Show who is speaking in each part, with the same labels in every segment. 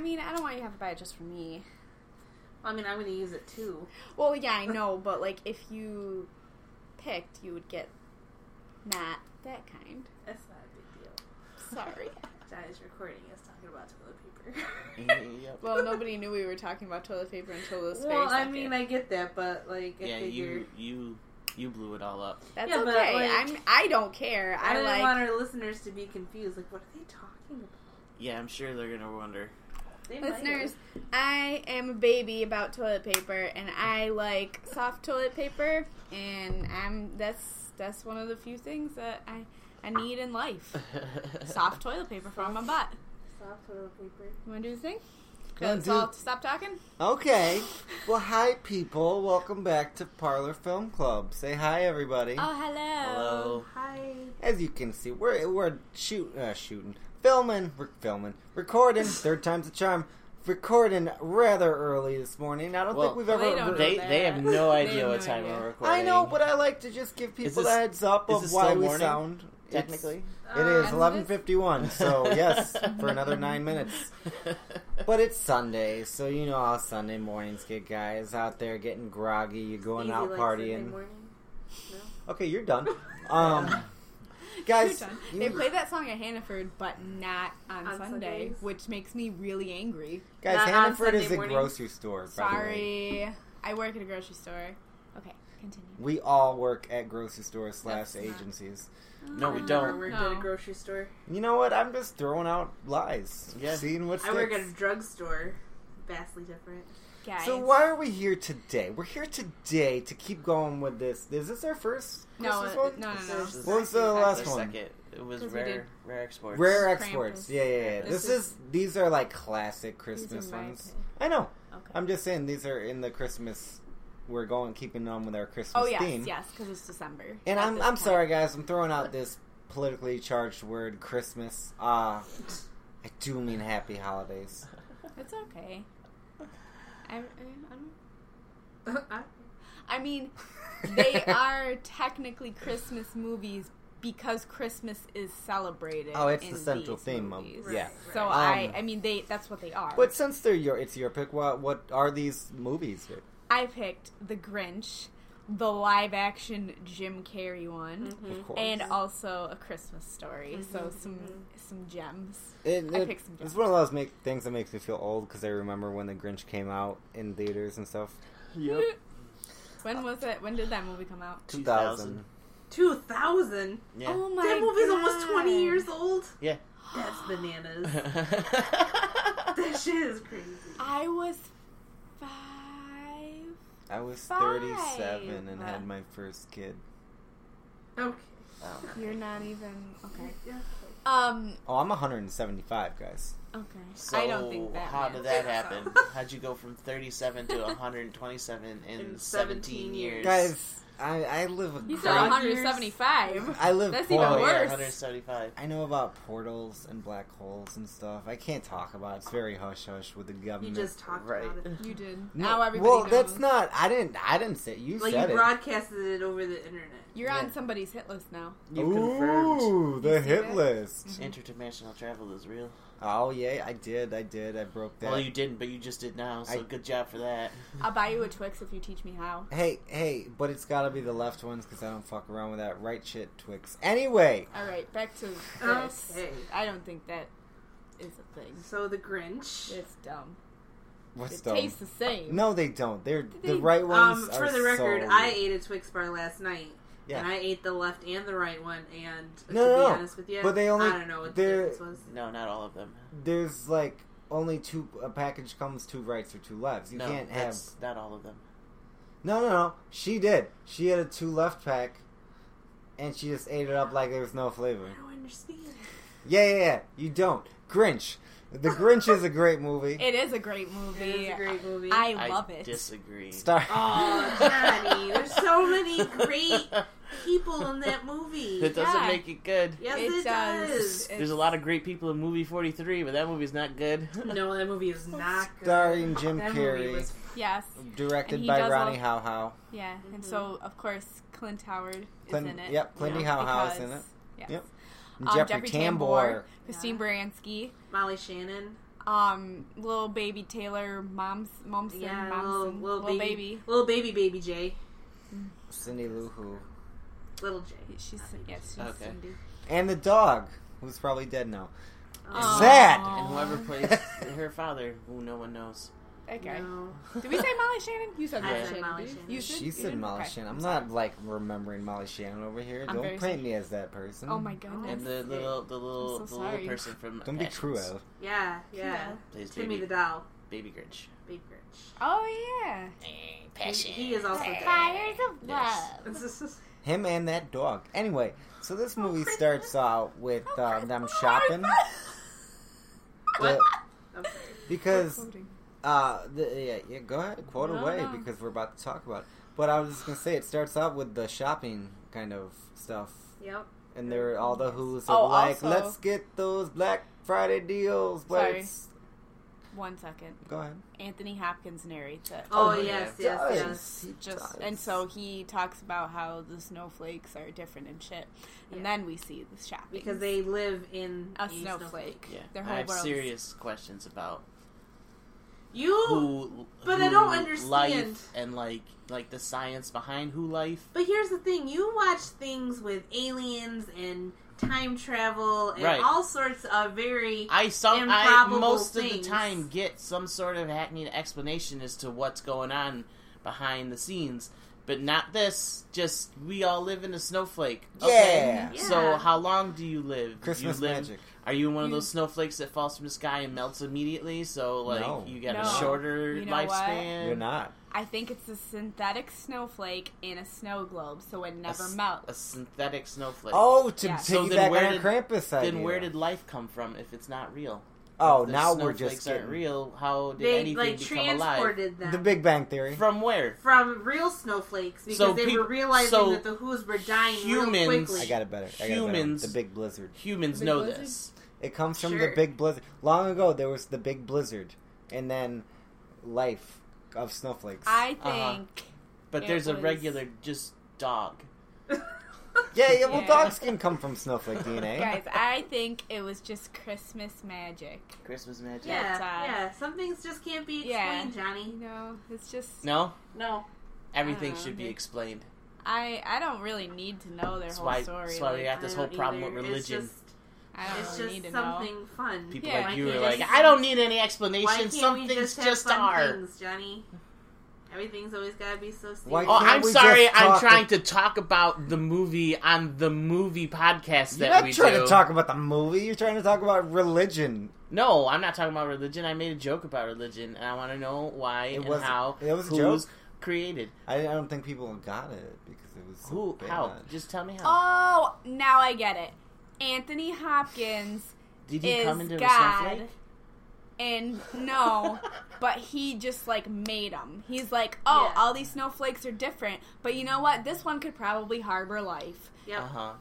Speaker 1: have her buy it just for me.
Speaker 2: I mean, I'm going to use it too.
Speaker 1: Well, yeah, I know, but like if you picked, you would get not that kind.
Speaker 2: That's not a big deal.
Speaker 1: Sorry.
Speaker 2: Johnny's recording us talking about toilet paper.
Speaker 3: Yep.
Speaker 1: well, nobody knew we were talking about toilet paper until this very
Speaker 2: well, I
Speaker 1: second.
Speaker 2: mean, I get that, but like, I
Speaker 3: yeah,
Speaker 2: figure
Speaker 3: you you you blew it all up.
Speaker 1: That's
Speaker 2: yeah,
Speaker 1: okay.
Speaker 2: but, like,
Speaker 1: I'm. I don't care.
Speaker 2: I,
Speaker 1: I,
Speaker 2: don't
Speaker 1: like.
Speaker 2: want our listeners to be confused. Like, what are they talking about?
Speaker 3: Yeah, I'm sure they're gonna wonder.
Speaker 2: They might-
Speaker 1: Listeners, I am a baby about toilet paper, and I like soft toilet paper, and I'm that's that's one of the few things that I I need in life. Soft toilet paper for my butt.
Speaker 2: soft toilet paper.
Speaker 1: You want to do the thing?
Speaker 3: Go on,
Speaker 1: Let's
Speaker 3: do-
Speaker 1: all stop talking.
Speaker 4: Okay. Well, hi, people. Welcome back to Parlor Film Club. Say hi, everybody.
Speaker 1: Oh, hello.
Speaker 3: Hello.
Speaker 2: Hi.
Speaker 4: As you can see, we're we're shoot, uh, shooting, filming, we're filming, recording. third time's a charm. Recording rather early this morning. I don't
Speaker 3: Well,
Speaker 4: think we've
Speaker 1: they
Speaker 4: ever.
Speaker 1: don't know
Speaker 3: They
Speaker 1: that.
Speaker 3: they have no
Speaker 1: They
Speaker 3: idea
Speaker 1: have
Speaker 3: what
Speaker 1: no
Speaker 3: time
Speaker 1: idea.
Speaker 3: we're recording.
Speaker 4: I know, but I like to just give people
Speaker 3: this-
Speaker 4: the heads up
Speaker 3: is
Speaker 4: of
Speaker 3: this
Speaker 4: why
Speaker 3: still
Speaker 4: we
Speaker 3: morning?
Speaker 4: sound.
Speaker 3: Technically?
Speaker 4: It's- it is
Speaker 2: Um,
Speaker 1: Uh,
Speaker 4: eleven fifty one. So yes, for another nine minutes. But it's Sunday, so you know how Sunday mornings get, guys. Out there getting groggy, you're going
Speaker 2: Easy,
Speaker 4: out
Speaker 2: like, Sunday
Speaker 4: partying.
Speaker 2: morning.
Speaker 4: Okay, you're done. Um, guys,
Speaker 1: Your turn.
Speaker 4: you-
Speaker 1: They play that song at Hannaford, but not on,
Speaker 2: On
Speaker 1: Sunday,
Speaker 2: Sundays.
Speaker 1: which makes me really angry.
Speaker 4: guys,
Speaker 2: Not on
Speaker 4: Hannaford
Speaker 2: Sunday
Speaker 4: is a
Speaker 2: morning.
Speaker 4: grocery store. By The way.
Speaker 1: Sorry, I work at a grocery store. Okay, continue.
Speaker 4: We all work at grocery stores slash
Speaker 1: That's not-
Speaker 4: agencies.
Speaker 3: No, we
Speaker 2: I've
Speaker 3: don't.
Speaker 2: Never worked at
Speaker 1: No.
Speaker 2: a grocery store.
Speaker 4: You know what? I'm just throwing out lies.
Speaker 3: Yeah.
Speaker 4: Seeing what
Speaker 2: I work at
Speaker 4: sticks.
Speaker 2: a drugstore. Vastly different.
Speaker 1: Guys,
Speaker 4: So why are we here today? We're here today to keep going with this. Is this our first
Speaker 1: No,
Speaker 4: Christmas
Speaker 1: uh,
Speaker 4: one?
Speaker 1: no, no, no.
Speaker 2: This is-
Speaker 4: What was the
Speaker 3: The
Speaker 4: last
Speaker 3: second.
Speaker 4: one?
Speaker 3: It was
Speaker 1: 'Cause we did-
Speaker 3: rare rare exports.
Speaker 4: Rare
Speaker 1: Krampus.
Speaker 4: exports. Yeah, yeah, yeah. This,
Speaker 1: This
Speaker 4: is,
Speaker 1: is-
Speaker 4: these are like classic
Speaker 1: These
Speaker 4: Christmas
Speaker 1: are my
Speaker 4: ones.
Speaker 1: pick.
Speaker 4: I know.
Speaker 1: Okay.
Speaker 4: I'm just saying these are in the Christmas. We're going keeping on with our Christmas
Speaker 1: oh yes,
Speaker 4: theme.
Speaker 1: yes, because it's December.
Speaker 4: And
Speaker 1: at
Speaker 4: I'm
Speaker 1: this
Speaker 4: I'm
Speaker 1: point.
Speaker 4: sorry guys, I'm throwing out this politically charged word Christmas. Uh I do mean happy holidays.
Speaker 1: It's okay. I, I, don't-
Speaker 2: I-
Speaker 1: I mean, they are technically Christmas movies because Christmas is celebrated.
Speaker 4: Oh, it's the
Speaker 1: in
Speaker 4: central
Speaker 1: these
Speaker 4: theme of-
Speaker 1: movies.
Speaker 4: yeah.
Speaker 1: So
Speaker 2: Um,
Speaker 1: I, I mean, they that's what they are.
Speaker 4: But since they're your it's your pick, what what are these movies?
Speaker 1: I picked The Grinch, the live action Jim Carrey one.
Speaker 2: Mhm.
Speaker 4: Of course.
Speaker 1: Hmm. And also a Christmas story,
Speaker 2: Mm-hmm.
Speaker 1: so some some gems.
Speaker 4: It-
Speaker 1: I
Speaker 4: it-
Speaker 1: picked some
Speaker 4: it's one of those make, things that makes me feel old because I remember when The Grinch came out in theaters and stuff.
Speaker 3: Yep.
Speaker 1: When was it? When did that movie come out?
Speaker 4: 2000.
Speaker 2: 2000.
Speaker 3: Yeah.
Speaker 1: Oh my!
Speaker 2: that movie's almost
Speaker 1: God.
Speaker 2: 20 years old.
Speaker 3: Yeah.
Speaker 2: That's bananas. that shit is crazy.
Speaker 1: I was five.
Speaker 4: I was
Speaker 1: Five.
Speaker 4: 37 and had my first kid.
Speaker 2: Okay.
Speaker 4: Oh,
Speaker 1: You're not even okay.
Speaker 2: Yeah.
Speaker 1: Um.
Speaker 4: oh I'm 175, guys.
Speaker 1: Okay.
Speaker 3: So
Speaker 1: I don't think that.
Speaker 3: how
Speaker 1: matters.
Speaker 3: did that happen? How'd you go from 37 to 127 in,
Speaker 2: In
Speaker 3: 17
Speaker 2: 17
Speaker 3: years?
Speaker 4: Guys, I, I live a
Speaker 1: You said
Speaker 4: great-
Speaker 1: 175.
Speaker 4: I live
Speaker 1: That's
Speaker 4: poor.
Speaker 1: even
Speaker 3: oh, yeah,
Speaker 1: worse.
Speaker 3: 175.
Speaker 4: I know about portals and black holes and stuff. I can't talk about it. It's very hush hush with the
Speaker 2: You
Speaker 4: government.
Speaker 2: just talked
Speaker 3: Right.
Speaker 2: about it.
Speaker 1: You did.
Speaker 4: No,
Speaker 1: Now everybody
Speaker 4: well,
Speaker 1: knows.
Speaker 4: that's not. I didn't. I didn't say you
Speaker 2: Like,
Speaker 4: said
Speaker 2: you
Speaker 4: it.
Speaker 2: broadcasted it over the internet.
Speaker 1: You're
Speaker 3: Yeah.
Speaker 1: on somebody's hit list now.
Speaker 3: You confirmed
Speaker 4: Ooh, the
Speaker 1: You see
Speaker 4: hit
Speaker 1: that?
Speaker 4: list.
Speaker 3: Mm-hmm. interdimensional travel is real.
Speaker 4: Oh yeah, I did. I did. I broke that.
Speaker 3: Well, you didn't, but you just did now. So
Speaker 4: I-
Speaker 3: good job for that.
Speaker 1: I'll buy you a Twix if you teach me how.
Speaker 4: Hey, hey, but it's gotta be the left ones because I don't fuck around with that right shit Twix. Anyway,
Speaker 1: All right, back to this.
Speaker 2: Okay.
Speaker 1: I don't think that is a thing.
Speaker 2: So, The Grinch.
Speaker 1: It's dumb.
Speaker 4: what's
Speaker 1: it
Speaker 4: dumb?
Speaker 1: tastes the same.
Speaker 4: No, they don't. They're the
Speaker 1: They-
Speaker 4: right ones.
Speaker 2: Um,
Speaker 4: are
Speaker 2: for the record,
Speaker 4: so-
Speaker 2: I ate a Twix bar last night.
Speaker 4: Yeah.
Speaker 2: And I ate the left and the right one, and
Speaker 4: No,
Speaker 2: to
Speaker 4: no,
Speaker 2: be
Speaker 4: no.
Speaker 2: honest with you,
Speaker 4: But they only-
Speaker 2: I don't know what the
Speaker 4: they're-
Speaker 2: difference was.
Speaker 3: No, not all of them.
Speaker 4: There's like only two. A package comes two rights or two lefts. You
Speaker 3: no,
Speaker 4: can't have.
Speaker 3: that's not all of them.
Speaker 4: No, no, no. She did. She had a two left pack, and she just ate it up like there was no flavor.
Speaker 2: I don't understand.
Speaker 4: Yeah, yeah, yeah. You don't. Grinch. The Grinch is a great movie.
Speaker 1: It is a great movie.
Speaker 2: It is a great movie.
Speaker 1: I love it.
Speaker 3: Disagree.
Speaker 4: Star.
Speaker 2: Oh, Johnny, there's so many great people in that movie.
Speaker 3: That doesn't
Speaker 1: Yeah.
Speaker 3: make it good.
Speaker 2: yes,
Speaker 1: It
Speaker 2: it,
Speaker 1: does.
Speaker 2: does.
Speaker 3: There's a lot of great people in movie 43, but that movie's not good.
Speaker 2: No, that movie is not good.
Speaker 4: Starring Jim
Speaker 2: that
Speaker 4: Carrey,
Speaker 2: movie was
Speaker 1: Yes. And
Speaker 4: directed
Speaker 1: he
Speaker 4: by
Speaker 1: does
Speaker 4: Ronnie
Speaker 1: all-
Speaker 4: How How.
Speaker 1: Yeah. And
Speaker 2: Mm-hmm.
Speaker 1: so, of course, Clint Howard
Speaker 4: Clint-
Speaker 1: is in it.
Speaker 4: yep, Clinty
Speaker 1: Yeah,
Speaker 4: Howhow is in
Speaker 1: because- Yes.
Speaker 4: Yep.
Speaker 1: Um, Jeffrey, Tambor,
Speaker 4: Tambor.
Speaker 1: Christine Baranski,
Speaker 2: Molly Shannon.
Speaker 1: um, little baby Taylor mom's mom's
Speaker 2: Yeah,
Speaker 1: mom's
Speaker 2: little,
Speaker 1: little,
Speaker 2: little, baby,
Speaker 1: baby.
Speaker 2: little baby, baby J,
Speaker 4: Cindy Lou Who.
Speaker 2: little J.
Speaker 1: She's yes, she's
Speaker 3: Okay.
Speaker 1: Cindy.
Speaker 4: And the dog, who's probably dead now.
Speaker 2: Oh,
Speaker 4: Sad.
Speaker 3: And
Speaker 1: Aw.
Speaker 3: whoever plays her father, who no one knows.
Speaker 1: Okay.
Speaker 2: no.
Speaker 1: Did we say Molly Shannon? You said
Speaker 2: I
Speaker 1: Molly
Speaker 3: said
Speaker 1: Shannon.
Speaker 2: Molly
Speaker 1: did you?
Speaker 2: Shannon.
Speaker 1: You said,
Speaker 4: She
Speaker 1: you
Speaker 4: said
Speaker 1: didn't?
Speaker 4: Molly
Speaker 1: Okay.
Speaker 4: Shannon. I'm not like remembering Molly Shannon over here.
Speaker 1: I'm
Speaker 4: Don't
Speaker 1: very
Speaker 4: paint me as that person.
Speaker 1: Oh my goodness.
Speaker 3: And the little, the little,
Speaker 1: I'm so
Speaker 3: the little
Speaker 1: sorry.
Speaker 3: person from
Speaker 4: Don't be
Speaker 3: Ashes
Speaker 4: cruel.
Speaker 2: Yeah, yeah.
Speaker 1: Yeah.
Speaker 3: Plays
Speaker 2: Timmy the
Speaker 3: baby,
Speaker 2: doll,
Speaker 3: baby Grinch.
Speaker 2: baby Grinch.
Speaker 1: Oh yeah.
Speaker 2: He, he is also dead.
Speaker 1: Fires of
Speaker 3: Yes.
Speaker 1: love.
Speaker 4: Him and that dog. Anyway, so this movie
Speaker 1: Christmas.
Speaker 4: starts out with
Speaker 1: Oh,
Speaker 4: uh,
Speaker 1: Christmas.
Speaker 4: them shopping.
Speaker 2: What?
Speaker 4: The-
Speaker 2: Okay.
Speaker 4: because uh, the, yeah, yeah, go ahead, quote
Speaker 1: No,
Speaker 4: away
Speaker 1: no.
Speaker 4: because we're about to talk about. It. But I was just gonna say it starts out with the shopping kind of stuff,
Speaker 2: Yep.
Speaker 4: and there are all the who's are
Speaker 1: Oh,
Speaker 4: like,
Speaker 1: also-
Speaker 4: let's get those Black Friday deals. But
Speaker 1: Sorry.
Speaker 4: it's
Speaker 1: One second.
Speaker 4: go ahead.
Speaker 1: Anthony Hopkins narrates it.
Speaker 2: Oh,
Speaker 3: yeah.
Speaker 2: yes,
Speaker 4: He
Speaker 2: yes,
Speaker 4: does.
Speaker 2: yes.
Speaker 4: He
Speaker 1: Just
Speaker 4: does.
Speaker 1: and so he talks about how the snowflakes are different and shit, and
Speaker 2: Yeah.
Speaker 1: then we see the shopping
Speaker 2: Because they live in
Speaker 1: a snowflake.
Speaker 3: Yeah.
Speaker 1: Their
Speaker 3: I
Speaker 1: whole
Speaker 3: have
Speaker 1: world.
Speaker 3: serious questions about
Speaker 2: You,
Speaker 3: who,
Speaker 2: Oh, but
Speaker 3: who
Speaker 2: I don't understand.
Speaker 3: life and like like the science behind who life.
Speaker 2: but here's the thing: you watch things with aliens and time travel and
Speaker 3: Right.
Speaker 2: all sorts of very.
Speaker 3: I some I
Speaker 2: Improbable
Speaker 3: most of
Speaker 2: things.
Speaker 3: the time get some sort of hackneyed explanation as to what's going on behind the scenes, but not this. Just we all live in a snowflake. Okay.
Speaker 4: Yeah.
Speaker 3: So
Speaker 2: Yeah.
Speaker 3: how long do you live?
Speaker 4: Christmas
Speaker 3: you live,
Speaker 4: magic.
Speaker 3: Are you one of
Speaker 1: You-
Speaker 3: those snowflakes that falls from the sky and melts immediately? So like
Speaker 4: No.
Speaker 3: you got
Speaker 1: No.
Speaker 3: a shorter
Speaker 1: You know what?
Speaker 3: lifespan.
Speaker 4: You're not.
Speaker 1: I think it's a synthetic snowflake in a snow globe, so it
Speaker 3: a,
Speaker 1: never
Speaker 3: s-
Speaker 1: melts.
Speaker 3: a synthetic snowflake.
Speaker 4: Oh, to
Speaker 1: Yeah.
Speaker 4: piggyback
Speaker 3: So then
Speaker 4: on
Speaker 3: where
Speaker 4: our
Speaker 3: did-
Speaker 4: Krampus idea.
Speaker 3: then where did life come from if it's not real?
Speaker 4: oh
Speaker 3: If the
Speaker 4: now we're
Speaker 3: snowflakes
Speaker 4: just
Speaker 3: aren't
Speaker 4: getting
Speaker 3: real. How did
Speaker 2: they
Speaker 3: anything
Speaker 2: like
Speaker 3: become alive?
Speaker 2: transported them
Speaker 4: the Big Bang Theory.
Speaker 3: From where?
Speaker 2: from real snowflakes because
Speaker 3: So
Speaker 2: they
Speaker 3: peop-
Speaker 2: were realizing
Speaker 3: so
Speaker 2: that the Who's were dying
Speaker 3: humans-
Speaker 2: real quickly.
Speaker 4: I got it better. I got it better.
Speaker 3: Humans-
Speaker 4: The Big Blizzard.
Speaker 3: Humans
Speaker 1: The
Speaker 3: know
Speaker 1: blizzard?
Speaker 3: this.
Speaker 4: It comes from the
Speaker 2: Sure.
Speaker 4: big blizzard. Long ago, there was the big blizzard, and then life of snowflakes.
Speaker 1: I
Speaker 3: Uh-huh.
Speaker 1: think
Speaker 3: But
Speaker 1: It
Speaker 3: there's a
Speaker 1: was-
Speaker 3: regular just dog.
Speaker 4: yeah, yeah. Well,
Speaker 1: Yeah.
Speaker 4: dogs can come from snowflake DNA.
Speaker 1: guys, I think it was just Christmas magic.
Speaker 3: Christmas magic.
Speaker 2: yeah,
Speaker 1: outside.
Speaker 2: yeah. Some things just can't be
Speaker 1: Yeah.
Speaker 2: explained, Johnny.
Speaker 1: You know, it's just
Speaker 3: No?
Speaker 2: No.
Speaker 3: Everything
Speaker 1: Uh,
Speaker 3: should be
Speaker 1: they-
Speaker 3: explained.
Speaker 1: I I don't really need to know their
Speaker 3: That's
Speaker 1: whole
Speaker 3: why-
Speaker 1: story.
Speaker 3: that's why we
Speaker 1: like,
Speaker 3: got this
Speaker 2: I
Speaker 3: whole
Speaker 2: don't
Speaker 3: problem
Speaker 2: either.
Speaker 3: with
Speaker 2: It's
Speaker 3: religion.
Speaker 2: just-
Speaker 1: I don't
Speaker 2: It's
Speaker 1: really
Speaker 2: just
Speaker 1: Oh, need to
Speaker 2: something
Speaker 1: know.
Speaker 2: fun.
Speaker 3: People
Speaker 1: Yeah,
Speaker 3: like
Speaker 1: why
Speaker 3: you are
Speaker 2: can't
Speaker 3: like,
Speaker 2: just-
Speaker 3: I don't need any
Speaker 2: Why
Speaker 3: explanation.
Speaker 2: can't
Speaker 3: Some
Speaker 2: we
Speaker 3: things
Speaker 2: just,
Speaker 3: just,
Speaker 2: have fun
Speaker 3: are.
Speaker 2: things, Johnny? Everything's always gotta be so serious.
Speaker 4: Why
Speaker 3: Oh,
Speaker 4: can't
Speaker 3: I'm
Speaker 4: we
Speaker 3: sorry.
Speaker 4: just
Speaker 3: I'm
Speaker 4: talk
Speaker 3: trying to talk about the movie on the movie podcast
Speaker 4: You're
Speaker 3: that
Speaker 4: not
Speaker 3: we
Speaker 4: trying
Speaker 3: do.
Speaker 4: to talk about the movie. You're trying to talk about religion.
Speaker 3: No, I'm not talking about religion. I made a joke about religion, and I want to know why
Speaker 4: It
Speaker 3: and
Speaker 4: wasn't-
Speaker 3: how
Speaker 4: it was a
Speaker 3: who's
Speaker 4: joke.
Speaker 3: created.
Speaker 4: I, I don't think people got it because it was so
Speaker 3: Who?
Speaker 4: bad.
Speaker 3: How? Just tell me how.
Speaker 1: Oh, now I get it. Anthony Hopkins
Speaker 3: Did he come
Speaker 1: is
Speaker 3: into
Speaker 1: God.
Speaker 3: a snowflake?
Speaker 1: and no, but he just like made them. He's like, oh,
Speaker 2: Yeah.
Speaker 1: all these snowflakes are different, but you know what? This one could probably harbor life.
Speaker 2: Yep.
Speaker 3: Uh huh.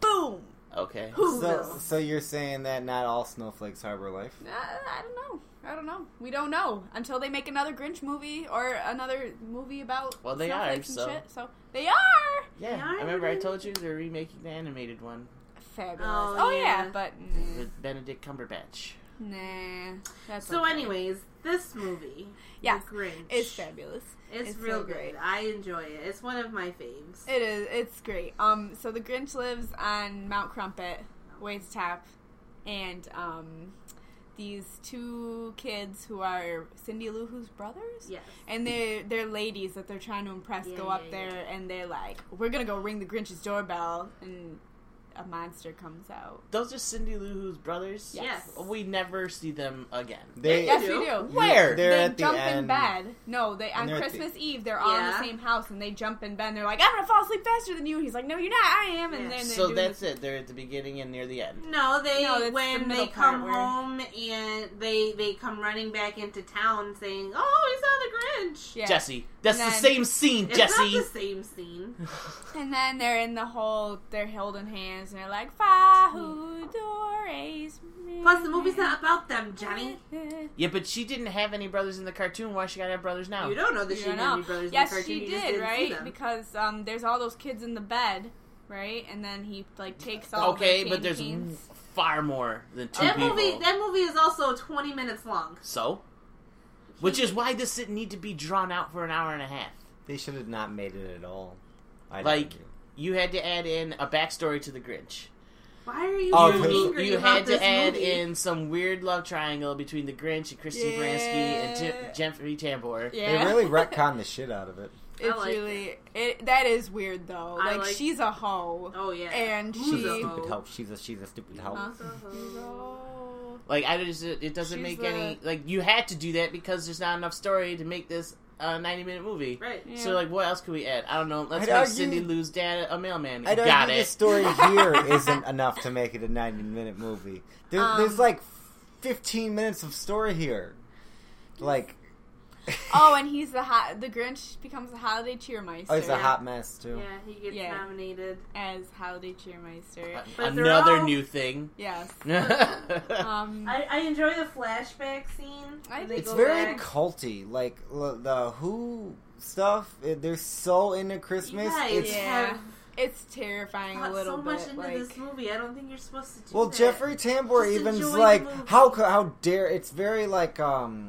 Speaker 1: Boom.
Speaker 3: Okay.
Speaker 1: Who
Speaker 4: So,
Speaker 1: knows?
Speaker 4: so you're saying that not all snowflakes harbor life?
Speaker 1: Uh, I don't know. I don't know. We don't know until they make another Grinch movie or another movie about
Speaker 3: Well, they are,
Speaker 1: snowflakes and
Speaker 3: so-
Speaker 1: shit. So they are
Speaker 3: Yeah,
Speaker 2: Yeah, I
Speaker 3: I remember I
Speaker 2: remember.
Speaker 3: told you they're remaking the animated one
Speaker 1: fabulous.
Speaker 2: Oh,
Speaker 1: Oh,
Speaker 2: yeah.
Speaker 1: yeah. but mm,
Speaker 3: with Benedict Cumberbatch.
Speaker 1: nah. That's
Speaker 2: So,
Speaker 1: okay.
Speaker 2: anyways, this movie,
Speaker 1: Yes,
Speaker 2: The Grinch,
Speaker 1: it's fabulous.
Speaker 2: It's,
Speaker 1: it's
Speaker 2: real
Speaker 1: so
Speaker 2: good.
Speaker 1: great.
Speaker 2: I enjoy it. It's one of my faves.
Speaker 1: It is. It's great. Um, so the Grinch lives on Mount Crumpet, Wade's Tap, and um, these two kids who are Cindy Lou Who's brothers.
Speaker 2: yes.
Speaker 1: And they're, they're ladies that they're trying to impress
Speaker 2: Yeah,
Speaker 1: go
Speaker 2: yeah,
Speaker 1: up there and they're like, we're gonna go ring the Grinch's doorbell and a monster comes out.
Speaker 3: Those are Cindy Lou Who's brothers.
Speaker 2: Yes.
Speaker 3: We never see them again.
Speaker 4: They
Speaker 1: yes,
Speaker 2: do.
Speaker 1: we do.
Speaker 3: Where?
Speaker 4: They're
Speaker 1: they
Speaker 4: at the
Speaker 1: jump in
Speaker 4: end.
Speaker 1: bed. No, they on
Speaker 4: they're at the-
Speaker 1: Christmas Eve they're all in
Speaker 2: Yeah.
Speaker 1: the same house and they jump in bed. and They're like, I'm gonna fall asleep faster than you. And he's like, No, you're not. I am. And
Speaker 2: Yeah.
Speaker 1: then they're
Speaker 3: so
Speaker 1: doing
Speaker 3: that's
Speaker 1: this-
Speaker 3: it. They're at the beginning and near the end.
Speaker 2: No, they
Speaker 1: No, that's the
Speaker 2: when
Speaker 1: middle
Speaker 2: they come
Speaker 1: part where-
Speaker 2: home and they they come running back into town saying, "Oh, we saw the Grinch."
Speaker 1: Yeah.
Speaker 3: Jesse. That's
Speaker 1: And
Speaker 3: the
Speaker 1: then-
Speaker 3: same scene,
Speaker 2: It's
Speaker 3: Jesse.
Speaker 2: not the same scene.
Speaker 1: And then they're in the whole, they're holding hands, and they're like, Fahudores.
Speaker 2: Plus, the movie's not about them, Johnny.
Speaker 3: yeah, but she didn't have any brothers in the cartoon. Why she gotta have brothers now?
Speaker 2: You don't know that
Speaker 1: Oh, You
Speaker 2: she
Speaker 1: don't
Speaker 2: had
Speaker 1: know.
Speaker 2: any brothers in
Speaker 1: Yes,
Speaker 2: the cartoon.
Speaker 1: she
Speaker 2: you just
Speaker 1: did,
Speaker 2: didn't see
Speaker 1: right?
Speaker 2: them.
Speaker 1: Because um, there's all those kids in the bed, right? And then he like takes all
Speaker 3: okay,
Speaker 1: the
Speaker 3: but there's
Speaker 1: canteens.
Speaker 3: far more than two
Speaker 2: That
Speaker 3: people.
Speaker 2: movie, that movie is also 20 minutes long.
Speaker 3: so, which is why this didn't need to be drawn out for an hour and a half.
Speaker 4: They should have not made it at all. I
Speaker 3: Like-
Speaker 4: don't know.
Speaker 3: You had to add in a backstory to the Grinch.
Speaker 2: Why are you
Speaker 4: Oh,
Speaker 2: so
Speaker 4: okay.
Speaker 3: You,
Speaker 2: angry
Speaker 3: you
Speaker 2: about
Speaker 3: had
Speaker 2: this
Speaker 3: to add
Speaker 2: movie?
Speaker 3: in some weird love triangle between the Grinch and Christy Bransky and Tim,
Speaker 1: Yeah.
Speaker 3: Jeffrey Tambor.
Speaker 1: yeah,
Speaker 4: they really retconned the shit out of it.
Speaker 2: I
Speaker 1: It's
Speaker 2: like
Speaker 1: really it. That is weird though.
Speaker 2: I
Speaker 1: Like,
Speaker 2: like-
Speaker 1: she's a hoe,
Speaker 2: Oh yeah.
Speaker 1: and
Speaker 2: Who's
Speaker 4: She's
Speaker 1: she.
Speaker 2: She's
Speaker 4: a
Speaker 2: a
Speaker 4: stupid
Speaker 2: hoe.
Speaker 4: help. She's a she's a stupid help.
Speaker 1: Huh?
Speaker 2: She's a
Speaker 3: Like I just it doesn't
Speaker 1: She's
Speaker 3: make
Speaker 1: the-
Speaker 3: any like you had to do that because there's not enough story to make this a 90 minute movie.
Speaker 2: right.
Speaker 1: Yeah.
Speaker 3: So like what else could we add? I don't know. Let's
Speaker 4: I'd
Speaker 3: make
Speaker 4: argue-
Speaker 3: Cindy Lou's dad a mailman.
Speaker 4: I don't
Speaker 3: Got
Speaker 4: think
Speaker 3: it.
Speaker 4: the story here isn't enough to make it a 90 minute movie. There,
Speaker 1: Um,
Speaker 4: there's like 15 minutes of story here. Like,
Speaker 1: Oh, and he's the hot. The Grinch becomes the holiday cheermeister
Speaker 4: oh, he's a
Speaker 2: yeah.
Speaker 4: hot mess too.
Speaker 2: Yeah, he gets
Speaker 1: Yeah.
Speaker 2: nominated.
Speaker 1: as holiday cheermeister.
Speaker 2: But they're
Speaker 3: Another
Speaker 2: all- uh,
Speaker 3: new thing.
Speaker 1: Yes.
Speaker 3: yeah,
Speaker 1: Um.
Speaker 2: I, I enjoy the flashback scene.
Speaker 1: I
Speaker 2: when
Speaker 1: do
Speaker 2: they
Speaker 4: It's
Speaker 2: go
Speaker 4: very
Speaker 2: back.
Speaker 4: culty. Like l- the Who stuff, eh, they're so into
Speaker 2: You
Speaker 4: Christmas.
Speaker 2: guys
Speaker 4: it's
Speaker 1: Yeah.
Speaker 2: have
Speaker 1: it's terrifying a
Speaker 2: got
Speaker 1: little
Speaker 2: so much
Speaker 1: bit.
Speaker 2: into
Speaker 1: like,
Speaker 2: this movie. I don't think you're supposed to do
Speaker 4: well,
Speaker 2: that.
Speaker 4: Jeffrey Tambor
Speaker 2: Just
Speaker 4: even's
Speaker 2: enjoy the
Speaker 4: like
Speaker 2: movie.
Speaker 4: how co- how dare it's very like um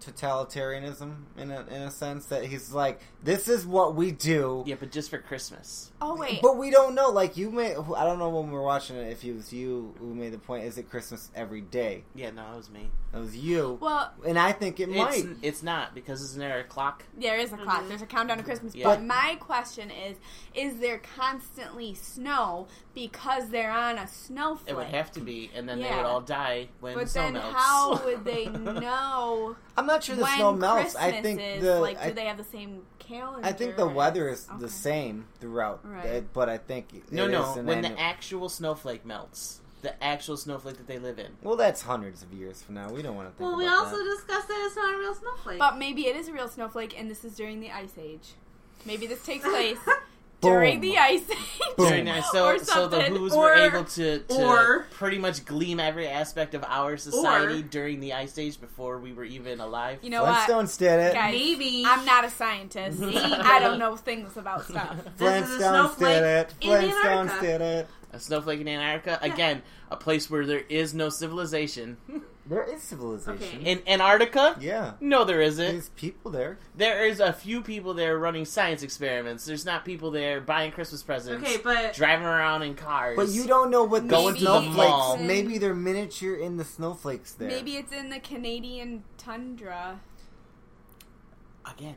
Speaker 4: totalitarianism in a in a sense that he's like this is what we do.
Speaker 3: but just for Christmas.
Speaker 1: oh wait,
Speaker 4: But we don't know. Like you may, I don't know when we were watching it. If it was you who made the point, is it Christmas every day?
Speaker 3: Yeah, no, it was me.
Speaker 4: It was you,
Speaker 1: well,
Speaker 4: and I think it might.
Speaker 3: It's, it's not because isn't there a clock?
Speaker 1: There is a clock.
Speaker 2: Mhm.
Speaker 1: There's a countdown to Christmas.
Speaker 3: Mm-hmm. Yeah.
Speaker 1: But my question is: Is there constantly snow because they're on a snowflake?
Speaker 3: It would have to be, and then they
Speaker 1: Yeah.
Speaker 3: would all die when
Speaker 1: but
Speaker 3: the snow
Speaker 1: then,
Speaker 3: melts.
Speaker 1: how would they know
Speaker 4: I'm not sure the
Speaker 1: when
Speaker 4: snow melts.
Speaker 1: Christmas
Speaker 4: I think
Speaker 1: is?
Speaker 4: the
Speaker 1: like,
Speaker 4: I,
Speaker 1: do they have the same calendar?
Speaker 4: I think the
Speaker 1: or-
Speaker 4: weather is
Speaker 1: Okay.
Speaker 4: the same throughout.
Speaker 1: Right.
Speaker 4: it, but I think it
Speaker 3: no,
Speaker 4: is
Speaker 3: no,
Speaker 4: an
Speaker 3: when the
Speaker 4: annual-
Speaker 3: actual snowflake melts, the actual snowflake that they live in.
Speaker 4: well, that's hundreds of years from now. We don't want to think.
Speaker 2: Well, we
Speaker 4: about
Speaker 2: also
Speaker 4: that.
Speaker 2: discussed that it's not a real snowflake.
Speaker 1: But maybe it is a real snowflake, and this is during the ice age. Maybe this takes place during
Speaker 4: Boom.
Speaker 1: the ice age.
Speaker 4: Boom.
Speaker 3: Very nice. So,
Speaker 1: Or
Speaker 3: so the
Speaker 1: something.
Speaker 3: Who's
Speaker 2: Or-
Speaker 3: were able to, to
Speaker 2: or-
Speaker 3: pretty much gleam every aspect of our society during the Ice Age before we were even alive.
Speaker 1: You know what?
Speaker 4: Flintstones did it.
Speaker 1: Guys,
Speaker 2: Maybe
Speaker 1: I'm not a scientist.
Speaker 3: Maybe.
Speaker 1: I don't know things about stuff.
Speaker 2: This is a
Speaker 4: Flintstones did
Speaker 2: snowflake
Speaker 4: it.
Speaker 2: in
Speaker 4: Flintstones
Speaker 2: Antarctica.
Speaker 4: did it.
Speaker 3: a snowflake in Antarctica again, a place where there is no civilization.
Speaker 4: There is civilization.
Speaker 2: Okay.
Speaker 3: in Antarctica,
Speaker 4: Yeah,
Speaker 3: no, there isn't.
Speaker 4: there's people there.
Speaker 3: There is a few people there running science experiments. There's not people there buying Christmas presents,
Speaker 2: Okay, but
Speaker 3: driving around in cars.
Speaker 4: But you don't know what the
Speaker 3: Going
Speaker 1: to the
Speaker 4: snowflakes.
Speaker 3: mall.
Speaker 4: Maybe they're miniature in the snowflakes there.
Speaker 1: Maybe it's in the Canadian tundra.
Speaker 3: again.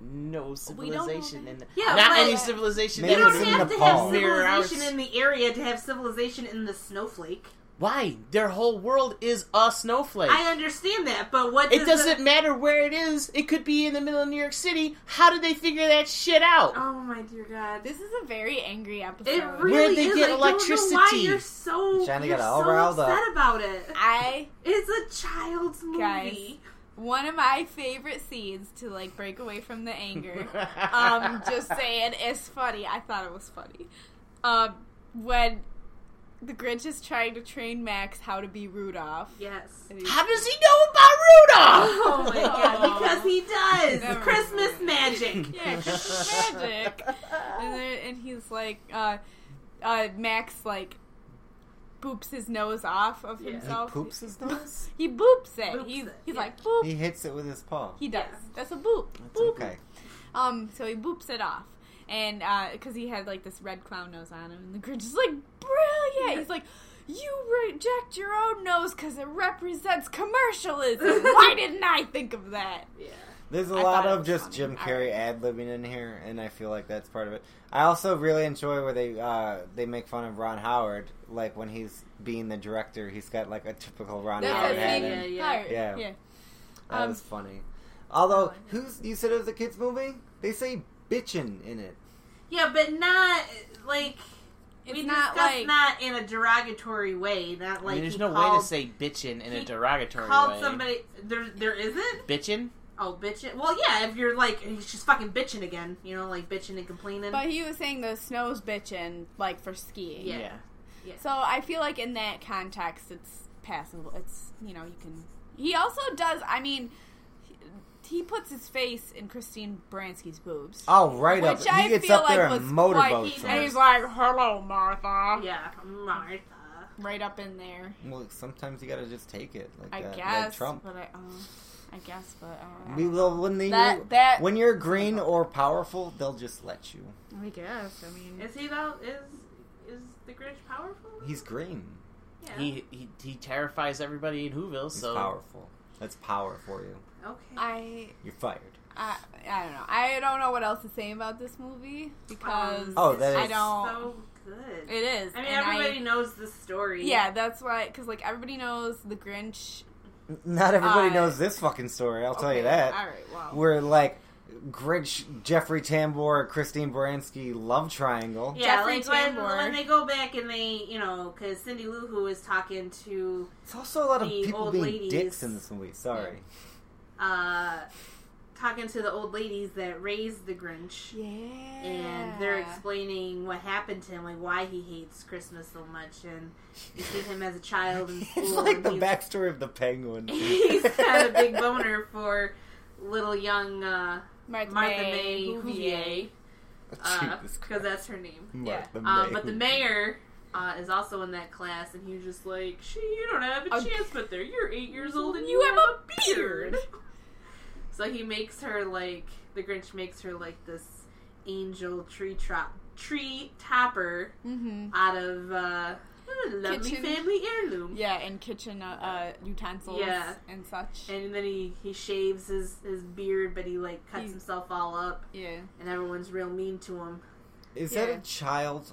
Speaker 3: No
Speaker 1: don't know
Speaker 3: civilization
Speaker 1: that.
Speaker 3: in the,
Speaker 2: Yeah,
Speaker 3: not
Speaker 2: but-
Speaker 3: any civilization.
Speaker 2: you
Speaker 4: Maybe
Speaker 3: that
Speaker 4: it's
Speaker 2: don't
Speaker 3: would-
Speaker 4: in
Speaker 2: have to
Speaker 4: Nepal.
Speaker 2: have
Speaker 3: Mirror out.
Speaker 2: civilization in the area to have civilization in the snowflake.
Speaker 3: Why? Their whole world is a snowflake.
Speaker 2: I understand that, but what
Speaker 3: It
Speaker 2: does the-
Speaker 3: doesn't matter where it is. It could be in the middle of New York City. How did they figure that shit out?
Speaker 2: Oh my dear God!
Speaker 1: This is a very angry episode.
Speaker 2: It really
Speaker 3: they
Speaker 2: is.
Speaker 3: get
Speaker 2: I don't know why
Speaker 3: electricity?
Speaker 2: you're so
Speaker 4: Johnny
Speaker 2: you're
Speaker 4: got all
Speaker 2: so
Speaker 4: riled up.
Speaker 2: upset about it.
Speaker 1: I
Speaker 2: It's a child's movie.
Speaker 1: Guys. one of my favorite scenes to like break away from the anger. um, just saying, it's funny. I thought it was funny. Um, when the Grinch is trying to train Max how to be Rudolph.
Speaker 2: Yes.
Speaker 1: And he's-
Speaker 3: How does he know about Rudolph?
Speaker 2: Oh my God!
Speaker 1: Oh.
Speaker 2: Because he does
Speaker 1: Never.
Speaker 2: Christmas magic.
Speaker 1: Yeah, Christmas magic. And then and he's like, uh, uh, Max like. Poops his nose off of
Speaker 2: Yeah. He
Speaker 1: himself.
Speaker 4: poops his nose?
Speaker 1: He boops it.
Speaker 2: Boops
Speaker 1: he's
Speaker 2: it,
Speaker 1: he's
Speaker 2: yeah.
Speaker 1: like boop.
Speaker 4: He hits it with his paw.
Speaker 1: He does.
Speaker 2: Yeah.
Speaker 1: That's a boop.
Speaker 4: That's
Speaker 1: boop.
Speaker 4: okay.
Speaker 1: Um, so he boops it off. And because he had like this red clown nose on him, and the Grinch is like, brilliant. He's like, you reject your own nose because it represents commercialism. Why didn't I think of that?
Speaker 2: Yeah.
Speaker 4: There's a
Speaker 1: I
Speaker 4: lot
Speaker 1: thought it
Speaker 4: of
Speaker 1: was
Speaker 4: just
Speaker 1: funny.
Speaker 4: Jim
Speaker 1: All
Speaker 4: Carrey ad libbing in here, and I feel like that's part of it. I also really enjoy where they uh, they make fun of Ron Howard, like when he's being the director, he's got like a typical Ron
Speaker 1: That's
Speaker 4: Howard
Speaker 1: what
Speaker 4: hat.
Speaker 1: made
Speaker 4: in.
Speaker 1: me
Speaker 2: yeah,
Speaker 1: tired.
Speaker 4: yeah.
Speaker 1: yeah.
Speaker 4: That
Speaker 1: um,
Speaker 4: was funny.
Speaker 1: I
Speaker 4: Although,
Speaker 1: know.
Speaker 4: who's you said it was a kids movie? They say bitchin' in it.
Speaker 2: Yeah, but not like
Speaker 1: It's
Speaker 2: we
Speaker 1: not
Speaker 2: discussed
Speaker 1: like
Speaker 2: not in a derogatory way. Not
Speaker 3: I
Speaker 2: like
Speaker 3: mean, there's
Speaker 2: he
Speaker 3: no way
Speaker 2: called,
Speaker 3: to say bitchin' in a
Speaker 2: he
Speaker 3: derogatory
Speaker 2: called
Speaker 3: way.
Speaker 2: somebody. There, there isn't.
Speaker 3: Bitchin'?
Speaker 2: Oh, bitching. Well, yeah. If you're like, she's fucking bitching again. You know, like bitching and complaining.
Speaker 1: But he was saying the snow's bitching, like for skiing.
Speaker 2: Yeah.
Speaker 1: So I feel like in that context, it's passable. It's you know you can. He also does. I mean, he puts his face in Christine Baranski's boobs.
Speaker 4: Oh, right up.
Speaker 1: Which I
Speaker 4: He gets
Speaker 1: feel
Speaker 4: up there
Speaker 1: like
Speaker 4: and
Speaker 1: was
Speaker 4: motorboats
Speaker 1: quite- and
Speaker 4: him.
Speaker 1: he's like, "Hello, Martha."
Speaker 2: Yeah, Martha.
Speaker 1: Right up in there,
Speaker 4: Well, sometimes you gotta just take it. Like
Speaker 1: I
Speaker 4: that,
Speaker 1: guess.
Speaker 4: Like Trump.
Speaker 1: But I, um, I guess, but uh,
Speaker 4: We will when the
Speaker 1: That- that-
Speaker 4: when you're green or powerful, they'll just let you.
Speaker 1: I guess. I mean,
Speaker 2: Is he though? Is is the Grinch powerful?
Speaker 4: He's green.
Speaker 2: yeah.
Speaker 3: He, he he terrifies everybody in Whoville.
Speaker 4: He's
Speaker 3: So
Speaker 4: powerful. That's power for you.
Speaker 2: okay.
Speaker 1: I,
Speaker 4: You're fired.
Speaker 1: I, I don't know. I don't know what else to say about this movie because
Speaker 2: Um,
Speaker 4: Oh, that
Speaker 1: I
Speaker 4: is-
Speaker 1: don't.
Speaker 2: so good.
Speaker 1: It is.
Speaker 2: I mean,
Speaker 1: and
Speaker 2: everybody knows the story.
Speaker 1: yeah, that's why. Because like everybody knows the Grinch.
Speaker 4: N- Not everybody
Speaker 1: Uh,
Speaker 4: knows this fucking story. I'll tell
Speaker 1: Okay,
Speaker 4: you that.
Speaker 1: All right. Well.
Speaker 4: We're like Grinch, Jeffrey Tambor, Christine Baranski love triangle.
Speaker 2: Yeah,
Speaker 1: Jeffrey
Speaker 2: like when,
Speaker 1: Tambor.
Speaker 2: when they go back and they, you know, because Cindy Lou Who is talking to
Speaker 4: It's also a lot of
Speaker 2: The
Speaker 4: people
Speaker 2: old
Speaker 4: being
Speaker 2: ladies.
Speaker 4: dicks in this movie. Sorry.
Speaker 2: uh, talking to the old ladies that raised the Grinch.
Speaker 1: yeah.
Speaker 2: And they're explaining what happened to him, like why he hates Christmas so much, and you see him as a child in school.
Speaker 4: It's like
Speaker 2: and
Speaker 4: the
Speaker 2: he's-
Speaker 4: backstory of the penguin.
Speaker 2: He's got a big boner for little young uh,
Speaker 1: Martha,
Speaker 2: Martha May
Speaker 1: May,
Speaker 2: Huvier,
Speaker 1: Huvier.
Speaker 4: Jesus
Speaker 2: because
Speaker 4: Christ.
Speaker 2: that's her name.
Speaker 1: yeah.
Speaker 4: Martha
Speaker 2: Uh, Um,
Speaker 4: May.
Speaker 2: but the mayor uh, is also in that class, and he was just like, "She, you don't have a
Speaker 1: Oh.
Speaker 2: chance, but there, you're eight years old, and
Speaker 1: You have a beard."
Speaker 2: so he makes her like the Grinch makes her like this angel tree trop tree topper
Speaker 1: Mm-hmm.
Speaker 2: out of uh, a lovely
Speaker 1: Kitchen.
Speaker 2: family heirloom.
Speaker 1: Yeah, and kitchen uh, uh, utensils
Speaker 2: Yeah.
Speaker 1: and such.
Speaker 2: And then he, he shaves his, his beard, but he like cuts
Speaker 1: He-
Speaker 2: himself all up,
Speaker 1: yeah.
Speaker 2: and everyone's real mean to him.
Speaker 4: Is
Speaker 1: Yeah.
Speaker 4: that a child?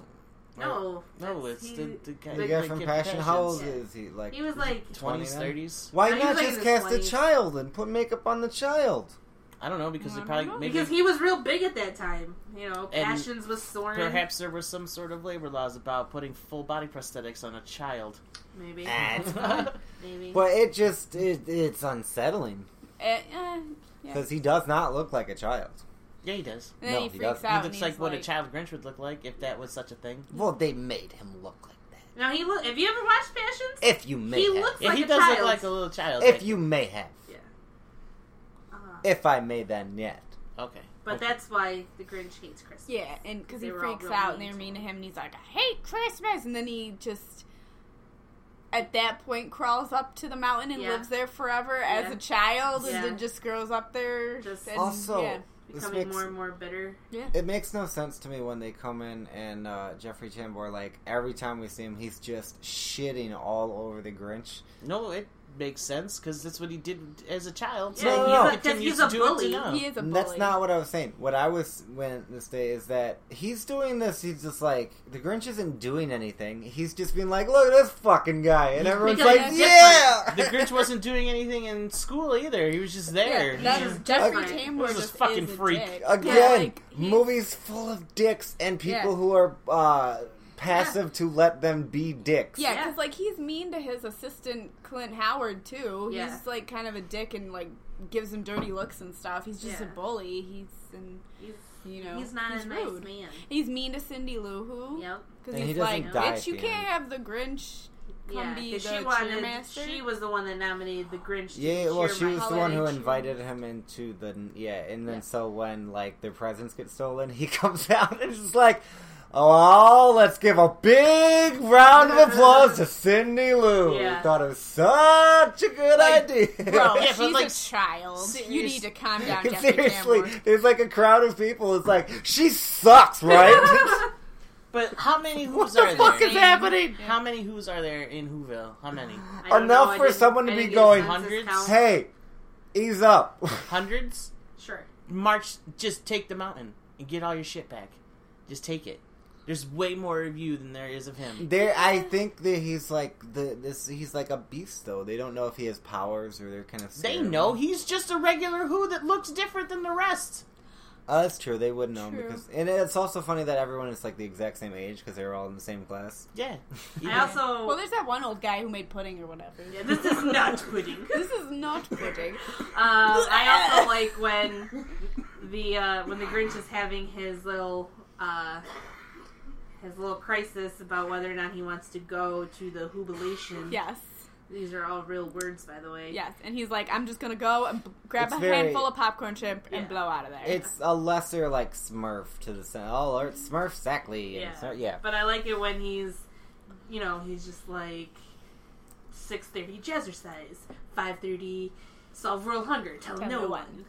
Speaker 2: No,
Speaker 3: no,
Speaker 2: that's-
Speaker 3: it's
Speaker 2: he-
Speaker 3: the, the guy.
Speaker 4: The guy
Speaker 3: that
Speaker 4: from
Speaker 3: did
Speaker 4: Passion. How old
Speaker 2: Yeah.
Speaker 4: is he? Like
Speaker 2: He was like
Speaker 3: Twenties,
Speaker 4: 29?
Speaker 3: thirties.
Speaker 4: Why
Speaker 2: No, he
Speaker 4: not
Speaker 2: was, like,
Speaker 4: just
Speaker 2: in his
Speaker 4: cast a
Speaker 2: 20s.
Speaker 4: child and put makeup on the child?
Speaker 3: I don't know because
Speaker 1: I
Speaker 3: they
Speaker 1: don't
Speaker 3: probably
Speaker 1: know.
Speaker 3: maybe
Speaker 2: Because he was real big at that time, you know.
Speaker 3: And
Speaker 2: Passions was soaring,
Speaker 3: perhaps there were some sort of labor laws about putting full body prosthetics on a child.
Speaker 2: maybe,
Speaker 4: Ah, it's fine.
Speaker 2: maybe.
Speaker 4: But it just it, it's unsettling
Speaker 1: Eh, eh. Yeah.
Speaker 4: because he does not look like a child.
Speaker 3: yeah, he does.
Speaker 1: And then
Speaker 4: No,
Speaker 1: he
Speaker 4: he
Speaker 1: freaks
Speaker 4: doesn't.
Speaker 1: out.
Speaker 3: He
Speaker 1: and
Speaker 3: looks
Speaker 1: he's
Speaker 3: like what a
Speaker 1: like-
Speaker 3: child Grinch would look like if that was such a thing.
Speaker 4: Well, they made him look like that.
Speaker 2: now he look. Have you ever watched Passions?
Speaker 4: If you may,
Speaker 2: He
Speaker 4: have.
Speaker 2: looks-
Speaker 3: Yeah,
Speaker 2: like
Speaker 3: he
Speaker 2: a
Speaker 3: does
Speaker 2: child.
Speaker 3: look like a little child.
Speaker 4: if
Speaker 3: like-
Speaker 4: you may have,
Speaker 2: Uh,
Speaker 4: if I may then yet.
Speaker 3: okay,
Speaker 2: but
Speaker 3: Okay.
Speaker 2: that's why the Grinch hates Christmas.
Speaker 1: Yeah, and because he
Speaker 2: They were all
Speaker 1: freaks
Speaker 2: real
Speaker 1: out and
Speaker 2: mean
Speaker 1: they're
Speaker 2: to
Speaker 1: mean to
Speaker 2: him.
Speaker 1: him, and he's like, "I hate Christmas," and then he just at that point crawls up to the mountain and
Speaker 2: Yeah.
Speaker 1: lives there forever as
Speaker 2: Yeah.
Speaker 1: a child,
Speaker 2: Yeah.
Speaker 1: and then just grows up there.
Speaker 2: Just-
Speaker 1: and,
Speaker 4: also,
Speaker 1: yeah.
Speaker 4: this
Speaker 2: becoming
Speaker 4: makes
Speaker 2: more and more bitter.
Speaker 4: it makes no sense to me when they come in and uh, Jeffrey Tambor like every time we see him, he's just shitting all over the Grinch.
Speaker 3: no, it makes sense because that's what he did as a child.
Speaker 2: Yeah,
Speaker 3: so
Speaker 4: he's
Speaker 3: he
Speaker 4: a- 'cause
Speaker 3: continues
Speaker 2: he's a
Speaker 3: to do it to
Speaker 2: bully.
Speaker 3: now.
Speaker 1: he is a bully.
Speaker 4: And That's not what I was saying. What I was when this day is that he's doing this. He's just like the Grinch isn't doing anything. He's just being like, look at this fucking guy, and everyone's
Speaker 2: Because
Speaker 4: like,
Speaker 2: he's
Speaker 4: yeah.
Speaker 3: The Grinch wasn't doing anything in school either. He was just there.
Speaker 1: Yeah,
Speaker 3: He
Speaker 1: that's
Speaker 3: just-
Speaker 1: Jeffrey
Speaker 2: Okay.
Speaker 1: Tambor
Speaker 3: This is
Speaker 1: just
Speaker 3: fucking
Speaker 1: is a
Speaker 3: freak.
Speaker 1: dick.
Speaker 4: Again,
Speaker 1: Yeah, like, he-
Speaker 4: movies full of dicks and people
Speaker 1: Yeah.
Speaker 4: who are uh, passive to let them be dicks.
Speaker 1: Yeah,
Speaker 2: Yeah.
Speaker 1: because like he's mean to his assistant Clint Howard too.
Speaker 2: Yeah.
Speaker 1: He's like kind of a dick and like gives him dirty looks and stuff. He's just a
Speaker 2: Yeah.
Speaker 1: bully. He's and
Speaker 2: He's
Speaker 1: you know
Speaker 2: he's not a nice
Speaker 1: rude.
Speaker 2: man.
Speaker 1: He's mean to Cindy Lou Who.
Speaker 2: Yep.
Speaker 1: Because
Speaker 4: And
Speaker 1: he's
Speaker 4: he doesn't
Speaker 1: like,
Speaker 4: die
Speaker 1: bitch,
Speaker 4: at
Speaker 1: you
Speaker 4: the
Speaker 1: can't
Speaker 4: end."
Speaker 1: have the Grinch. Come
Speaker 2: Yeah,
Speaker 1: be
Speaker 2: 'cause
Speaker 1: the
Speaker 2: she wanted.
Speaker 1: cheermaster?
Speaker 2: She was the one that nominated the Grinch. To
Speaker 4: Yeah, well, she was the one who
Speaker 1: holiday cheer.
Speaker 4: invited him into the yeah, and then
Speaker 1: Yeah.
Speaker 4: so when like their presents get stolen, he comes out and is like, "Oh, let's give a big round of applause to Cindy Lou."
Speaker 2: Yeah.
Speaker 4: Thought it was such a good
Speaker 1: Like,
Speaker 4: idea.
Speaker 2: Oh,
Speaker 1: Bro,
Speaker 3: Yeah,
Speaker 1: she's
Speaker 3: but, like,
Speaker 1: a child. You
Speaker 3: serious-
Speaker 1: need to calm down, Jeffrey
Speaker 4: Seriously,
Speaker 1: Tambor.
Speaker 4: there's like a crowd of people. It's like she sucks, right?
Speaker 3: But how many
Speaker 4: what
Speaker 3: who's
Speaker 4: the
Speaker 3: are
Speaker 4: fuck
Speaker 3: there?
Speaker 4: is happening? Uh,
Speaker 3: How many who's are there in Whoville? How many?
Speaker 2: I don't know,
Speaker 4: Enough
Speaker 2: I
Speaker 4: for
Speaker 2: didn't-
Speaker 4: someone to
Speaker 2: I
Speaker 4: be
Speaker 2: didn't get a
Speaker 4: going,
Speaker 2: census
Speaker 3: Hundreds?
Speaker 2: count.
Speaker 4: Hey, ease up.
Speaker 3: Hundreds?
Speaker 2: Sure.
Speaker 3: March, just take the mountain and get all your shit back. Just take it. There's way more of you than there is of him.
Speaker 4: There, I think that he's like the this. He's like a beast, though. They don't know if he has powers or they're kind of.
Speaker 3: They
Speaker 4: scared of
Speaker 3: know
Speaker 4: him.
Speaker 3: he's just a regular who that looks different than the rest.
Speaker 4: Uh, that's true. They would know him
Speaker 1: True.
Speaker 4: because, and it's also funny that everyone is like the exact same age because they were all in the same class.
Speaker 3: Yeah.
Speaker 2: I also.
Speaker 1: Well, there's that one old guy who made pudding or whatever.
Speaker 2: yeah, this is not quitting.
Speaker 1: This is not pudding.
Speaker 2: Um, I also like when the uh, when the Grinch is having his little uh, his little crisis about whether or not he wants to go to the jubilation.
Speaker 1: yes.
Speaker 2: These are all real words, by the way.
Speaker 1: Yes, and he's like, I'm just gonna go and b- grab
Speaker 4: It's
Speaker 1: a
Speaker 4: very-
Speaker 1: handful of popcorn chip and
Speaker 2: Yeah.
Speaker 1: blow out of there.
Speaker 4: It's a lesser like Smurf to the sen- oh or Smurf Sackley and
Speaker 2: Yeah.
Speaker 4: Smurf, yeah.
Speaker 2: But I like it when he's, you know, he's just like six thirty jazzercise, five thirty solve world hunger, tell,
Speaker 1: Tell no
Speaker 2: no one.
Speaker 1: one.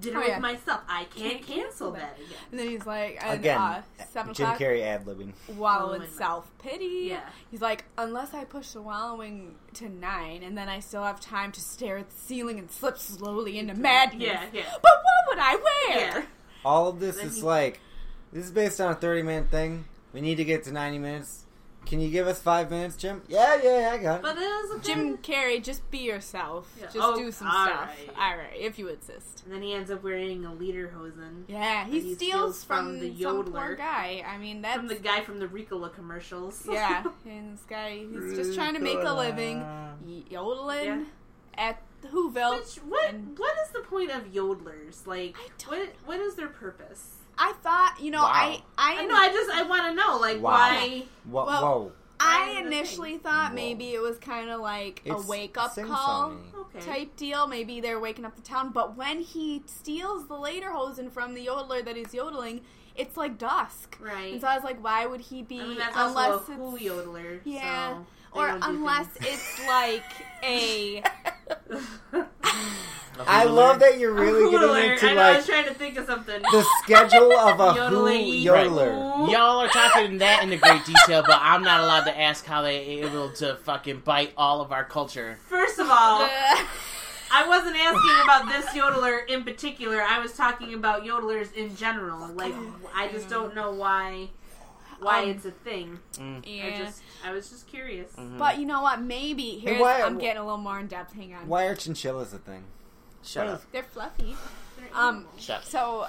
Speaker 2: Dinner
Speaker 1: Oh,
Speaker 2: with
Speaker 1: yeah.
Speaker 2: myself. I can't
Speaker 1: Can't cancel
Speaker 2: cancel that again.
Speaker 1: and then he's like, and,
Speaker 4: Again,
Speaker 1: uh, seven
Speaker 4: Jim
Speaker 1: o'clock,
Speaker 4: Carrey ad libbing.
Speaker 1: wallow in
Speaker 2: Wallowing.
Speaker 1: self pity.
Speaker 2: Oh Yeah.
Speaker 1: He's like, unless I push the wallowing to nine, and then I still have time to stare at the ceiling and slip slowly into madness.
Speaker 2: Yeah, yeah.
Speaker 1: But what would I wear?
Speaker 2: Yeah.
Speaker 4: All of this
Speaker 2: Then
Speaker 4: is
Speaker 2: he-
Speaker 4: like this is based on a thirty minute thing. We need to get to ninety minutes. Can you give us five minutes, Jim? Yeah, yeah, yeah, I got it.
Speaker 2: But it is a
Speaker 1: Jim
Speaker 2: thing.
Speaker 1: Carrey, just be yourself.
Speaker 2: Yeah.
Speaker 1: Just
Speaker 2: Oh,
Speaker 1: do some
Speaker 2: all
Speaker 1: stuff.
Speaker 2: right.
Speaker 1: All right, if you insist.
Speaker 2: And then he ends up wearing a lederhosen
Speaker 1: Yeah, he,
Speaker 2: And he
Speaker 1: steals,
Speaker 2: steals
Speaker 1: from,
Speaker 2: from the
Speaker 1: some poor
Speaker 2: yodeler.
Speaker 1: guy. I mean, that's
Speaker 2: from the guy from the Ricola commercials.
Speaker 1: yeah. And this guy, he's just trying to make a living y- yodeling
Speaker 2: Yeah.
Speaker 1: at the Whoville.
Speaker 2: Which what
Speaker 1: And-
Speaker 2: what is the point of yodelers? Like
Speaker 1: I don't
Speaker 2: what what is their purpose?
Speaker 1: I thought, you know,
Speaker 4: Wow.
Speaker 1: I I
Speaker 2: I know. I just I want to know like
Speaker 4: Wow.
Speaker 2: why.
Speaker 4: Whoa,
Speaker 1: Well,
Speaker 4: whoa.
Speaker 1: I
Speaker 2: Right,
Speaker 1: initially thought
Speaker 4: Whoa.
Speaker 1: maybe it was kind of like
Speaker 4: It's
Speaker 1: a wake up
Speaker 4: sing-songy.
Speaker 1: call
Speaker 2: Okay.
Speaker 1: type deal. Maybe they're waking up the town. But when he steals the lederhosen from the yodeler that he's yodeling, it's like dusk.
Speaker 2: Right.
Speaker 1: And so I was like, why would he be
Speaker 2: I mean, that's
Speaker 1: unless
Speaker 2: also a cool
Speaker 1: it's,
Speaker 2: yodeler.
Speaker 1: Yeah.
Speaker 2: so they
Speaker 1: or
Speaker 2: don't do
Speaker 1: unless
Speaker 2: things.
Speaker 1: it's like a
Speaker 4: I love that you're really
Speaker 2: A
Speaker 4: getting
Speaker 2: yodeler. I
Speaker 4: into
Speaker 2: know, I was
Speaker 4: like
Speaker 2: trying to think of something.
Speaker 4: the schedule of a who
Speaker 2: Yodeling.
Speaker 4: yodeler.
Speaker 2: Ooh.
Speaker 3: Y'all are talking that into great detail, but I'm not allowed to ask how they able to fucking bite all of our culture.
Speaker 2: First of all,
Speaker 1: the-
Speaker 2: I wasn't asking about this yodeler in particular. I was talking about yodelers in general. Like, I just don't know why why
Speaker 1: Um,
Speaker 2: it's a thing.
Speaker 3: Mm.
Speaker 1: yeah.
Speaker 2: I just I was just curious.
Speaker 4: Mm.
Speaker 1: but you know what? Maybe here's
Speaker 4: why-
Speaker 1: I'm getting a little more in depth. Hang on,
Speaker 4: Why are chinchillas a thing?
Speaker 3: Shut up.
Speaker 1: they're fluffy.
Speaker 2: They're
Speaker 1: Um,
Speaker 2: animals.
Speaker 3: Shut up.
Speaker 1: So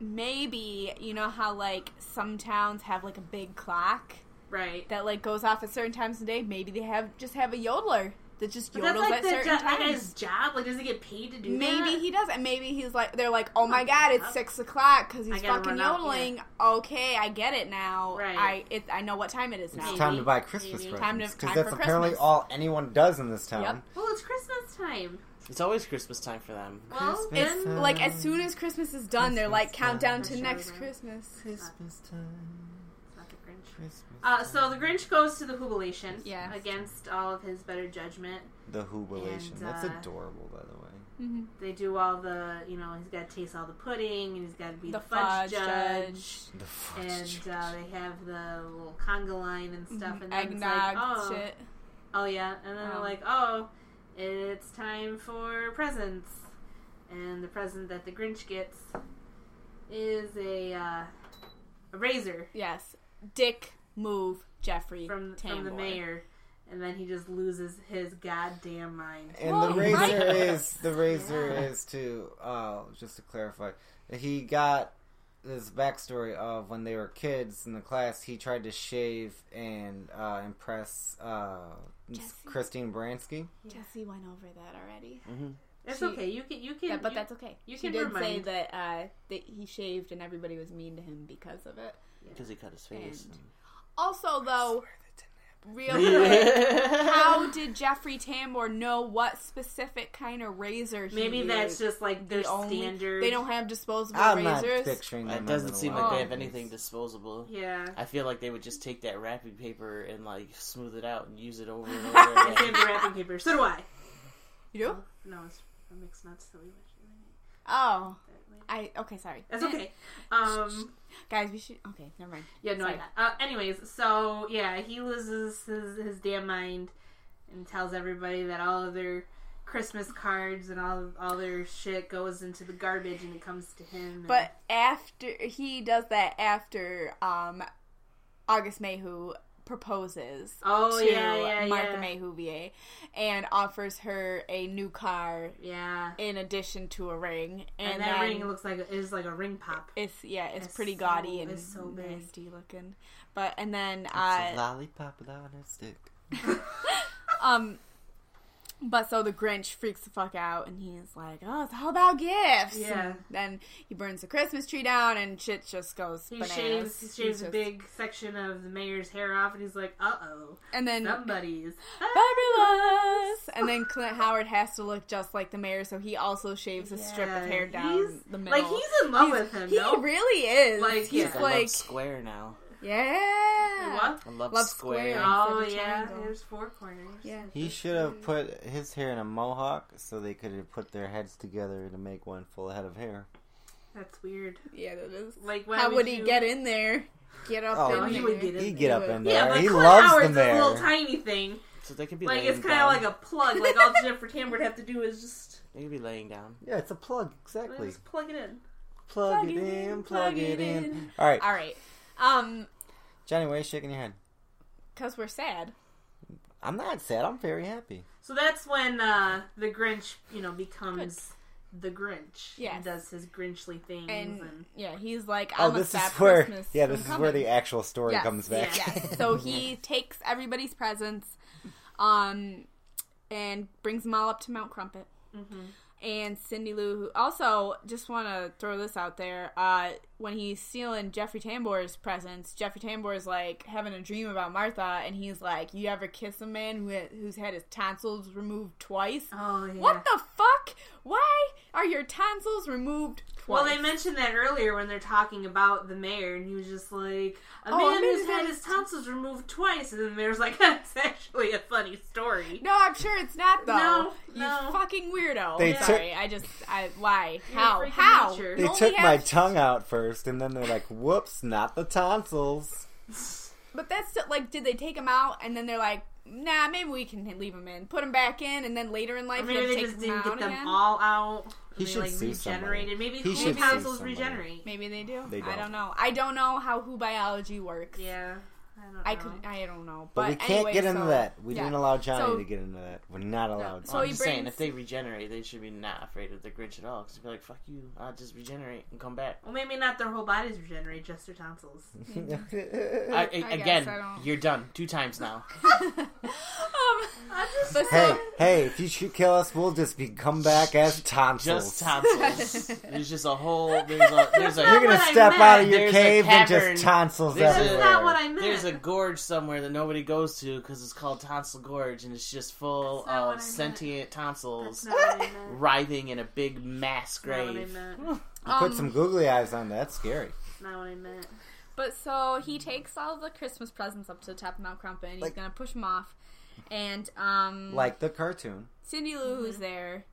Speaker 1: maybe you know how like some towns have like a big clock
Speaker 2: right.
Speaker 1: that like goes off at certain times of day. Maybe they have just have a yodeler that just
Speaker 2: But
Speaker 1: yodels
Speaker 2: that's like
Speaker 1: at certain
Speaker 2: the jo- that
Speaker 1: times.
Speaker 2: guy's job. Like, does he get paid to do that?
Speaker 1: Maybe he does, and maybe he's like, they're like, oh my god, it's six o'clock because
Speaker 2: I
Speaker 1: he's
Speaker 2: gotta
Speaker 1: fucking
Speaker 2: run out,
Speaker 1: yodeling. Okay, I get it now.
Speaker 2: Right.
Speaker 1: I it, I know what time it is
Speaker 4: It's
Speaker 1: now.
Speaker 4: time to buy Christmas
Speaker 2: Maybe.
Speaker 1: Time to-
Speaker 4: presents because
Speaker 1: time
Speaker 4: that's
Speaker 1: for
Speaker 4: apparently
Speaker 1: Christmas.
Speaker 4: all anyone does in this town.
Speaker 1: Yep.
Speaker 2: Well, it's Christmas time.
Speaker 3: It's always Christmas time for them.
Speaker 2: Well,
Speaker 4: Christmas
Speaker 1: It's
Speaker 4: time.
Speaker 2: then,
Speaker 1: like as soon as Christmas is done, they're like
Speaker 4: Christmas time.
Speaker 1: countdown to
Speaker 2: Sure,
Speaker 1: next
Speaker 2: right.
Speaker 1: Christmas.
Speaker 4: Christmas time.
Speaker 2: It's not the Grinch.
Speaker 4: Christmas.
Speaker 2: Uh, so the Grinch goes to the Jubilation
Speaker 1: Yes.
Speaker 2: against all of his better judgment.
Speaker 4: the Whobilation.
Speaker 2: and,
Speaker 4: That's
Speaker 2: uh,
Speaker 4: adorable, by the way.
Speaker 1: hmm
Speaker 2: They do all the, you know, he's got to taste all the pudding, and he's got to be the,
Speaker 1: The
Speaker 2: fudge,
Speaker 1: fudge
Speaker 2: judge.
Speaker 4: The fudge.
Speaker 2: And uh, they have the little conga line and stuff, and then it's
Speaker 1: Mm-hmm. Eggnog
Speaker 2: like, oh,
Speaker 1: shit.
Speaker 2: oh yeah, and then they're
Speaker 1: Oh.
Speaker 2: like, oh, it's time for presents, and the present that the Grinch gets is a, uh, a razor
Speaker 1: Yes, Dick move Jeffrey
Speaker 2: from
Speaker 1: Tambor.
Speaker 2: from the mayor, and then he just loses his goddamn mind.
Speaker 4: And
Speaker 1: Whoa,
Speaker 4: the
Speaker 1: my
Speaker 4: razor
Speaker 3: God.
Speaker 4: is the razor
Speaker 2: Yeah.
Speaker 4: is to uh, just to clarify, he got this backstory of when they were kids in the class. He tried to shave and uh, impress uh,
Speaker 1: Jesse.
Speaker 4: Christine Baranski.
Speaker 1: Jesse went over that already.
Speaker 2: It's
Speaker 1: She-
Speaker 2: okay. You can you can.
Speaker 1: Yeah, but
Speaker 2: you-
Speaker 1: that's okay.
Speaker 2: you
Speaker 1: she
Speaker 2: can
Speaker 1: did say
Speaker 2: remind-
Speaker 1: that uh, that he shaved and everybody was mean to him because of it.
Speaker 3: Because he cut his face.
Speaker 1: Also, though, real quick, how
Speaker 3: How
Speaker 1: did Jeffrey Tambor know what specific kind of razor? He
Speaker 2: maybe
Speaker 1: used?
Speaker 2: that's just like their
Speaker 1: the only.
Speaker 2: standard.
Speaker 1: They don't have disposable
Speaker 4: I'm not
Speaker 1: razors.
Speaker 4: picturing them
Speaker 3: It
Speaker 4: under
Speaker 3: doesn't
Speaker 4: the
Speaker 3: seem
Speaker 4: lawn.
Speaker 3: like they have anything disposable.
Speaker 2: Yeah.
Speaker 3: I feel like they would just take that wrapping paper and like smooth it out and use it over and over
Speaker 2: I
Speaker 3: again.
Speaker 2: save the wrapping paper. So do I.
Speaker 1: you do?
Speaker 2: No, it's from mixed nuts that we went
Speaker 1: Oh, I okay. Sorry,
Speaker 2: That's okay. Um,
Speaker 1: guys. We should okay. Never mind.
Speaker 2: yeah, no, I
Speaker 1: Sorry.
Speaker 2: got. Uh, anyways, so yeah, he loses his his damn mind and tells everybody that all of their Christmas cards and all all their shit goes into the garbage and it comes to him. and-
Speaker 1: But after he does that, after um, August Mayhew proposes
Speaker 2: oh
Speaker 1: to
Speaker 2: yeah, yeah,
Speaker 1: Martha
Speaker 2: yeah.
Speaker 1: Mayhuvier and offers her a new car
Speaker 2: yeah.
Speaker 1: in addition to a ring, and,
Speaker 2: And, that
Speaker 1: then
Speaker 2: ring looks like it is like a ring pop.
Speaker 1: it's yeah, it's,
Speaker 2: is
Speaker 1: pretty
Speaker 2: so-
Speaker 1: gaudy and
Speaker 2: is so big.
Speaker 1: nasty looking. But and then
Speaker 4: It's
Speaker 1: uh,
Speaker 4: a lollipop without a stick.
Speaker 1: um, But so the Grinch freaks the fuck out and he's like, "Oh, it's all about gifts."
Speaker 2: Yeah.
Speaker 1: And then he burns the Christmas tree down and shit just goes
Speaker 2: He
Speaker 1: bananas.
Speaker 2: shaves, he
Speaker 1: He's
Speaker 2: shaves a
Speaker 1: just-
Speaker 2: big section of the mayor's hair off, and he's like, "Uh oh,
Speaker 1: and then
Speaker 2: somebody's
Speaker 1: fabulous. And then Clint Howard has to look just like the mayor, so he also shaves a strip of
Speaker 2: Yeah,
Speaker 1: hair down
Speaker 2: he's-
Speaker 1: the middle.
Speaker 2: like he's in love
Speaker 1: He's-
Speaker 2: with him."
Speaker 1: He
Speaker 2: no,
Speaker 1: really is.
Speaker 2: Like,
Speaker 1: he's
Speaker 2: yeah.
Speaker 3: I
Speaker 1: like,
Speaker 3: love Square now.
Speaker 1: yeah.
Speaker 2: what?
Speaker 3: I love,
Speaker 1: Love
Speaker 3: Square.
Speaker 1: Square.
Speaker 2: Oh
Speaker 1: For the
Speaker 2: yeah,
Speaker 1: triangle.
Speaker 2: there's four corners.
Speaker 1: Yeah.
Speaker 4: He should have put his hair in a mohawk so they could have put their heads together to make one full head of hair.
Speaker 2: that's weird.
Speaker 1: Yeah, that is.
Speaker 2: Like, why
Speaker 1: How would he
Speaker 2: you-
Speaker 1: get in there? Get up
Speaker 4: Oh,
Speaker 1: in
Speaker 4: he
Speaker 1: there.
Speaker 2: would get in
Speaker 4: He'd get up in there.
Speaker 2: Yeah, but
Speaker 4: he
Speaker 2: Clint
Speaker 4: loves
Speaker 2: Howard's
Speaker 4: the
Speaker 2: this
Speaker 4: mayor.
Speaker 2: little tiny thing.
Speaker 3: So they could be
Speaker 2: Like
Speaker 3: laying
Speaker 2: it's kind
Speaker 3: down.
Speaker 2: of like a plug. Like all Jennifer Tam would have to do is just,
Speaker 3: They could be laying down.
Speaker 4: Yeah, it's a plug. Exactly.
Speaker 2: just plug it in.
Speaker 4: Plug,
Speaker 1: Plug
Speaker 4: it
Speaker 1: it
Speaker 4: in,
Speaker 1: in,
Speaker 4: plug
Speaker 1: plug it
Speaker 4: it in.
Speaker 1: in.
Speaker 4: All right.
Speaker 1: All right. Um,
Speaker 4: Johnny, why are you shaking your head?
Speaker 1: because we're sad.
Speaker 4: I'm not sad. I'm very happy.
Speaker 2: So that's when uh, the Grinch, you know, becomes the Grinch.
Speaker 1: Yes.
Speaker 2: and does his Grinchly things and,
Speaker 1: And yeah, he's like,
Speaker 4: Oh,
Speaker 1: I'm
Speaker 4: this
Speaker 1: a
Speaker 4: is
Speaker 1: sad
Speaker 4: where
Speaker 1: Christmas
Speaker 4: yeah,
Speaker 1: from
Speaker 4: this is
Speaker 1: coming.
Speaker 4: where the actual story
Speaker 1: Yes,
Speaker 4: comes back.
Speaker 1: Yes. So he takes everybody's presents, um, and brings them all up to Mount Crumpet.
Speaker 2: Mm-hmm.
Speaker 1: And Cindy Lou, who also just want to throw this out there, uh, when he's stealing Jeffrey Tambor's presents, Jeffrey Tambor's like having a dream about Martha, and he's like, "You ever kiss a man who who's had his tonsils removed twice?
Speaker 2: oh yeah.
Speaker 1: What the fuck? Why are your tonsils removed twice?"
Speaker 2: Well, they mentioned that earlier when they're talking about the mayor, and he was just like, "A
Speaker 1: Oh,
Speaker 2: man
Speaker 1: I mean,
Speaker 2: who's had
Speaker 1: that-
Speaker 2: his tonsils removed twice," and then the mayor's like, "That's actually a funny story."
Speaker 1: No, I'm sure it's not though.
Speaker 2: No,
Speaker 1: you
Speaker 2: no.
Speaker 1: fucking weirdo. They
Speaker 4: They took-
Speaker 1: Sorry, I just I why
Speaker 2: You're
Speaker 1: how
Speaker 2: freaking
Speaker 1: how
Speaker 2: nature.
Speaker 4: They
Speaker 1: You only
Speaker 4: took my
Speaker 1: have-
Speaker 4: tongue out first, and then they're like, "Whoops, not the tonsils."
Speaker 1: But that's still- like, did they take him out and then they're like, nah, maybe we can leave him in, put him back in, and then later in
Speaker 2: Or
Speaker 1: life we
Speaker 2: maybe
Speaker 1: have to
Speaker 2: they
Speaker 1: take
Speaker 2: just
Speaker 1: him
Speaker 2: didn't get
Speaker 1: out
Speaker 2: them
Speaker 1: again?
Speaker 2: all out. and
Speaker 4: He
Speaker 2: they,
Speaker 4: should
Speaker 2: like,
Speaker 4: sue somebody.
Speaker 2: regenerated. Maybe
Speaker 4: He
Speaker 2: whole
Speaker 4: should sue
Speaker 2: tonsils
Speaker 4: somebody.
Speaker 2: regenerate.
Speaker 1: Maybe they do.
Speaker 4: They
Speaker 1: I
Speaker 4: don't.
Speaker 1: don't know. I don't know how who biology works.
Speaker 2: Yeah, I don't. Know.
Speaker 1: I could. I don't know.
Speaker 4: But,
Speaker 1: But,
Speaker 4: we can't
Speaker 1: anyway,
Speaker 4: get into
Speaker 1: so-
Speaker 4: that. We
Speaker 1: yeah.
Speaker 4: didn't allow Johnny
Speaker 1: So-
Speaker 4: to get into that. We're not allowed.
Speaker 1: So
Speaker 3: I'm
Speaker 1: he
Speaker 3: just saying,
Speaker 1: brings-
Speaker 3: if they regenerate, they should be not afraid of the Grinch at all. Because they'd be like, fuck you, I'll just regenerate and come back.
Speaker 2: well, maybe not their whole bodies regenerate, just their tonsils.
Speaker 3: I, I-
Speaker 1: guess
Speaker 3: again,
Speaker 1: I don't-
Speaker 3: you're done two times now.
Speaker 1: um,
Speaker 2: I'm just
Speaker 1: but
Speaker 4: hey,
Speaker 1: so,
Speaker 4: hey! If you should kill us, we'll just be come back as
Speaker 3: Just
Speaker 4: tonsils.
Speaker 3: tonsils. there's just a whole. There's a. There's
Speaker 4: You're
Speaker 2: That's
Speaker 3: a.
Speaker 2: not
Speaker 4: gonna
Speaker 2: what I
Speaker 4: step
Speaker 2: meant.
Speaker 4: out of your
Speaker 3: There's a
Speaker 4: cave and
Speaker 3: cavern.
Speaker 4: just tonsils
Speaker 3: There's a-
Speaker 4: everywhere.
Speaker 2: That's not what I meant.
Speaker 3: There's a gorge somewhere that nobody goes to because it's called Tonsil Gorge, and it's just full
Speaker 2: That's not what I
Speaker 3: of
Speaker 2: meant.
Speaker 3: sentient
Speaker 2: That's
Speaker 3: tonsils
Speaker 2: not what I meant.
Speaker 3: writhing in a big mass
Speaker 2: That's not what I
Speaker 3: grave.
Speaker 2: meant.
Speaker 4: You Put
Speaker 1: Um,
Speaker 4: some googly eyes on that. That's scary.
Speaker 2: Not what I meant.
Speaker 1: But so he takes all the Christmas presents up to the top of Mount Crumpet, and
Speaker 4: Like-
Speaker 1: he's gonna push them off. And um,
Speaker 4: Like the cartoon.
Speaker 1: Cindy Lou
Speaker 2: Mm-hmm.
Speaker 1: who's there,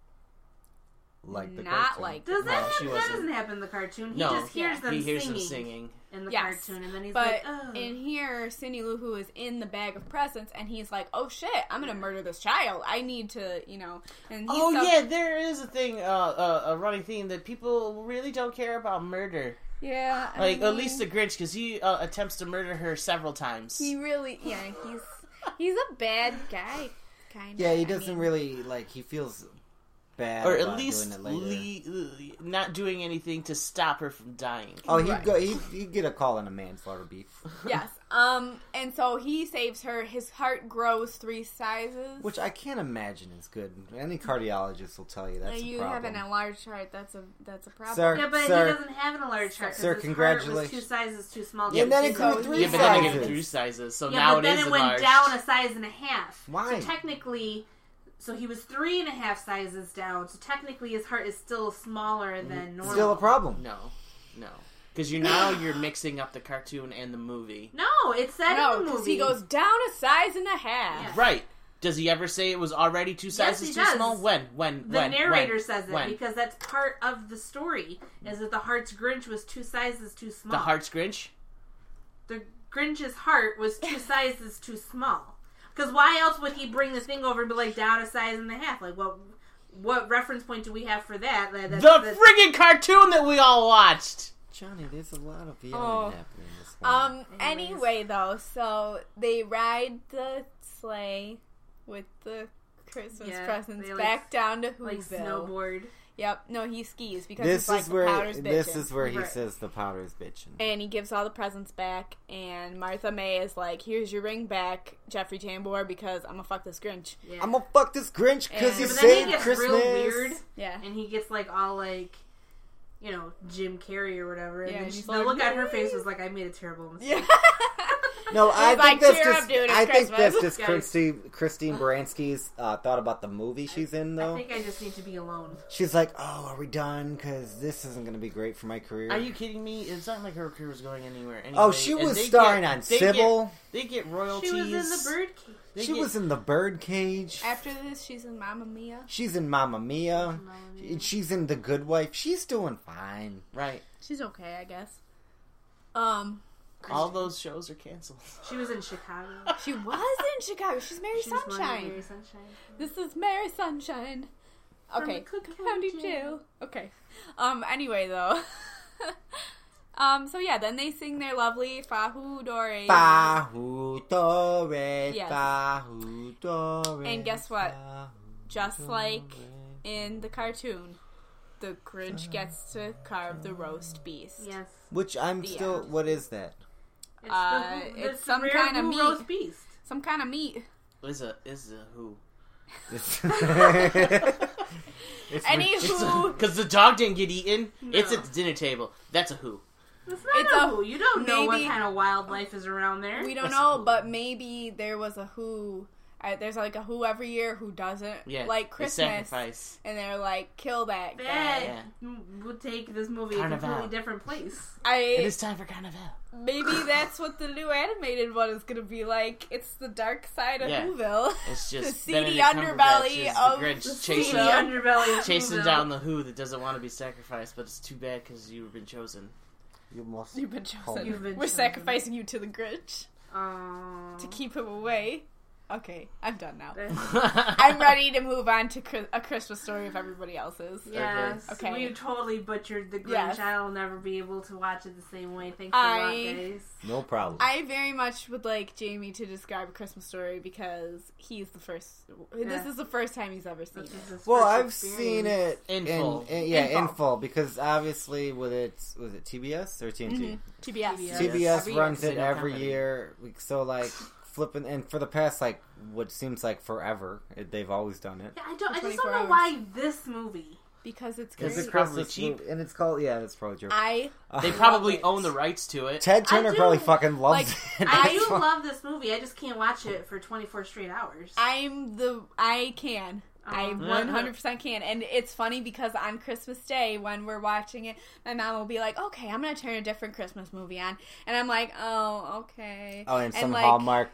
Speaker 4: Like the
Speaker 1: Not
Speaker 4: cartoon.
Speaker 1: like-
Speaker 2: Does that
Speaker 3: No, she
Speaker 2: happen? That
Speaker 3: wasn't.
Speaker 2: doesn't happen in the cartoon. He
Speaker 3: No.
Speaker 2: just hears them
Speaker 3: he hears
Speaker 2: singing
Speaker 3: them singing.
Speaker 2: in the
Speaker 1: Yes.
Speaker 2: cartoon, and then he's
Speaker 1: but
Speaker 2: like, "Oh."
Speaker 1: in here, Cindy Lou Who is in the bag of presents, and he's like, "Oh shit, I'm gonna murder this child. I need to, you know." And he's
Speaker 3: Oh
Speaker 1: so-
Speaker 3: yeah, there is a thing, uh, uh, a running theme that people really don't care about murder.
Speaker 1: yeah. I
Speaker 3: Like at
Speaker 1: mean,
Speaker 3: least the Grinch, because he uh, attempts to murder her several times.
Speaker 1: he really, yeah, he's he's a bad guy, kind of.
Speaker 4: Yeah, he doesn't really like. He feels bad,
Speaker 3: or at
Speaker 4: about
Speaker 3: least
Speaker 4: doing it later.
Speaker 3: le- not doing anything to stop her from dying.
Speaker 4: Oh, he'd
Speaker 1: Right.
Speaker 4: go. He'd, he'd get a call on a manslaughter beef,
Speaker 1: Yes. Um, and so he saves her. His heart grows three sizes.
Speaker 4: which I can't imagine is good. Any cardiologist will tell you that's
Speaker 1: you
Speaker 4: a
Speaker 1: have
Speaker 4: problem.
Speaker 1: an enlarged heart. That's a that's a problem.
Speaker 4: Sir,
Speaker 2: yeah, but
Speaker 4: sir,
Speaker 2: he doesn't have an enlarged heart. 'cause
Speaker 4: Sir,
Speaker 2: his heart was two
Speaker 4: congratulations.
Speaker 2: sizes too small. to
Speaker 4: Yeah, and then it
Speaker 2: fit.
Speaker 4: grew
Speaker 1: So-
Speaker 4: three
Speaker 3: Yeah, but then it
Speaker 4: sizes.
Speaker 3: gets three sizes, so
Speaker 2: Yeah,
Speaker 3: now
Speaker 2: but then it, went
Speaker 3: enlarged.
Speaker 2: down a size and a half.
Speaker 4: Why?
Speaker 2: So technically, so he was three and a half sizes down. So technically, his heart is still smaller than normal.
Speaker 4: Still a problem.
Speaker 3: No, no, because you're now you're mixing up the cartoon and the movie.
Speaker 2: No, it's that
Speaker 1: No,
Speaker 2: in the
Speaker 1: because
Speaker 2: movie.
Speaker 1: he goes down a size and a half.
Speaker 2: Yeah.
Speaker 3: Right? Does he ever say it was already two sizes
Speaker 2: he
Speaker 3: too
Speaker 2: does.
Speaker 3: small? When? When?
Speaker 2: The
Speaker 3: when?
Speaker 2: narrator
Speaker 3: when,
Speaker 2: says it
Speaker 3: when?
Speaker 2: because that's part of the story. Is that the heart's Grinch was two sizes too small?
Speaker 3: the Heart's Grinch.
Speaker 2: the Grinch's heart was two sizes too small. Because why else would he bring the thing over and be like down a size and a half? Like what? What reference point do we have for that? That-
Speaker 3: The
Speaker 2: that's- that's-
Speaker 3: friggin' cartoon that we all watched.
Speaker 4: Johnny, there's a lot of yelling
Speaker 1: Oh.
Speaker 4: happening this one.
Speaker 1: Um.
Speaker 2: Anyways.
Speaker 1: Anyway, though, so they ride the sleigh with the Christmas
Speaker 2: Yeah,
Speaker 1: presents
Speaker 2: they, like,
Speaker 1: back down to Whoville.
Speaker 2: like snowboard.
Speaker 1: Yep. No, he skis because
Speaker 4: This
Speaker 1: he's like
Speaker 4: is
Speaker 1: the
Speaker 4: where
Speaker 1: powder's
Speaker 4: this
Speaker 1: bitchin'.
Speaker 4: is where he
Speaker 2: Right.
Speaker 4: says the powder's bitching.
Speaker 1: and he gives all the presents back. And Martha May is like, "Here's your ring back, Jeffrey Tambor, because I'm gonna fuck this Grinch."
Speaker 2: Yeah.
Speaker 4: I'm gonna fuck this Grinch because
Speaker 1: And-
Speaker 4: he
Speaker 1: But
Speaker 2: then he
Speaker 4: saved
Speaker 2: gets
Speaker 4: Christmas.
Speaker 2: real weird
Speaker 1: Yeah.
Speaker 2: and he gets like all like, you know, Jim Carrey or
Speaker 1: Yeah,
Speaker 2: whatever. and then
Speaker 1: she's
Speaker 2: she, the
Speaker 1: like,
Speaker 2: look on her
Speaker 1: "Yay."
Speaker 2: face was like, I made a terrible mistake.
Speaker 1: Yeah.
Speaker 4: No,
Speaker 1: He's
Speaker 4: I think
Speaker 1: like,
Speaker 4: that's
Speaker 1: "Cheer up,
Speaker 4: just
Speaker 1: dude, it's
Speaker 4: I think that's
Speaker 1: Christmas."
Speaker 4: just
Speaker 2: Guys.
Speaker 4: Christine Christine Baranski's uh, thought about the movie she's in
Speaker 2: I
Speaker 4: though.
Speaker 2: think I just need to be alone.
Speaker 4: She's like, "Oh, are we done? Because this isn't gonna be great for my career."
Speaker 3: Are you kidding me? It's not like her career was going anywhere. Anyway.
Speaker 4: oh, she
Speaker 3: And
Speaker 4: was
Speaker 3: they
Speaker 4: starring
Speaker 3: get-
Speaker 4: on
Speaker 3: they
Speaker 4: Sybil.
Speaker 3: Get, they get
Speaker 2: She
Speaker 3: royalties.
Speaker 2: was in the birdcage.
Speaker 3: They
Speaker 4: she
Speaker 3: get-
Speaker 4: was in the Birdcage.
Speaker 1: After this, she's in Mamma Mia.
Speaker 4: She's in Mamma Mia.
Speaker 2: Mamma Mia.
Speaker 4: And She's in The Good Wife. She's doing fine.
Speaker 3: right.
Speaker 1: She's okay, I guess. Um,
Speaker 3: All those shows are canceled.
Speaker 2: She was in Chicago.
Speaker 1: she was in Chicago. She's Mary
Speaker 2: She was born in
Speaker 1: Oh, Sunshine.
Speaker 2: Mary Sunshine.
Speaker 1: This is Mary Sunshine. Okay,
Speaker 2: the Cook
Speaker 1: County
Speaker 2: County
Speaker 1: Jail. Okay. Um. Anyway, though. um. So yeah, then they sing their lovely Fahu Dore.
Speaker 4: Fahu Dore,
Speaker 1: Yes.
Speaker 4: Fahu Dore.
Speaker 1: And guess what?
Speaker 4: Fahu
Speaker 1: Just
Speaker 4: Dore.
Speaker 1: like in the cartoon, the Grinch gets to carve the roast beast.
Speaker 2: Yes.
Speaker 4: Which I'm
Speaker 1: The
Speaker 4: still.
Speaker 1: end.
Speaker 4: What is that?
Speaker 2: It's,
Speaker 1: Uh,
Speaker 2: the,
Speaker 1: it's
Speaker 2: the
Speaker 1: some
Speaker 2: rare
Speaker 1: kind of
Speaker 2: blue
Speaker 1: meat.
Speaker 2: roast beast.
Speaker 1: Some kind of meat.
Speaker 3: Is a is a who?
Speaker 4: It's,
Speaker 1: Anywho,
Speaker 3: Because the dog didn't get eaten. It's
Speaker 2: No.
Speaker 3: at the dinner table. That's a who.
Speaker 2: It's not
Speaker 1: It's
Speaker 2: a,
Speaker 1: a-
Speaker 2: who. You don't know what
Speaker 1: maybe-
Speaker 2: kind of wildlife is around there.
Speaker 1: we don't know, but maybe there was a who. Uh, there's like a who every year who doesn't
Speaker 3: Yeah.
Speaker 1: like
Speaker 3: they
Speaker 1: Christmas,
Speaker 3: Sacrifice.
Speaker 1: and they're like, kill that
Speaker 2: that
Speaker 1: guy.
Speaker 3: Yeah.
Speaker 2: m- would take this movie
Speaker 3: Carnival.
Speaker 2: a completely different place.
Speaker 1: I
Speaker 3: It is time for carnival.
Speaker 1: Maybe that's what the new animated one is gonna be like. It's the dark side of
Speaker 3: Yeah.
Speaker 1: Whoville.
Speaker 3: It's just
Speaker 1: the seedy
Speaker 3: Benedict Cumberbatch
Speaker 1: underbelly
Speaker 3: is
Speaker 1: of
Speaker 3: the Grinch
Speaker 2: Seedy
Speaker 3: chasing
Speaker 1: Whoville.
Speaker 2: underbelly of
Speaker 3: chasing
Speaker 2: Whoville.
Speaker 3: down the who that doesn't want to be sacrificed, but it's too bad because you've been chosen.
Speaker 4: You must.
Speaker 1: You've been chosen.
Speaker 2: You've been
Speaker 1: We're
Speaker 2: chosen.
Speaker 1: sacrificing you to the Grinch
Speaker 2: Aw.
Speaker 1: to keep him away. Okay, I'm done now.
Speaker 2: That's-
Speaker 1: I'm ready to move on to Chri- a Christmas story of everybody else's.
Speaker 2: Yes,
Speaker 1: Okay.
Speaker 2: we totally butchered the Grinch.
Speaker 1: Yes.
Speaker 2: I'll never be able to watch it the same way. Thanks a lot,
Speaker 1: I-
Speaker 2: guys.
Speaker 4: No problem.
Speaker 1: I very much would like Jamie to describe a Christmas story because he's the first. This
Speaker 2: Yeah.
Speaker 1: is the first time he's ever seen
Speaker 2: This
Speaker 1: it.
Speaker 2: is his
Speaker 4: well,
Speaker 2: first
Speaker 4: I've seen
Speaker 2: experience.
Speaker 4: it
Speaker 3: In full.
Speaker 4: in- yeah, in
Speaker 1: In
Speaker 4: full.
Speaker 1: full.
Speaker 4: because obviously with it was it TBS or TNT.
Speaker 1: Mhm. TBS.
Speaker 2: TBS.
Speaker 4: TBS
Speaker 3: Every year,
Speaker 4: runs
Speaker 3: they
Speaker 4: it
Speaker 3: don't
Speaker 4: every
Speaker 3: have any.
Speaker 4: year. We- So like flipping and for the past like what seems like forever, it, they've always done it.
Speaker 2: Yeah, I don't. I just
Speaker 1: 24
Speaker 2: don't know
Speaker 1: hours.
Speaker 2: why this movie.
Speaker 1: Because it's
Speaker 3: Is Very
Speaker 4: It's
Speaker 1: Grinch.
Speaker 3: it-
Speaker 4: across
Speaker 3: probably
Speaker 4: the
Speaker 3: cheap.
Speaker 4: and it's called yeah, it's probably true.
Speaker 1: I
Speaker 3: They
Speaker 4: Uh,
Speaker 3: probably
Speaker 1: it.
Speaker 3: own the rights to it.
Speaker 4: Ted
Speaker 2: I
Speaker 4: Turner
Speaker 2: do-
Speaker 4: probably fucking
Speaker 1: like,
Speaker 4: loves it.
Speaker 1: I
Speaker 2: I do
Speaker 1: don't-
Speaker 2: love this movie. I just can't watch it for 24 straight hours.
Speaker 1: I'm the I can. I
Speaker 4: Uh-huh.
Speaker 2: Um,
Speaker 1: 100% can. And it's funny because on Christmas Day, when we're watching it, my mom will be like, okay, I'm going to turn a different Christmas movie on. And I'm like, oh, okay.
Speaker 4: oh, and some
Speaker 1: like,
Speaker 4: Hallmark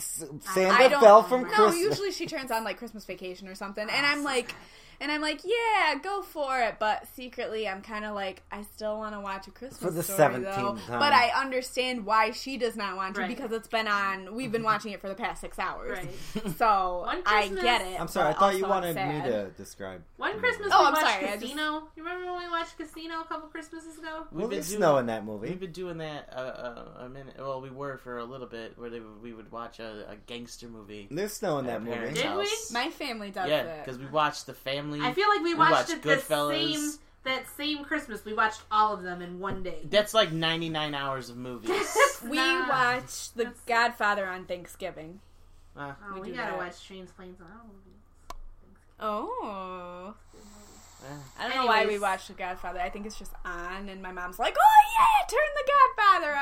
Speaker 2: I
Speaker 4: Santa
Speaker 1: don't-
Speaker 4: fell from
Speaker 1: No,
Speaker 4: Christmas.
Speaker 1: usually she turns on like Christmas Vacation or something. And I'm like, and I'm like, yeah, go for it. But secretly, I'm kind of like, I still want to watch a Christmas
Speaker 4: For the
Speaker 1: story, though.
Speaker 4: 17th time.
Speaker 1: But I understand why she does not want to
Speaker 2: Right.
Speaker 1: because it's been on. We've been watching it for the past six hours,
Speaker 2: Right.
Speaker 1: so
Speaker 2: One
Speaker 1: I
Speaker 2: Christmas-
Speaker 1: get it.
Speaker 4: I'm sorry, I
Speaker 1: but
Speaker 4: thought you
Speaker 1: also I'm
Speaker 4: wanted me
Speaker 1: sad.
Speaker 4: to describe.
Speaker 2: One Christmas
Speaker 1: Oh,
Speaker 2: we
Speaker 1: I'm
Speaker 2: watched
Speaker 1: sorry, I just-
Speaker 2: Casino. You remember when we watched Casino a couple Christmases ago?
Speaker 3: We've
Speaker 4: Well,
Speaker 3: been
Speaker 4: there's
Speaker 3: doing-
Speaker 4: snow in that
Speaker 3: We've
Speaker 4: movie.
Speaker 3: been doing that uh, uh, a minute. Well, we were for a little bit, where they, we would watch a, a gangster movie.
Speaker 4: There's snow in
Speaker 3: at
Speaker 4: that
Speaker 3: our parents'
Speaker 4: movie.
Speaker 2: Did we?
Speaker 3: house.
Speaker 1: My family does
Speaker 3: yeah,
Speaker 1: it.
Speaker 3: because we watched the family.
Speaker 2: I feel like we
Speaker 3: We
Speaker 2: watched,
Speaker 3: watched
Speaker 2: it the
Speaker 3: Goodfellas.
Speaker 2: same that same Christmas. We watched all of them in one day.
Speaker 3: That's like 99 hours of movies.
Speaker 2: That's
Speaker 1: We
Speaker 2: not-
Speaker 1: watched The
Speaker 2: That's-
Speaker 1: Godfather on Thanksgiving.
Speaker 3: Uh,
Speaker 2: Oh,
Speaker 1: we
Speaker 2: we,
Speaker 1: do
Speaker 2: gotta
Speaker 1: that.
Speaker 2: watch Trains, Planes, and Automobiles.
Speaker 1: Oh.
Speaker 3: eh.
Speaker 1: I don't know why we
Speaker 2: Anyways.
Speaker 1: watched The Godfather. I think it's just on, and my mom's like, oh, yeah, turn The Godfather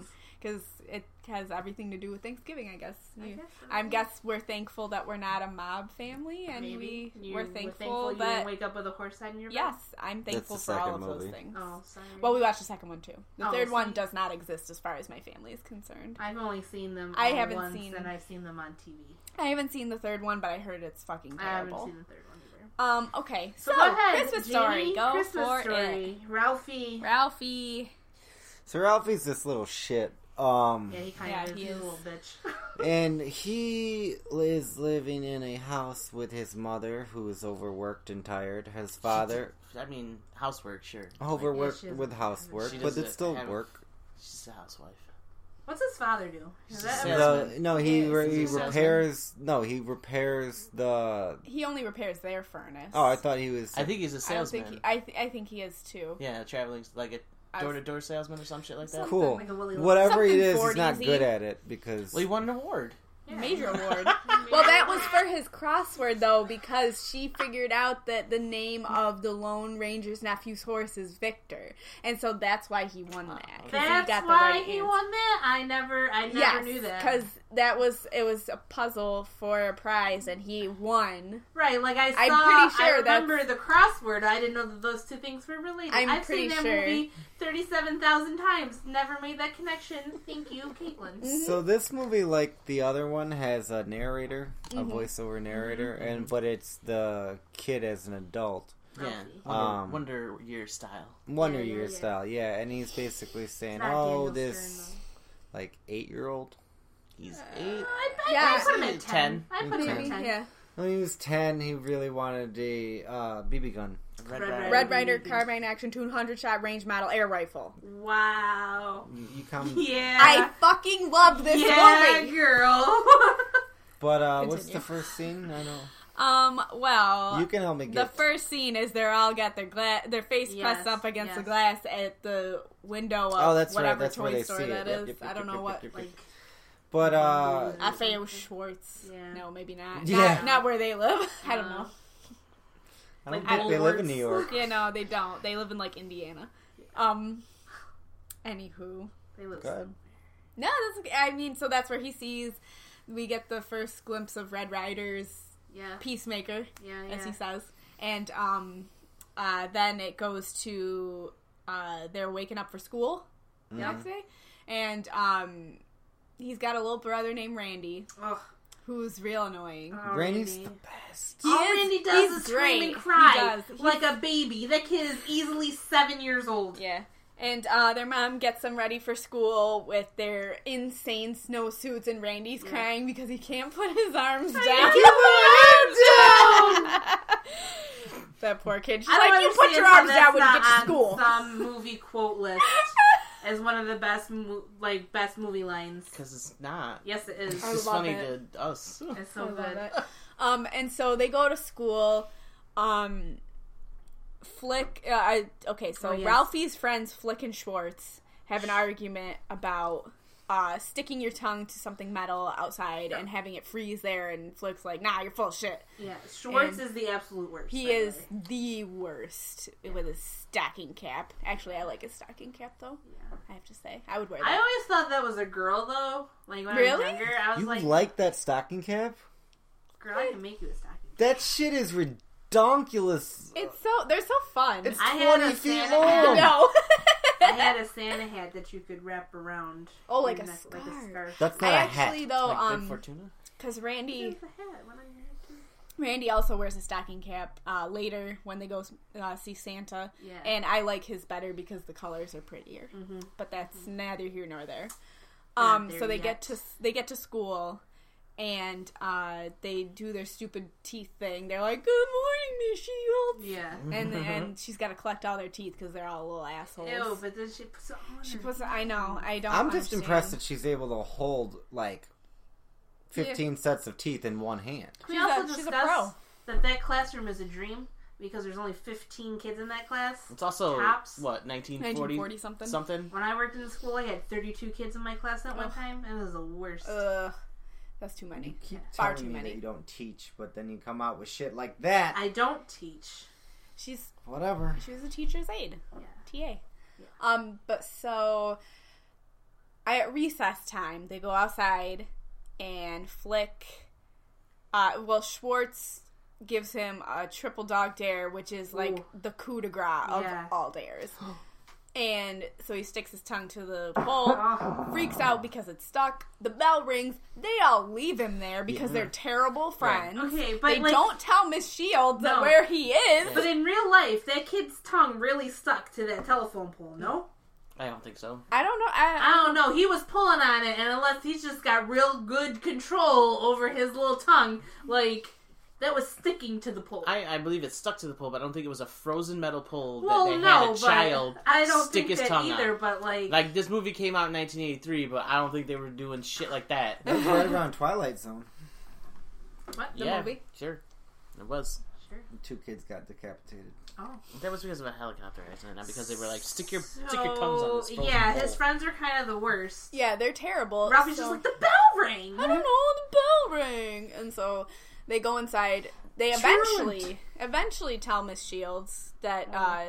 Speaker 1: on. Because it has everything to do with Thanksgiving, I guess.
Speaker 2: I
Speaker 1: You-
Speaker 2: guess so.
Speaker 1: I guess we're thankful that we're not a mob family, and
Speaker 2: Maybe.
Speaker 1: we
Speaker 2: You
Speaker 1: we're
Speaker 2: were
Speaker 1: thankful,
Speaker 2: you
Speaker 1: that
Speaker 2: didn't wake up with a horse on your
Speaker 1: yes,
Speaker 2: back?
Speaker 1: I'm thankful
Speaker 4: the
Speaker 1: for all of
Speaker 4: second movie.
Speaker 1: those things.
Speaker 2: Oh, sorry.
Speaker 1: Well, we watched the second one too. The
Speaker 2: Oh,
Speaker 1: third one
Speaker 2: see.
Speaker 1: does not exist as far as my family is concerned.
Speaker 2: I've only seen them.
Speaker 1: I
Speaker 2: all
Speaker 1: haven't
Speaker 2: once,
Speaker 1: seen-
Speaker 2: and I've seen them on TV.
Speaker 1: I haven't seen the third one, but I heard it's fucking
Speaker 2: I haven't
Speaker 1: terrible.
Speaker 2: seen the third one either.
Speaker 1: Um. Okay. So,
Speaker 2: So, go ahead,
Speaker 1: Christmas
Speaker 2: Jamie,
Speaker 1: story. Go
Speaker 2: Christmas
Speaker 1: for
Speaker 2: story.
Speaker 1: it.
Speaker 2: Ralphie.
Speaker 1: Ralphie.
Speaker 4: So Ralphie's this little shit. Um,
Speaker 2: Yeah, he kind
Speaker 1: Yeah,
Speaker 2: of is.
Speaker 1: he
Speaker 2: He's a
Speaker 1: is.
Speaker 2: little bitch.
Speaker 4: and he is living in a house with his mother, who is overworked and tired. His father
Speaker 3: I mean, housework, sure.
Speaker 4: overworked
Speaker 2: she doesn't-
Speaker 4: with housework,
Speaker 3: she
Speaker 4: but
Speaker 3: doesn't
Speaker 4: it's still
Speaker 3: have-
Speaker 4: work.
Speaker 3: She's a housewife.
Speaker 2: What's his father do? Is that
Speaker 3: He's a
Speaker 2: ever-
Speaker 3: salesman.
Speaker 4: No, no, he
Speaker 1: Yeah,
Speaker 4: re-
Speaker 3: he's a
Speaker 4: he
Speaker 3: salesman.
Speaker 4: repairs. No, he repairs the.
Speaker 1: He only repairs their furnace.
Speaker 4: Oh, I thought he was.
Speaker 3: I think he's a
Speaker 1: I don't
Speaker 3: salesman.
Speaker 1: think he, I, th- I think he is too.
Speaker 3: yeah, traveling like a
Speaker 1: I
Speaker 3: door
Speaker 1: was-
Speaker 3: to door salesman or some shit like that.
Speaker 2: Some-
Speaker 4: cool.
Speaker 2: Like a Willy Wonka.
Speaker 4: Whatever it
Speaker 1: Something
Speaker 4: is, he's not
Speaker 1: 40s -y.
Speaker 4: good at it because
Speaker 3: Well, he won an award.
Speaker 2: Yeah.
Speaker 1: Major award. Well, that was for his crossword though, because she figured out that the name of the Lone Ranger's nephew's horse is Victor, and so that's why he won that. 'cause
Speaker 2: That's
Speaker 1: he got
Speaker 2: why
Speaker 1: the right
Speaker 2: he
Speaker 1: answer.
Speaker 2: won that. I never, I never
Speaker 1: yes,
Speaker 2: knew that.
Speaker 1: because that was it was a puzzle for a prize, and he won.
Speaker 2: right, like I saw.
Speaker 1: I'm
Speaker 2: i
Speaker 1: pretty sure that's-
Speaker 2: remember the crossword. I didn't know that those two things were related.
Speaker 1: I'm
Speaker 2: have
Speaker 1: pretty
Speaker 2: seen that
Speaker 1: sure.
Speaker 2: movie thirty-seven thousand times. Never made that connection. Thank you,
Speaker 1: Mm-hmm.
Speaker 2: Caitlin.
Speaker 4: So this movie, like the other one, has a narrator, a
Speaker 1: Mhm.
Speaker 4: voiceover narrator,
Speaker 1: Mm-hmm.
Speaker 4: and but it's the kid as an adult,
Speaker 3: Yeah,
Speaker 2: Ralphie.
Speaker 3: Wonder,
Speaker 4: Um,
Speaker 3: Wonder Year style.
Speaker 4: Wonder
Speaker 2: Yeah, yeah,
Speaker 4: Year
Speaker 2: yeah.
Speaker 4: style, yeah. And he's basically saying,
Speaker 2: Not
Speaker 4: "Oh,
Speaker 2: Daniel
Speaker 4: this
Speaker 2: Stern,
Speaker 4: like eight year old."
Speaker 3: He's
Speaker 2: though.
Speaker 3: eight.
Speaker 2: Uh, I, I,
Speaker 1: Yeah.
Speaker 2: I put him at ten.
Speaker 3: Ten.
Speaker 2: I put him at
Speaker 1: Maybe,
Speaker 2: ten.
Speaker 1: yeah.
Speaker 4: When he was ten, he really wanted a uh, BB gun.
Speaker 2: Red
Speaker 3: Rider.
Speaker 2: Rider.
Speaker 1: Red Rider carbine action 200 shot range model air rifle.
Speaker 2: Wow.
Speaker 4: You, you come,
Speaker 2: Yeah.
Speaker 1: I fucking loved this
Speaker 2: yeah,
Speaker 1: movie.
Speaker 2: girl.
Speaker 4: but uh, what's the
Speaker 1: Continue.
Speaker 4: first scene? I know
Speaker 1: Um, well,
Speaker 4: you can help me
Speaker 1: the
Speaker 4: get.
Speaker 1: first scene is they're all got their gla- their face
Speaker 2: Yes,
Speaker 1: pressed up against the
Speaker 2: yes.
Speaker 1: glass at the window of
Speaker 4: Oh, that's right.
Speaker 1: whatever
Speaker 4: That's
Speaker 1: toy
Speaker 4: where they
Speaker 1: store
Speaker 4: see
Speaker 1: that
Speaker 4: it.
Speaker 1: is.
Speaker 4: Yep, yep,
Speaker 1: I
Speaker 4: yep,
Speaker 1: don't
Speaker 4: yep,
Speaker 1: know what.
Speaker 4: yep, yep, yep.
Speaker 2: like,
Speaker 4: But uh,
Speaker 2: Yeah.
Speaker 1: Raphael Schwartz.
Speaker 2: Yeah.
Speaker 1: No, maybe not.
Speaker 4: Yeah.
Speaker 1: Not, not where they live. I don't
Speaker 2: No.
Speaker 1: know.
Speaker 4: I don't
Speaker 1: I
Speaker 4: think they live in
Speaker 2: Woolworths.
Speaker 4: New York.
Speaker 1: Yeah, no, they don't. They live in like Indiana. Um. Anywho,
Speaker 2: they look
Speaker 4: Go ahead.
Speaker 1: no, that's. okay. I mean, so that's where he sees. We get the first glimpse of Red Rider's
Speaker 2: Yeah,
Speaker 1: peacemaker,
Speaker 2: yeah,
Speaker 1: as
Speaker 2: yeah.
Speaker 1: he says, and um, uh, then it goes to uh, they're waking up for school the
Speaker 4: Mhm.
Speaker 1: next day, and um, he's got a little brother named Randy
Speaker 2: Ugh.
Speaker 1: who's real annoying.
Speaker 2: Oh,
Speaker 4: Granny's
Speaker 2: Randy.
Speaker 4: the best.
Speaker 1: He
Speaker 2: All
Speaker 1: is-
Speaker 2: Randy does
Speaker 1: he's
Speaker 2: is scream
Speaker 1: great.
Speaker 2: and cry
Speaker 1: He does.
Speaker 2: like a baby. That kid is easily seven years old.
Speaker 1: Yeah. And uh, their mom gets them ready for school with their insane snowsuits, and Randy's
Speaker 2: Yeah.
Speaker 1: crying because he can't put his arms down.
Speaker 2: I
Speaker 1: that poor kid. She's
Speaker 2: I don't
Speaker 1: like, you put
Speaker 2: understand
Speaker 1: your
Speaker 2: how
Speaker 1: arms down
Speaker 2: that's
Speaker 1: when you
Speaker 2: not
Speaker 1: get to
Speaker 2: on
Speaker 1: school.
Speaker 2: Some movie quote list as one of the best, mo- like best movie lines.
Speaker 3: Because it's not.
Speaker 2: Yes, it is.
Speaker 1: I
Speaker 3: It's
Speaker 1: love
Speaker 3: funny
Speaker 1: it.
Speaker 3: to us.
Speaker 2: It's
Speaker 1: I
Speaker 2: so
Speaker 1: love
Speaker 2: good.
Speaker 1: it. Um, and so they go to school. Um, Flick. Uh, I, okay, so
Speaker 2: Oh, yes.
Speaker 1: Ralphie's friends Flick and Schwartz have an argument about uh, sticking your tongue to something metal outside and having it freeze there. And Flick's like, "Nah, you're full of shit."
Speaker 2: Yeah, Schwartz
Speaker 1: And
Speaker 2: is the absolute worst.
Speaker 1: He
Speaker 2: by the
Speaker 1: is
Speaker 2: way.
Speaker 1: the worst with his stocking cap. Actually, I like his stocking cap though.
Speaker 2: Yeah.
Speaker 1: I have to say, I would wear
Speaker 2: I
Speaker 1: that.
Speaker 2: always thought that was a girl though. Like when
Speaker 1: Really?
Speaker 2: I was younger, I was
Speaker 4: You
Speaker 2: like,
Speaker 4: like, that stocking cap?
Speaker 2: "Girl, I can make you a stocking."
Speaker 4: That shit is redonkulous.
Speaker 1: It's so they're so fun.
Speaker 4: It's
Speaker 2: I had a
Speaker 4: 20 feet
Speaker 2: Santa hat.
Speaker 4: long.
Speaker 1: no.
Speaker 2: I had a Santa hat that you could wrap around.
Speaker 1: Oh,
Speaker 2: your
Speaker 1: like a
Speaker 2: neck,
Speaker 1: scarf.
Speaker 4: That's
Speaker 1: I
Speaker 4: not a
Speaker 1: actually
Speaker 4: hat.
Speaker 1: though,
Speaker 3: like Good
Speaker 1: um,
Speaker 3: Fortuna.
Speaker 1: because Randy.
Speaker 2: It's a hat. Why don't you have to-
Speaker 1: Randy also wears a stocking cap uh, later when they go uh, see Santa.
Speaker 2: Yeah.
Speaker 1: And I like his better because the colors are prettier.
Speaker 2: Mhm.
Speaker 1: But that's neither here nor there.
Speaker 2: Not
Speaker 1: Um,
Speaker 2: there
Speaker 1: so they
Speaker 2: yet.
Speaker 1: get to they get to school, and uh, they do their stupid teeth thing. They're like, "Good morning, Miss Shields,"
Speaker 2: Yeah.
Speaker 4: Mm.
Speaker 1: and and she's got to collect all their teeth because they're all little assholes.
Speaker 2: Mm-hmm. Ew, but then she puts it on.
Speaker 1: she
Speaker 2: her.
Speaker 1: was I know I don't.
Speaker 4: I'm just
Speaker 1: understand.
Speaker 4: impressed that she's able to hold like 15 sets of teeth in one hand.
Speaker 2: We
Speaker 1: She's a-
Speaker 2: also
Speaker 1: she's a
Speaker 2: discussed
Speaker 1: pro.
Speaker 2: that that classroom is a dream because there's only 15 kids in that class.
Speaker 3: It's also
Speaker 2: Tops.
Speaker 3: what 1940,
Speaker 1: 1940 something.
Speaker 3: Something.
Speaker 2: When I worked in school, I had 32 kids in my class at one
Speaker 1: Ugh.
Speaker 2: time, and it was the worst.
Speaker 1: Ugh, that's too many.
Speaker 4: Keep
Speaker 1: Far
Speaker 4: telling
Speaker 1: too
Speaker 4: me
Speaker 1: many.
Speaker 4: that you don't teach, but then you come out with shit like that.
Speaker 2: I don't teach.
Speaker 1: She's
Speaker 4: Whatever.
Speaker 1: she was a teacher's aide.
Speaker 2: Yeah.
Speaker 1: TA. Um, but so I, at recess time, they go outside and Flick, uh, well, Schwartz gives him a triple dog dare, which is like
Speaker 2: Ooh.
Speaker 1: the coup de grace of
Speaker 2: Yeah.
Speaker 1: all dares. And so he sticks his tongue to the pole,
Speaker 2: Oh,
Speaker 1: freaks out because it's stuck. The bell rings. They all leave him there because they're terrible friends.
Speaker 2: Oh. okay, but
Speaker 1: they
Speaker 2: like,
Speaker 1: don't tell Miss Shields that
Speaker 2: No.
Speaker 1: where he is.
Speaker 2: But in real life, that kid's tongue really stuck to that telephone pole. No,
Speaker 3: I don't think so.
Speaker 1: I don't know.
Speaker 2: I
Speaker 1: I,
Speaker 2: don't know. He was pulling on it, and unless he's just got real good control over his little tongue, like that was sticking to the pole.
Speaker 3: I, I believe it stuck to the pole, but I don't think it was a frozen metal pole that
Speaker 2: well,
Speaker 3: they had
Speaker 2: no,
Speaker 3: a child
Speaker 2: but I don't
Speaker 3: stick
Speaker 2: think
Speaker 3: his
Speaker 2: that
Speaker 3: tongue
Speaker 2: either.
Speaker 3: out.
Speaker 2: But like,
Speaker 3: Like this movie came out in 1983, but I don't think they were doing shit like that.
Speaker 4: That's right around Twilight Zone.
Speaker 2: what the
Speaker 3: yeah,
Speaker 2: movie?
Speaker 3: sure, it was.
Speaker 2: Sure.
Speaker 4: Two kids got decapitated.
Speaker 2: Oh,
Speaker 3: That was because of a helicopter accident, not because they were like stick your stick your tongues on
Speaker 2: So,
Speaker 3: this. frozen
Speaker 2: Yeah,
Speaker 3: pole.
Speaker 2: his friends are kind of the worst.
Speaker 1: Yeah, they're terrible.
Speaker 2: Ralphie's
Speaker 1: so-
Speaker 2: just like the bell rang.
Speaker 1: I don't know, the bell rang. And so they go inside. They eventually,
Speaker 2: Truant.
Speaker 1: eventually tell Miss Shields that
Speaker 2: Oh.
Speaker 1: uh,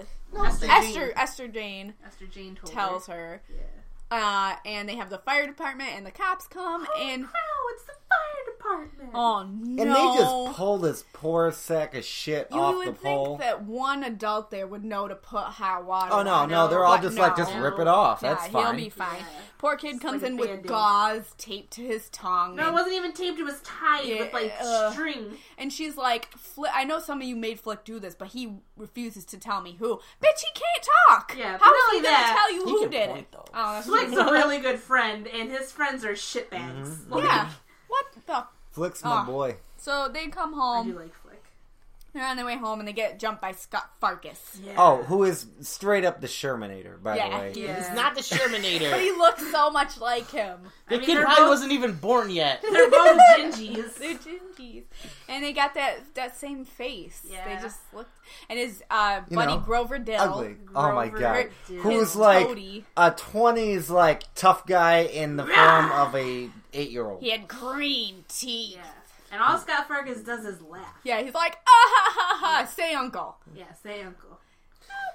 Speaker 2: Esther,
Speaker 1: Esther, Esther Jane
Speaker 2: Esther Jane told
Speaker 1: tells
Speaker 2: her.
Speaker 1: her.
Speaker 2: Yeah.
Speaker 1: Uh, and they have the fire department and the cops come and
Speaker 2: oh, wow, it's the fire department.
Speaker 1: oh no.
Speaker 4: And they just pulled this poor sack of shit
Speaker 1: you
Speaker 4: off
Speaker 1: would
Speaker 4: the
Speaker 1: think
Speaker 4: pole.
Speaker 1: that one adult there would know to put hot water.
Speaker 4: Oh no,
Speaker 1: on
Speaker 4: no,
Speaker 1: it,
Speaker 4: they're all
Speaker 1: but
Speaker 4: just like,
Speaker 1: no.
Speaker 4: just rip it off.
Speaker 1: Yeah,
Speaker 4: That's
Speaker 1: he'll
Speaker 4: fine.
Speaker 1: be fine.
Speaker 2: Yeah.
Speaker 1: Poor kid comes
Speaker 2: like a
Speaker 1: in with
Speaker 2: Band-Aid.
Speaker 1: gauze taped to his tongue.
Speaker 2: No, it
Speaker 1: and-
Speaker 2: wasn't even taped. It was tied
Speaker 1: Yeah,
Speaker 2: with like
Speaker 1: uh,
Speaker 2: string.
Speaker 1: And she's like, Fli I know some of you made Flick do this, but he refuses to tell me who. Bitch, he can't talk.
Speaker 2: Yeah,
Speaker 1: how
Speaker 2: but
Speaker 1: is
Speaker 2: not
Speaker 1: he
Speaker 2: only
Speaker 1: gonna
Speaker 2: that,
Speaker 1: tell you
Speaker 3: he
Speaker 1: who
Speaker 3: can
Speaker 1: did
Speaker 3: point,
Speaker 1: it?
Speaker 3: though.
Speaker 1: Oh, that's
Speaker 2: Flick's a really good friend, and his friends are shitbags.
Speaker 3: Mm-hmm.
Speaker 2: Like,
Speaker 1: yeah. What the?
Speaker 4: Flick's my
Speaker 1: Oh.
Speaker 4: boy.
Speaker 1: So they come
Speaker 2: I do
Speaker 1: home.
Speaker 2: like Flick.
Speaker 1: They're on their way home, and they get jumped by Scott Farkas.
Speaker 2: Yeah.
Speaker 4: Oh, who is straight up the Shermanator, by
Speaker 1: Yeah,
Speaker 4: the way.
Speaker 2: yeah.
Speaker 3: It's not the Shermanator.
Speaker 1: But he looks so much like him.
Speaker 3: the
Speaker 2: I mean,
Speaker 3: kid
Speaker 2: they're
Speaker 3: probably
Speaker 2: both-
Speaker 3: wasn't even born yet.
Speaker 2: They're both gingies.
Speaker 1: They're gingies, and they got that that same face.
Speaker 2: Yeah.
Speaker 1: They just looked. And his uh,
Speaker 4: You
Speaker 1: buddy
Speaker 4: know,
Speaker 1: Grover Dill,
Speaker 4: Ugly. Oh my
Speaker 2: Grover
Speaker 4: god.
Speaker 2: Dill.
Speaker 4: Who's
Speaker 1: His
Speaker 4: like
Speaker 1: toady.
Speaker 4: a 20s, like, tough guy in the form of a eight year old.
Speaker 1: he had green teeth.
Speaker 2: Yeah. And all Scott Farkas does is laugh.
Speaker 1: Yeah, he's like, ah ha ha ha, say uncle.
Speaker 2: Yeah, say uncle.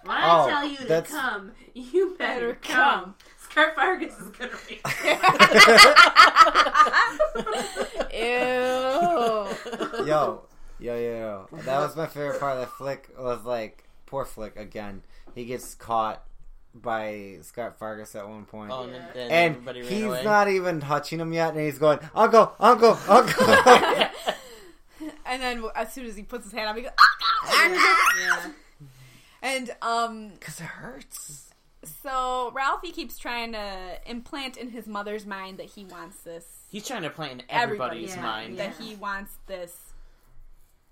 Speaker 2: When I
Speaker 4: Oh,
Speaker 2: tell you to
Speaker 4: that's-
Speaker 2: come, you
Speaker 1: Better
Speaker 2: better come.
Speaker 1: come.
Speaker 2: Scott Fargus is gonna be.
Speaker 1: Ew.
Speaker 4: yo, yo, yo, yo. That was my favorite part of that flick. Was like poor flick again. He gets caught by Scott Fargus at one point.
Speaker 3: Oh, and then, then
Speaker 4: and
Speaker 3: everybody ran
Speaker 4: he's
Speaker 3: away.
Speaker 4: not even touching him yet, and he's going, "Uncle, Uncle, Uncle."
Speaker 1: and then as soon as he puts his hand on me, he goes, "Ah, ah, ah."
Speaker 2: yeah.
Speaker 1: and um,
Speaker 4: Because it hurts.
Speaker 1: so Ralphie keeps trying to implant in his mother's mind that he wants this,
Speaker 3: He's trying to play in
Speaker 1: Everybody,
Speaker 3: everybody's
Speaker 2: yeah.
Speaker 3: mind.
Speaker 2: Yeah.
Speaker 1: that he wants this.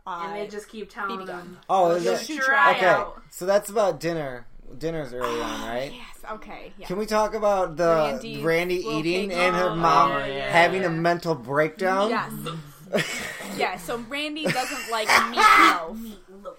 Speaker 1: Uh,
Speaker 2: And they just keep telling
Speaker 1: BB gun.
Speaker 2: him.
Speaker 4: Oh,
Speaker 2: "You'll
Speaker 4: is it-
Speaker 2: shoot
Speaker 1: okay.
Speaker 2: your eye
Speaker 4: okay.
Speaker 2: out."
Speaker 4: So that's about dinner. Dinner's early on, right?
Speaker 1: yes, okay, yeah.
Speaker 4: Can we talk about the
Speaker 1: Randy's
Speaker 4: Randy
Speaker 1: little
Speaker 4: eating
Speaker 1: pig.
Speaker 4: and her
Speaker 2: Oh,
Speaker 4: mom
Speaker 2: yeah, yeah,
Speaker 4: having
Speaker 2: yeah.
Speaker 4: a mental breakdown?
Speaker 1: Yes, yeah. So Randy doesn't like meatloaf,
Speaker 2: Meatloaf.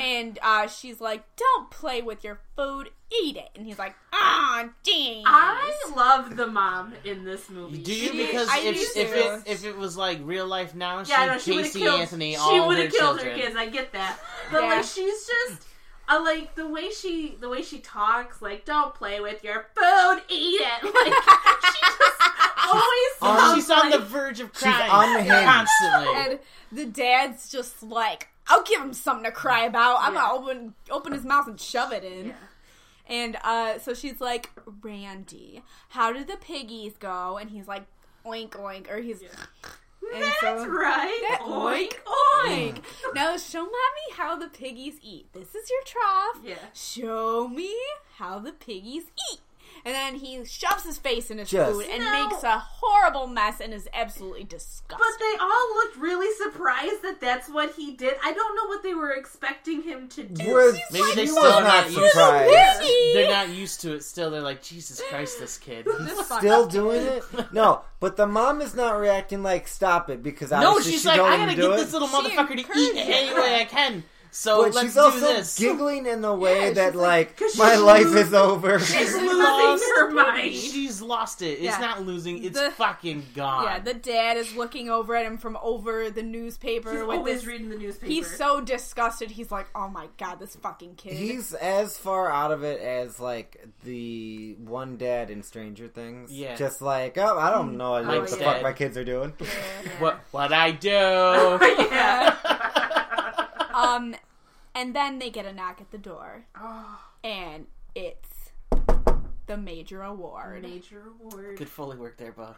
Speaker 1: and uh, she's like, "Don't play with your food, eat it." And he's like, "Ah, dang."
Speaker 2: I love the mom in this movie.
Speaker 3: Do you?
Speaker 2: She-
Speaker 3: Because
Speaker 1: I
Speaker 3: if,
Speaker 1: used
Speaker 3: if
Speaker 1: to.
Speaker 3: it if it was like real life now,
Speaker 2: yeah, I know
Speaker 3: she'd
Speaker 2: she would have
Speaker 3: Casey
Speaker 2: killed.
Speaker 3: Anthony
Speaker 2: she
Speaker 3: all
Speaker 2: would
Speaker 3: her
Speaker 2: have killed
Speaker 3: children.
Speaker 2: her kids. I get that, but
Speaker 1: Yeah.
Speaker 2: like she's just. I like the way she the way she talks. Like, don't play with your food, eat it. Like, she just always
Speaker 4: on-
Speaker 2: sounds
Speaker 3: She's on the
Speaker 2: like-
Speaker 3: verge of
Speaker 4: Um, She's
Speaker 3: crying
Speaker 4: unhinged.
Speaker 3: constantly.
Speaker 1: And the dad's just like, I'll give him something to cry about. I'm
Speaker 2: Yeah.
Speaker 1: gonna open open his mouth and shove it in.
Speaker 2: Yeah.
Speaker 1: And uh, so she's like, Randy, how did the piggies go? And he's like, oink oink, or he's And
Speaker 2: That's
Speaker 1: so-
Speaker 2: right.
Speaker 1: that oink
Speaker 2: oink, oink.
Speaker 1: oink. now show mommy how the piggies eat. This is your trough.
Speaker 2: Yeah.
Speaker 1: Show me how the piggies eat. And then he shoves his face in his
Speaker 4: Just-
Speaker 1: food and
Speaker 2: No.
Speaker 1: makes a horrible mess and is absolutely disgusting.
Speaker 2: But they all looked really surprised that that's what he did. I don't know what they were expecting him to do.
Speaker 4: Whereas
Speaker 3: Maybe
Speaker 4: she
Speaker 3: they
Speaker 4: was
Speaker 3: still have
Speaker 4: not
Speaker 3: not used
Speaker 4: surprised.
Speaker 1: Piggy!
Speaker 3: They're not used to it. Still, they're like Jesus Christ, this kid.
Speaker 1: This fuck-
Speaker 4: Still doing it? No, but the mom is not reacting like stop it because
Speaker 3: no,
Speaker 4: obviously
Speaker 3: she's
Speaker 4: she
Speaker 3: like,
Speaker 4: don't
Speaker 3: I
Speaker 4: even
Speaker 3: gotta
Speaker 4: do
Speaker 3: get
Speaker 4: it.
Speaker 3: this little
Speaker 1: She
Speaker 3: motherfucker to eat
Speaker 1: encouraged
Speaker 3: any
Speaker 1: it.
Speaker 3: way I can. So
Speaker 4: but
Speaker 3: let's
Speaker 4: she's
Speaker 3: do
Speaker 4: also
Speaker 3: this.
Speaker 4: giggling in the way
Speaker 1: Yeah,
Speaker 4: that
Speaker 1: she's like-
Speaker 4: like
Speaker 2: 'cause
Speaker 4: my
Speaker 2: she's
Speaker 4: life
Speaker 2: losing-
Speaker 4: is over.
Speaker 2: she's
Speaker 3: lost
Speaker 2: losing her mind.
Speaker 3: She's lost it. It's
Speaker 1: Yeah.
Speaker 3: not losing. It's
Speaker 1: The-
Speaker 3: fucking gone.
Speaker 1: Yeah, the dad is looking over at him from over the newspaper.
Speaker 2: He's
Speaker 1: with
Speaker 2: always
Speaker 1: this-
Speaker 2: reading the newspaper.
Speaker 1: He's so disgusted. He's like, "Oh my god, this fucking kid."
Speaker 4: He's as far out of it as like the one dad in Stranger Things.
Speaker 3: Yeah.
Speaker 4: just like oh, I don't know what
Speaker 2: Mike's
Speaker 4: the fuck
Speaker 3: dad.
Speaker 4: my kids are doing.
Speaker 3: what what I do?
Speaker 2: yeah.
Speaker 1: um, and then they get a knock at the door,
Speaker 2: oh,
Speaker 1: and it's the major award.
Speaker 2: major award.
Speaker 3: Good Foley work there, Bob.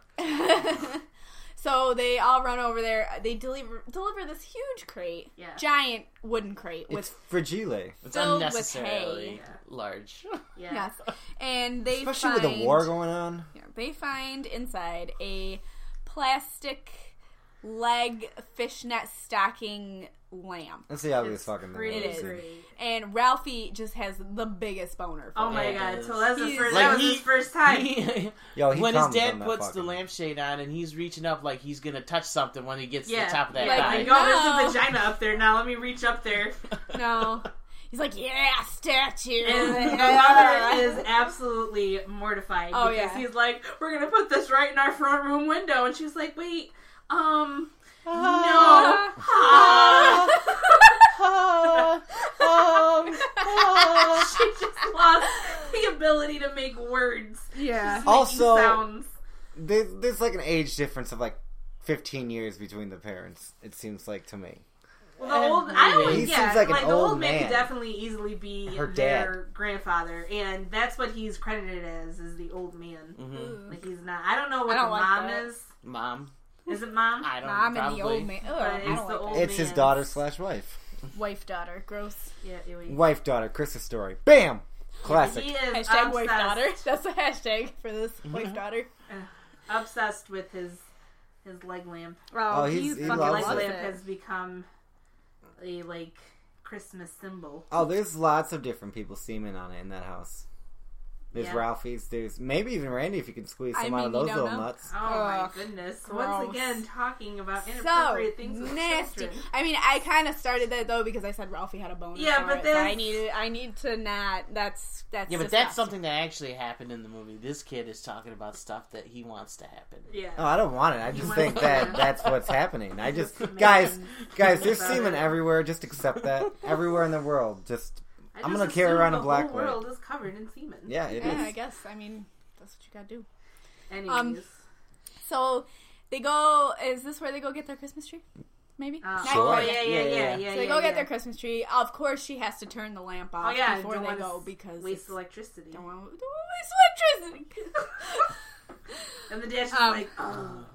Speaker 1: so they all run over there. They deliver deliver this huge crate,
Speaker 2: Yeah.
Speaker 1: giant wooden crate
Speaker 4: It's
Speaker 1: with
Speaker 4: fragile,
Speaker 3: It's
Speaker 1: Filled with
Speaker 3: unnecessarily
Speaker 1: hay.
Speaker 3: large.
Speaker 2: Yeah.
Speaker 1: yes, and they
Speaker 4: especially
Speaker 1: find,
Speaker 4: with the war going on.
Speaker 1: Yeah, they find inside a plastic leg fishnet stocking lamp.
Speaker 4: That's the obvious
Speaker 2: It's
Speaker 4: fucking thing.
Speaker 2: pretty
Speaker 1: It is.
Speaker 2: great.
Speaker 1: And Ralphie just has the biggest boner. For
Speaker 2: Oh
Speaker 1: it.
Speaker 2: my
Speaker 3: Yeah, it
Speaker 2: god!
Speaker 3: is.
Speaker 2: So that's the
Speaker 1: He's-
Speaker 2: first.
Speaker 3: Like,
Speaker 2: that was
Speaker 3: he-
Speaker 2: his first time.
Speaker 4: Yo, Oh, he
Speaker 3: when his
Speaker 4: comes
Speaker 3: dad
Speaker 4: on that
Speaker 3: puts the
Speaker 4: fucking-
Speaker 3: lampshade on and he's reaching up like he's gonna touch something when he gets to
Speaker 2: yeah.
Speaker 3: the top of that
Speaker 2: yeah.
Speaker 1: guy.
Speaker 2: Like,
Speaker 3: line.
Speaker 2: oh,
Speaker 1: No.
Speaker 2: there's a vagina up there. Now let me reach up there.
Speaker 1: No. He's like, yeah, statue.
Speaker 2: And the mother is absolutely mortified
Speaker 1: Oh,
Speaker 2: because
Speaker 1: yeah.
Speaker 2: he's like, "We're gonna put this right in our front room window," and she's like, "Wait, um,
Speaker 1: Ah.
Speaker 2: no." Ah.
Speaker 3: Ah.
Speaker 2: she just lost the ability to make words.
Speaker 1: yeah.
Speaker 2: Making
Speaker 4: Also-
Speaker 2: sounds.
Speaker 4: There- There's like an age difference of like 15 years between the parents. It seems like to me.
Speaker 2: Well, the old, I
Speaker 3: He
Speaker 2: don't,
Speaker 4: seems
Speaker 2: yeah,
Speaker 4: like
Speaker 2: like,
Speaker 4: an
Speaker 2: the old,
Speaker 4: old
Speaker 2: man. could
Speaker 4: man.
Speaker 2: definitely easily be
Speaker 4: Her
Speaker 2: their grandfather, and that's what he's credited as is the old man.
Speaker 4: Mm-hmm.
Speaker 3: Mhm.
Speaker 2: Like he's not. I don't know what
Speaker 1: I don't
Speaker 2: the
Speaker 1: like
Speaker 2: mom
Speaker 1: that.
Speaker 2: is.
Speaker 3: Mom,
Speaker 2: Is it mom?
Speaker 3: I don't.
Speaker 1: Mom and
Speaker 3: probably.
Speaker 1: the old man. Ugh,
Speaker 2: But
Speaker 1: I
Speaker 2: it's
Speaker 1: don't
Speaker 2: the
Speaker 1: like
Speaker 2: old
Speaker 1: that.
Speaker 4: it's his
Speaker 2: man.
Speaker 4: daughter slash wife,
Speaker 1: Wife daughter. Gross.
Speaker 2: Yeah, ew, ew.
Speaker 4: wife daughter. Chris's story. Bam. Classic. Oh,
Speaker 2: He is
Speaker 1: Hashtag wife daughter.
Speaker 2: obsessed,
Speaker 1: That's the hashtag for this
Speaker 3: Mm-hmm.
Speaker 1: wife daughter.
Speaker 2: obsessed with his his leg lamp.
Speaker 4: Oh, he's- he
Speaker 2: His
Speaker 1: fucking
Speaker 4: loves
Speaker 2: leg
Speaker 4: it.
Speaker 1: loves
Speaker 2: lamp has become a like Christmas symbol.
Speaker 4: Oh, there's lots of different people seeming on it in that house. There's
Speaker 2: Yeah.
Speaker 4: Ralphie's. There's maybe even Randy if you can squeeze
Speaker 1: I
Speaker 4: some out
Speaker 1: mean,
Speaker 4: of
Speaker 1: you
Speaker 4: those
Speaker 1: don't
Speaker 4: little
Speaker 1: know.
Speaker 4: nuts.
Speaker 2: Oh
Speaker 1: Ugh,
Speaker 2: my goodness!
Speaker 1: gross.
Speaker 2: Once again, talking about
Speaker 1: So
Speaker 2: inappropriate things with
Speaker 1: nasty.
Speaker 2: children.
Speaker 1: I mean, I kind of started that though because I said Ralphie had a bone.
Speaker 2: Yeah, but
Speaker 1: it, so I
Speaker 2: that's-
Speaker 1: need to- I need to not. That's that's
Speaker 3: Yeah, but that's
Speaker 1: disgusting.
Speaker 3: something that actually happened in the movie. This kid is talking about stuff that he wants to happen.
Speaker 2: Yeah.
Speaker 4: Oh, I don't want it. I just
Speaker 2: want
Speaker 4: think
Speaker 2: it.
Speaker 4: that that's what's happening. I just
Speaker 2: Just
Speaker 4: guys,
Speaker 2: imagine
Speaker 4: guys, there's
Speaker 2: about
Speaker 4: semen
Speaker 2: it.
Speaker 4: everywhere. Just accept that everywhere in the world. Just
Speaker 2: I
Speaker 4: I'm
Speaker 2: just
Speaker 4: gonna carry
Speaker 2: assume
Speaker 4: around a
Speaker 2: the
Speaker 4: black
Speaker 2: whole
Speaker 4: one.
Speaker 2: world is covered in semen.
Speaker 4: yeah, it is.
Speaker 1: Yeah, I guess. I mean, that's what you gotta do.
Speaker 2: Anyways,
Speaker 1: Um, So they go. Is this where they go get their Christmas tree? Maybe.
Speaker 2: uh,
Speaker 1: Not
Speaker 4: Sure.
Speaker 2: oh
Speaker 1: quite
Speaker 2: yeah,
Speaker 1: yet.
Speaker 2: yeah, yeah,
Speaker 4: Yeah, yeah.
Speaker 2: yeah. yeah,
Speaker 1: So they go get their Christmas tree. Of course, she has to turn the lamp off
Speaker 2: Oh yeah,
Speaker 1: before
Speaker 2: don't
Speaker 1: they
Speaker 2: wanna
Speaker 1: go
Speaker 2: s-
Speaker 1: because
Speaker 2: waste
Speaker 1: it's-
Speaker 2: electricity.
Speaker 1: don't want to waste electricity.
Speaker 2: And the dad's just
Speaker 1: Um,
Speaker 2: like, oh,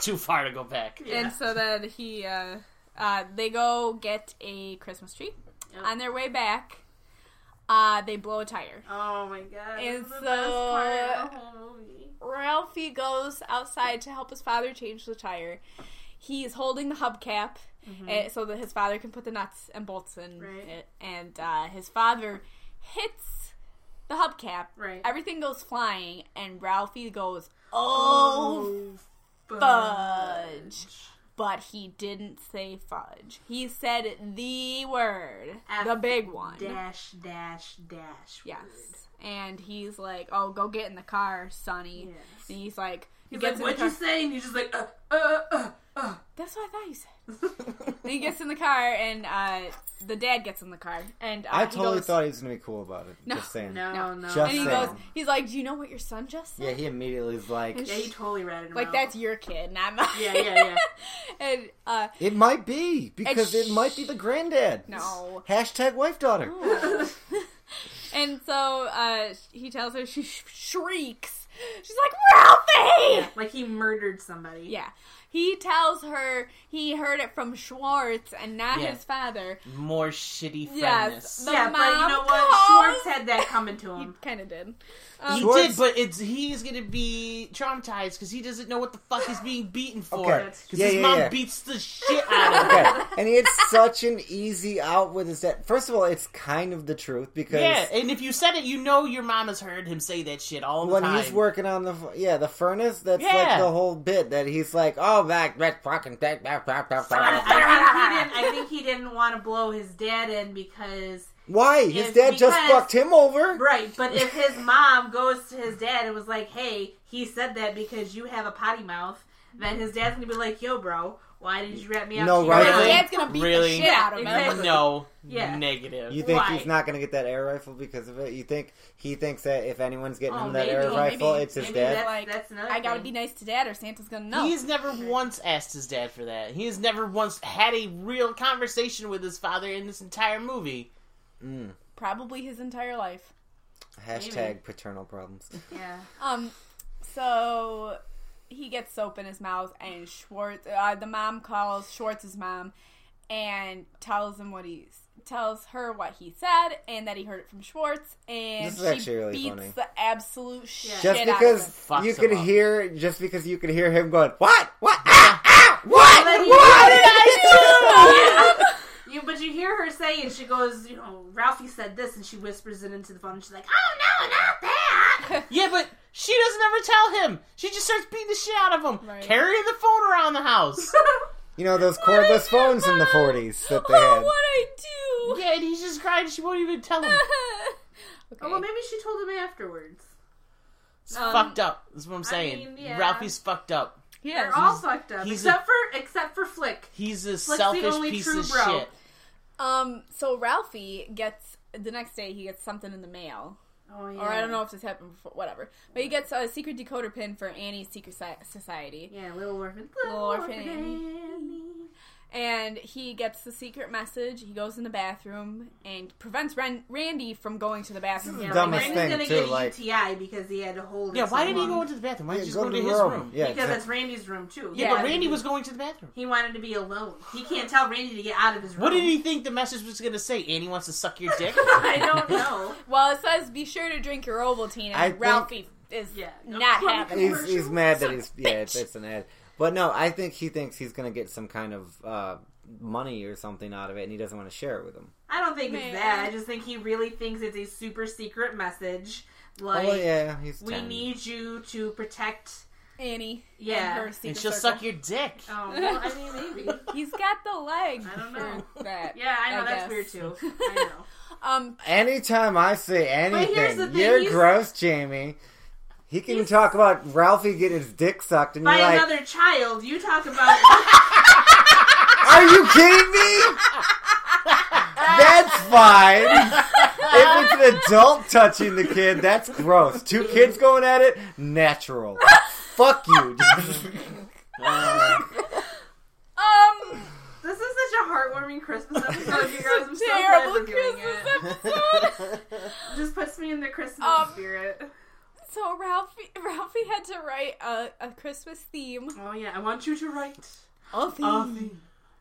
Speaker 3: Too far to go back.
Speaker 2: Yeah.
Speaker 1: And so then he, uh, uh, they go get a Christmas tree.
Speaker 2: Yep.
Speaker 1: On their way back, uh, they blow a tire.
Speaker 2: oh my god. this
Speaker 1: And
Speaker 2: is the best part
Speaker 1: so-
Speaker 2: of the whole movie.
Speaker 1: Ralphie goes outside to help his father change the tire. He's holding the hubcap eh, so that his father can put the nuts and bolts in
Speaker 2: Mm-hmm. Right.
Speaker 1: it. And uh, his father hits the hubcap.
Speaker 2: Right.
Speaker 1: Everything goes flying, and Ralphie goes, "Oh, fudge!" But he didn't say fudge. He said the word,
Speaker 2: F
Speaker 1: the big one.
Speaker 2: Dash dash dash.
Speaker 1: Yes.
Speaker 2: word.
Speaker 1: And he's like, "Oh, go get in the car, Sonny."
Speaker 2: Yes.
Speaker 1: And he's like, he
Speaker 2: He's
Speaker 1: gets
Speaker 2: like,
Speaker 1: in the
Speaker 2: what'd
Speaker 1: car-
Speaker 2: you say? And he's just like, uh, uh, uh, uh.
Speaker 1: That's what I thought you said. And he gets in the car, and uh, the dad gets in the car, and uh,
Speaker 4: I
Speaker 1: he
Speaker 4: totally
Speaker 1: goes,
Speaker 4: thought he was gonna be cool about it.
Speaker 1: No.
Speaker 4: Just saying.
Speaker 2: No, no.
Speaker 4: Just
Speaker 1: And he
Speaker 4: saying.
Speaker 1: goes, he's like, "Do you know what your son just
Speaker 4: Yeah,
Speaker 1: said?
Speaker 4: he immediately is like,
Speaker 2: yeah, he totally ratted him
Speaker 1: like
Speaker 2: out.
Speaker 1: that's your kid, not mine."
Speaker 2: Yeah, yeah,
Speaker 1: and uh,
Speaker 4: it might be because
Speaker 1: And sh-
Speaker 4: it might be the granddad.
Speaker 1: No.
Speaker 4: Hashtag wife daughter.
Speaker 1: and so uh, he tells her she sh- shrieks. She's like, "Ralphie!"
Speaker 2: yeah. Like he murdered somebody.
Speaker 1: Yeah. He tells her he heard it from Schwartz and not
Speaker 3: Yeah.
Speaker 1: his father.
Speaker 3: More shitty
Speaker 1: Yes.
Speaker 3: friendness.
Speaker 1: The
Speaker 2: yeah, but you
Speaker 1: mom
Speaker 2: know what?
Speaker 1: goes-
Speaker 2: Schwartz had that coming to
Speaker 1: He
Speaker 2: him.
Speaker 1: kind of did.
Speaker 3: He
Speaker 1: Um,
Speaker 4: Um, Schwartz-
Speaker 3: did, but it's he's gonna be traumatized because he doesn't know what the fuck he's being beaten for.
Speaker 4: Okay.
Speaker 3: Because
Speaker 4: Yeah,
Speaker 3: his
Speaker 4: yeah,
Speaker 3: mom
Speaker 4: yeah.
Speaker 3: beats the shit out of him.
Speaker 4: Okay. And he had such an easy out with his dad. First of all, it's kind of the truth because
Speaker 3: Yeah, and if you said it, you know your mom has heard him say that shit all the
Speaker 4: when
Speaker 3: time.
Speaker 4: he's working on the f- yeah the furnace, that's like
Speaker 3: Yeah.
Speaker 4: the whole bit that he's like, oh back that fucking that that that that
Speaker 2: I,
Speaker 4: that.
Speaker 2: I think he didn't. I think he didn't want to blow his dad in because
Speaker 4: Why? His
Speaker 2: It's
Speaker 4: dad just
Speaker 2: because-
Speaker 4: fucked him over.
Speaker 2: right. But if his mom goes to his dad and was like, "Hey, he said that because you have a potty mouth," then his dad's gonna be like, "Yo, bro, why did you rat me out?"
Speaker 4: No,
Speaker 2: to your
Speaker 4: right,
Speaker 1: his
Speaker 2: mouth?"
Speaker 3: Really?
Speaker 1: dad's gonna beat
Speaker 3: Really?
Speaker 1: the shit out of him.
Speaker 2: Exactly.
Speaker 3: No,
Speaker 2: Yeah.
Speaker 3: negative.
Speaker 4: You think
Speaker 2: Why?
Speaker 4: he's not going to get that air rifle because of it? You think he thinks that if anyone's getting
Speaker 2: Oh,
Speaker 4: him that
Speaker 2: maybe,
Speaker 4: air
Speaker 2: maybe,
Speaker 4: rifle, it's his
Speaker 2: Maybe
Speaker 4: dad?
Speaker 2: that's,
Speaker 1: Like,
Speaker 2: that's another.
Speaker 1: I gotta be
Speaker 2: thing.
Speaker 1: nice to dad or Santa's gonna know.
Speaker 3: He's never once asked his dad for that. He has never once had a real conversation with his father in this entire movie.
Speaker 4: Mm.
Speaker 1: Probably his entire life.
Speaker 4: Hashtag
Speaker 2: Maybe.
Speaker 4: paternal problems.
Speaker 2: Yeah.
Speaker 1: Um, so he gets soap in his mouth, and Schwartz, uh, the mom calls Schwartz's mom and tells him what he's tells her what he said and that he heard it from Schwartz and
Speaker 4: This is
Speaker 1: she
Speaker 4: actually really
Speaker 1: beats
Speaker 4: funny.
Speaker 1: the absolute shit
Speaker 4: Just
Speaker 1: out of him.
Speaker 4: because
Speaker 3: Fucks
Speaker 4: you
Speaker 3: him
Speaker 4: could
Speaker 3: up.
Speaker 4: hear, just because you could hear him going, "What? What? Ah! Ah!
Speaker 2: hear her saying, she goes, you know, Ralphie said this, and she whispers it into the phone. And she's like, oh no, not that.
Speaker 3: Yeah, but she doesn't ever tell him. She just starts beating the shit out of him,
Speaker 1: Right.
Speaker 3: carrying the phone around the house.
Speaker 4: You know those
Speaker 1: What I
Speaker 4: cordless
Speaker 1: do,
Speaker 4: phones in the
Speaker 1: Mom?
Speaker 4: 40s that they
Speaker 1: Oh,
Speaker 4: had.
Speaker 1: what I do?
Speaker 3: yeah, and he's just crying. She won't even tell him.
Speaker 1: okay.
Speaker 2: Oh, well, maybe she told him afterwards.
Speaker 3: It's
Speaker 1: Um,
Speaker 3: fucked up. That's what I'm
Speaker 2: I
Speaker 3: saying.
Speaker 2: mean, yeah.
Speaker 3: Ralphie's fucked up.
Speaker 1: yeah.
Speaker 2: They're all fucked up,
Speaker 3: he's
Speaker 2: except for except for Flick.
Speaker 3: He's a
Speaker 2: the
Speaker 3: selfish
Speaker 2: only
Speaker 3: piece
Speaker 2: true
Speaker 3: of
Speaker 2: bro.
Speaker 3: shit.
Speaker 1: Um. So Ralphie gets the next day. He gets something in the mail,
Speaker 2: Oh yeah.
Speaker 1: or I don't know if this happened before. Whatever. But he gets a secret decoder pin for Annie's secret si- society,
Speaker 2: Yeah, little orphan.
Speaker 1: Little Orphan Annie. and he gets the secret message. He goes in the bathroom and prevents Ren- Randy from going to the bathroom.
Speaker 2: Yeah,
Speaker 4: Dumbest
Speaker 2: like,
Speaker 4: thing,
Speaker 2: Randy's gonna
Speaker 4: too,
Speaker 2: get a
Speaker 4: like-
Speaker 2: UTI because he had to hold. it
Speaker 3: Yeah,
Speaker 2: so
Speaker 3: why did he go
Speaker 2: long.
Speaker 3: into the bathroom? Why did
Speaker 4: Yeah,
Speaker 3: he just
Speaker 4: go
Speaker 3: go,
Speaker 4: to
Speaker 3: to
Speaker 4: the
Speaker 3: his
Speaker 4: room.
Speaker 3: room?
Speaker 4: Yeah,
Speaker 2: Because
Speaker 4: exactly.
Speaker 2: that's Randy's room too.
Speaker 3: Yeah,
Speaker 1: Yeah.
Speaker 3: but Randy was going to the bathroom.
Speaker 2: He wanted to be alone. He can't tell Randy to get out of his room.
Speaker 3: What did he think the message was going to say? Annie wants to suck your dick?
Speaker 2: I don't know.
Speaker 1: Well, it says be sure to drink your Ovaltine, and
Speaker 4: I think-
Speaker 1: Ralphie is
Speaker 2: Yeah.
Speaker 1: not
Speaker 2: Well,
Speaker 1: happy.
Speaker 4: he's, he's
Speaker 2: commercial.
Speaker 4: mad that he's yeah it's, it's an ad but no i think he thinks he's gonna get some kind of uh, money or something out of it and he doesn't want to share it with him
Speaker 2: I don't think
Speaker 1: Man.
Speaker 2: it's that. I just think he really thinks it's a super secret message. Like,
Speaker 4: oh yeah he's
Speaker 2: we
Speaker 4: 10.
Speaker 2: need you to protect.
Speaker 1: Annie.
Speaker 2: Yeah.
Speaker 1: and her
Speaker 2: And
Speaker 3: and
Speaker 1: secret
Speaker 3: she'll
Speaker 1: circle.
Speaker 3: suck your dick.
Speaker 2: Oh, well, I mean, maybe.
Speaker 1: He's got the leg.
Speaker 2: I don't know.
Speaker 1: for that.
Speaker 2: Yeah, I know.
Speaker 1: I
Speaker 2: that's
Speaker 1: guess.
Speaker 2: weird too. I know.
Speaker 1: Um,
Speaker 4: anytime i say
Speaker 2: here's
Speaker 4: anything
Speaker 2: the thing,
Speaker 4: you're
Speaker 2: he's-
Speaker 4: gross jamie he can talk about ralphie getting his dick sucked and
Speaker 2: By
Speaker 4: you're like
Speaker 2: another child, you talk about.
Speaker 4: are you kidding me that's fine if it's an adult touching the kid that's gross two kids going at it natural fuck you
Speaker 1: um,
Speaker 2: this is such a heartwarming Christmas episode, you guys. I'm so glad
Speaker 1: terrible
Speaker 2: we're doing
Speaker 1: Christmas
Speaker 2: it.
Speaker 1: episode.
Speaker 2: Just puts me in the Christmas
Speaker 1: Um,
Speaker 2: spirit.
Speaker 1: so Ralphie, Ralphie had to write a, a Christmas theme.
Speaker 2: Oh yeah, I want you to write.
Speaker 1: A
Speaker 2: Alfie.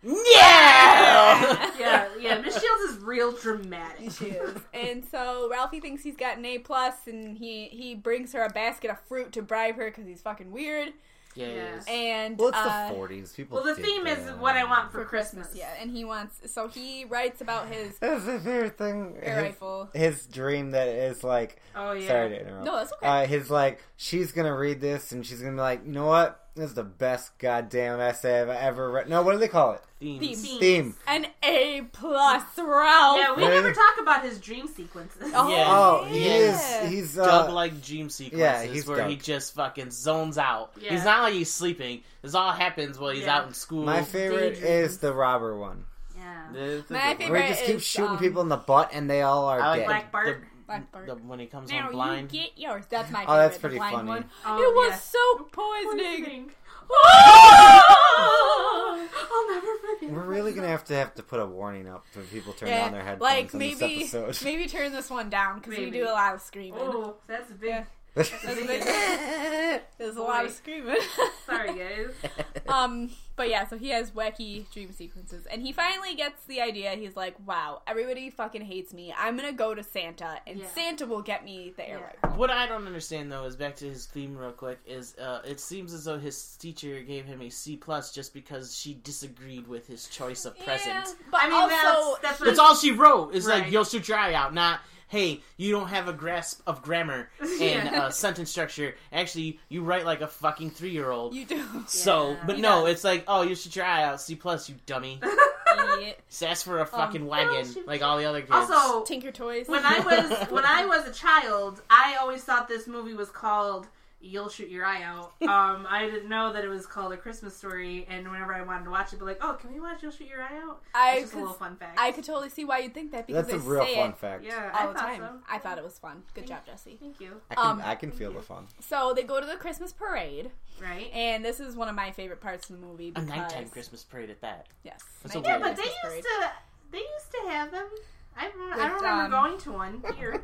Speaker 3: Yeah!
Speaker 2: Yeah, yeah. Miss Shields is real dramatic.
Speaker 1: She is. And so Ralphie thinks he's got an A plus, and he he brings her a basket of fruit to bribe her because he's fucking weird.
Speaker 3: yeah.
Speaker 2: Yeah.
Speaker 1: And
Speaker 4: Well, it's
Speaker 1: uh,
Speaker 4: the 40s. People.
Speaker 2: Well, the
Speaker 4: did
Speaker 2: theme is
Speaker 4: that.
Speaker 2: what I want for
Speaker 1: for
Speaker 2: Christmas.
Speaker 1: Christmas, yeah. And he wants, so he writes about his
Speaker 4: That's the favorite thing.
Speaker 1: air
Speaker 4: His,
Speaker 1: rifle.
Speaker 4: his dream that is like.
Speaker 2: Oh yeah.
Speaker 4: Sorry to interrupt.
Speaker 1: No, that's okay.
Speaker 4: Uh, his like, she's gonna read this and she's gonna be like, you know what? This is the best goddamn essay I've ever read. No, what do they call it?
Speaker 3: Themes.
Speaker 1: Themes.
Speaker 4: Theme.
Speaker 1: An A plus, Ralph.
Speaker 2: Yeah, we
Speaker 4: Really?
Speaker 2: never talk about his dream sequences.
Speaker 1: Oh,
Speaker 3: Yeah.
Speaker 4: Oh, he
Speaker 1: yeah.
Speaker 4: is. He's
Speaker 3: Doug
Speaker 4: uh,
Speaker 3: like dream sequences
Speaker 4: he's
Speaker 3: where he
Speaker 4: Doug.
Speaker 3: just fucking zones out.
Speaker 2: Yeah.
Speaker 3: He's not like he's sleeping. This all happens while he's
Speaker 2: Yeah.
Speaker 3: out in school.
Speaker 4: my favorite
Speaker 2: Daydreams.
Speaker 4: is the robber one.
Speaker 2: Yeah.
Speaker 3: The- the-
Speaker 1: My
Speaker 3: the-
Speaker 1: favorite-
Speaker 4: Where he just keeps
Speaker 1: is,
Speaker 4: shooting
Speaker 1: um,
Speaker 4: people in the butt and they all are
Speaker 3: I like
Speaker 4: dead.
Speaker 2: Black Bart.
Speaker 1: Black Bart.
Speaker 3: the, when he comes
Speaker 1: Now
Speaker 3: on blind.
Speaker 1: you get yours. That's my favorite.
Speaker 4: Oh, that's
Speaker 1: the
Speaker 4: pretty
Speaker 1: blind
Speaker 4: funny.
Speaker 1: One.
Speaker 2: Oh,
Speaker 1: it was
Speaker 2: yeah.
Speaker 1: so poisoning. Ah,
Speaker 2: I'll never forget.
Speaker 4: We're really gonna have to have to put a warning up for people turning
Speaker 1: Yeah,
Speaker 4: on their headphones
Speaker 1: like
Speaker 4: on
Speaker 1: maybe
Speaker 4: this episode.
Speaker 1: maybe turn this one down because we
Speaker 2: Maybe.
Speaker 1: do a lot of screaming.
Speaker 2: Oh, that's big.
Speaker 1: Yeah. That's a big- There's a lot of
Speaker 2: Boy.
Speaker 1: screaming.
Speaker 2: Sorry, guys.
Speaker 1: Um, but yeah, so he has wacky dream sequences, and he finally gets the idea. He's like, "Wow, everybody fucking hates me. I'm gonna go to Santa, and
Speaker 2: Yeah.
Speaker 1: Santa will get me the air
Speaker 2: Yeah.
Speaker 1: rifle."
Speaker 3: What I don't understand though is back to his theme real quick is uh, it seems as though his teacher gave him a C plus just because she disagreed with his choice of present.
Speaker 1: Yeah, but
Speaker 2: I mean,
Speaker 1: also,
Speaker 2: that's, that's what
Speaker 3: That's all she wrote. Is
Speaker 2: Right.
Speaker 3: like you'll shoot your eye out, not hey you don't have a grasp of grammar and
Speaker 2: Yeah.
Speaker 3: uh, sentence structure. Actually, you write like a fucking three year old.
Speaker 1: you do.
Speaker 3: So,
Speaker 2: Yeah.
Speaker 3: but
Speaker 1: He
Speaker 3: no,
Speaker 1: does.
Speaker 3: it's like oh you shoot your eye out, C plus, you dummy.
Speaker 1: Idiot.
Speaker 3: Sass for a fucking
Speaker 2: Um, no,
Speaker 3: wagon
Speaker 2: she-
Speaker 3: like all the other kids.
Speaker 2: Also,
Speaker 1: Tinker toys.
Speaker 2: when I was when I was a child, I always thought this movie was called "You'll Shoot Your Eye Out." Um, I didn't know that it was called "A Christmas Story," and whenever I wanted to watch it, be like, "Oh, can we watch "You'll Shoot Your Eye Out"?
Speaker 1: I
Speaker 2: It's just a
Speaker 1: could-
Speaker 2: little fun fact.
Speaker 1: I could totally see why you'd think that because
Speaker 4: That's a
Speaker 1: they
Speaker 4: real
Speaker 1: say
Speaker 4: fun
Speaker 1: it
Speaker 4: fact.
Speaker 2: yeah, I
Speaker 1: all the
Speaker 2: thought
Speaker 1: time.
Speaker 2: so.
Speaker 1: I thought it was fun. Good job, Jesse.
Speaker 2: Thank you.
Speaker 4: I can,
Speaker 1: Um,
Speaker 4: I can feel the fun.
Speaker 1: So they go to the Christmas parade,
Speaker 2: Right?
Speaker 1: and this is one of my favorite parts of the movie.
Speaker 3: a
Speaker 1: Because,
Speaker 3: nighttime Christmas parade at that.
Speaker 1: Yes.
Speaker 3: That's a
Speaker 1: nighttime
Speaker 3: weird-
Speaker 2: but they
Speaker 1: Christmas
Speaker 2: used
Speaker 1: parade.
Speaker 2: to they used to have them. I, rem- I don't
Speaker 1: With,
Speaker 2: remember
Speaker 1: um,
Speaker 2: going to one here.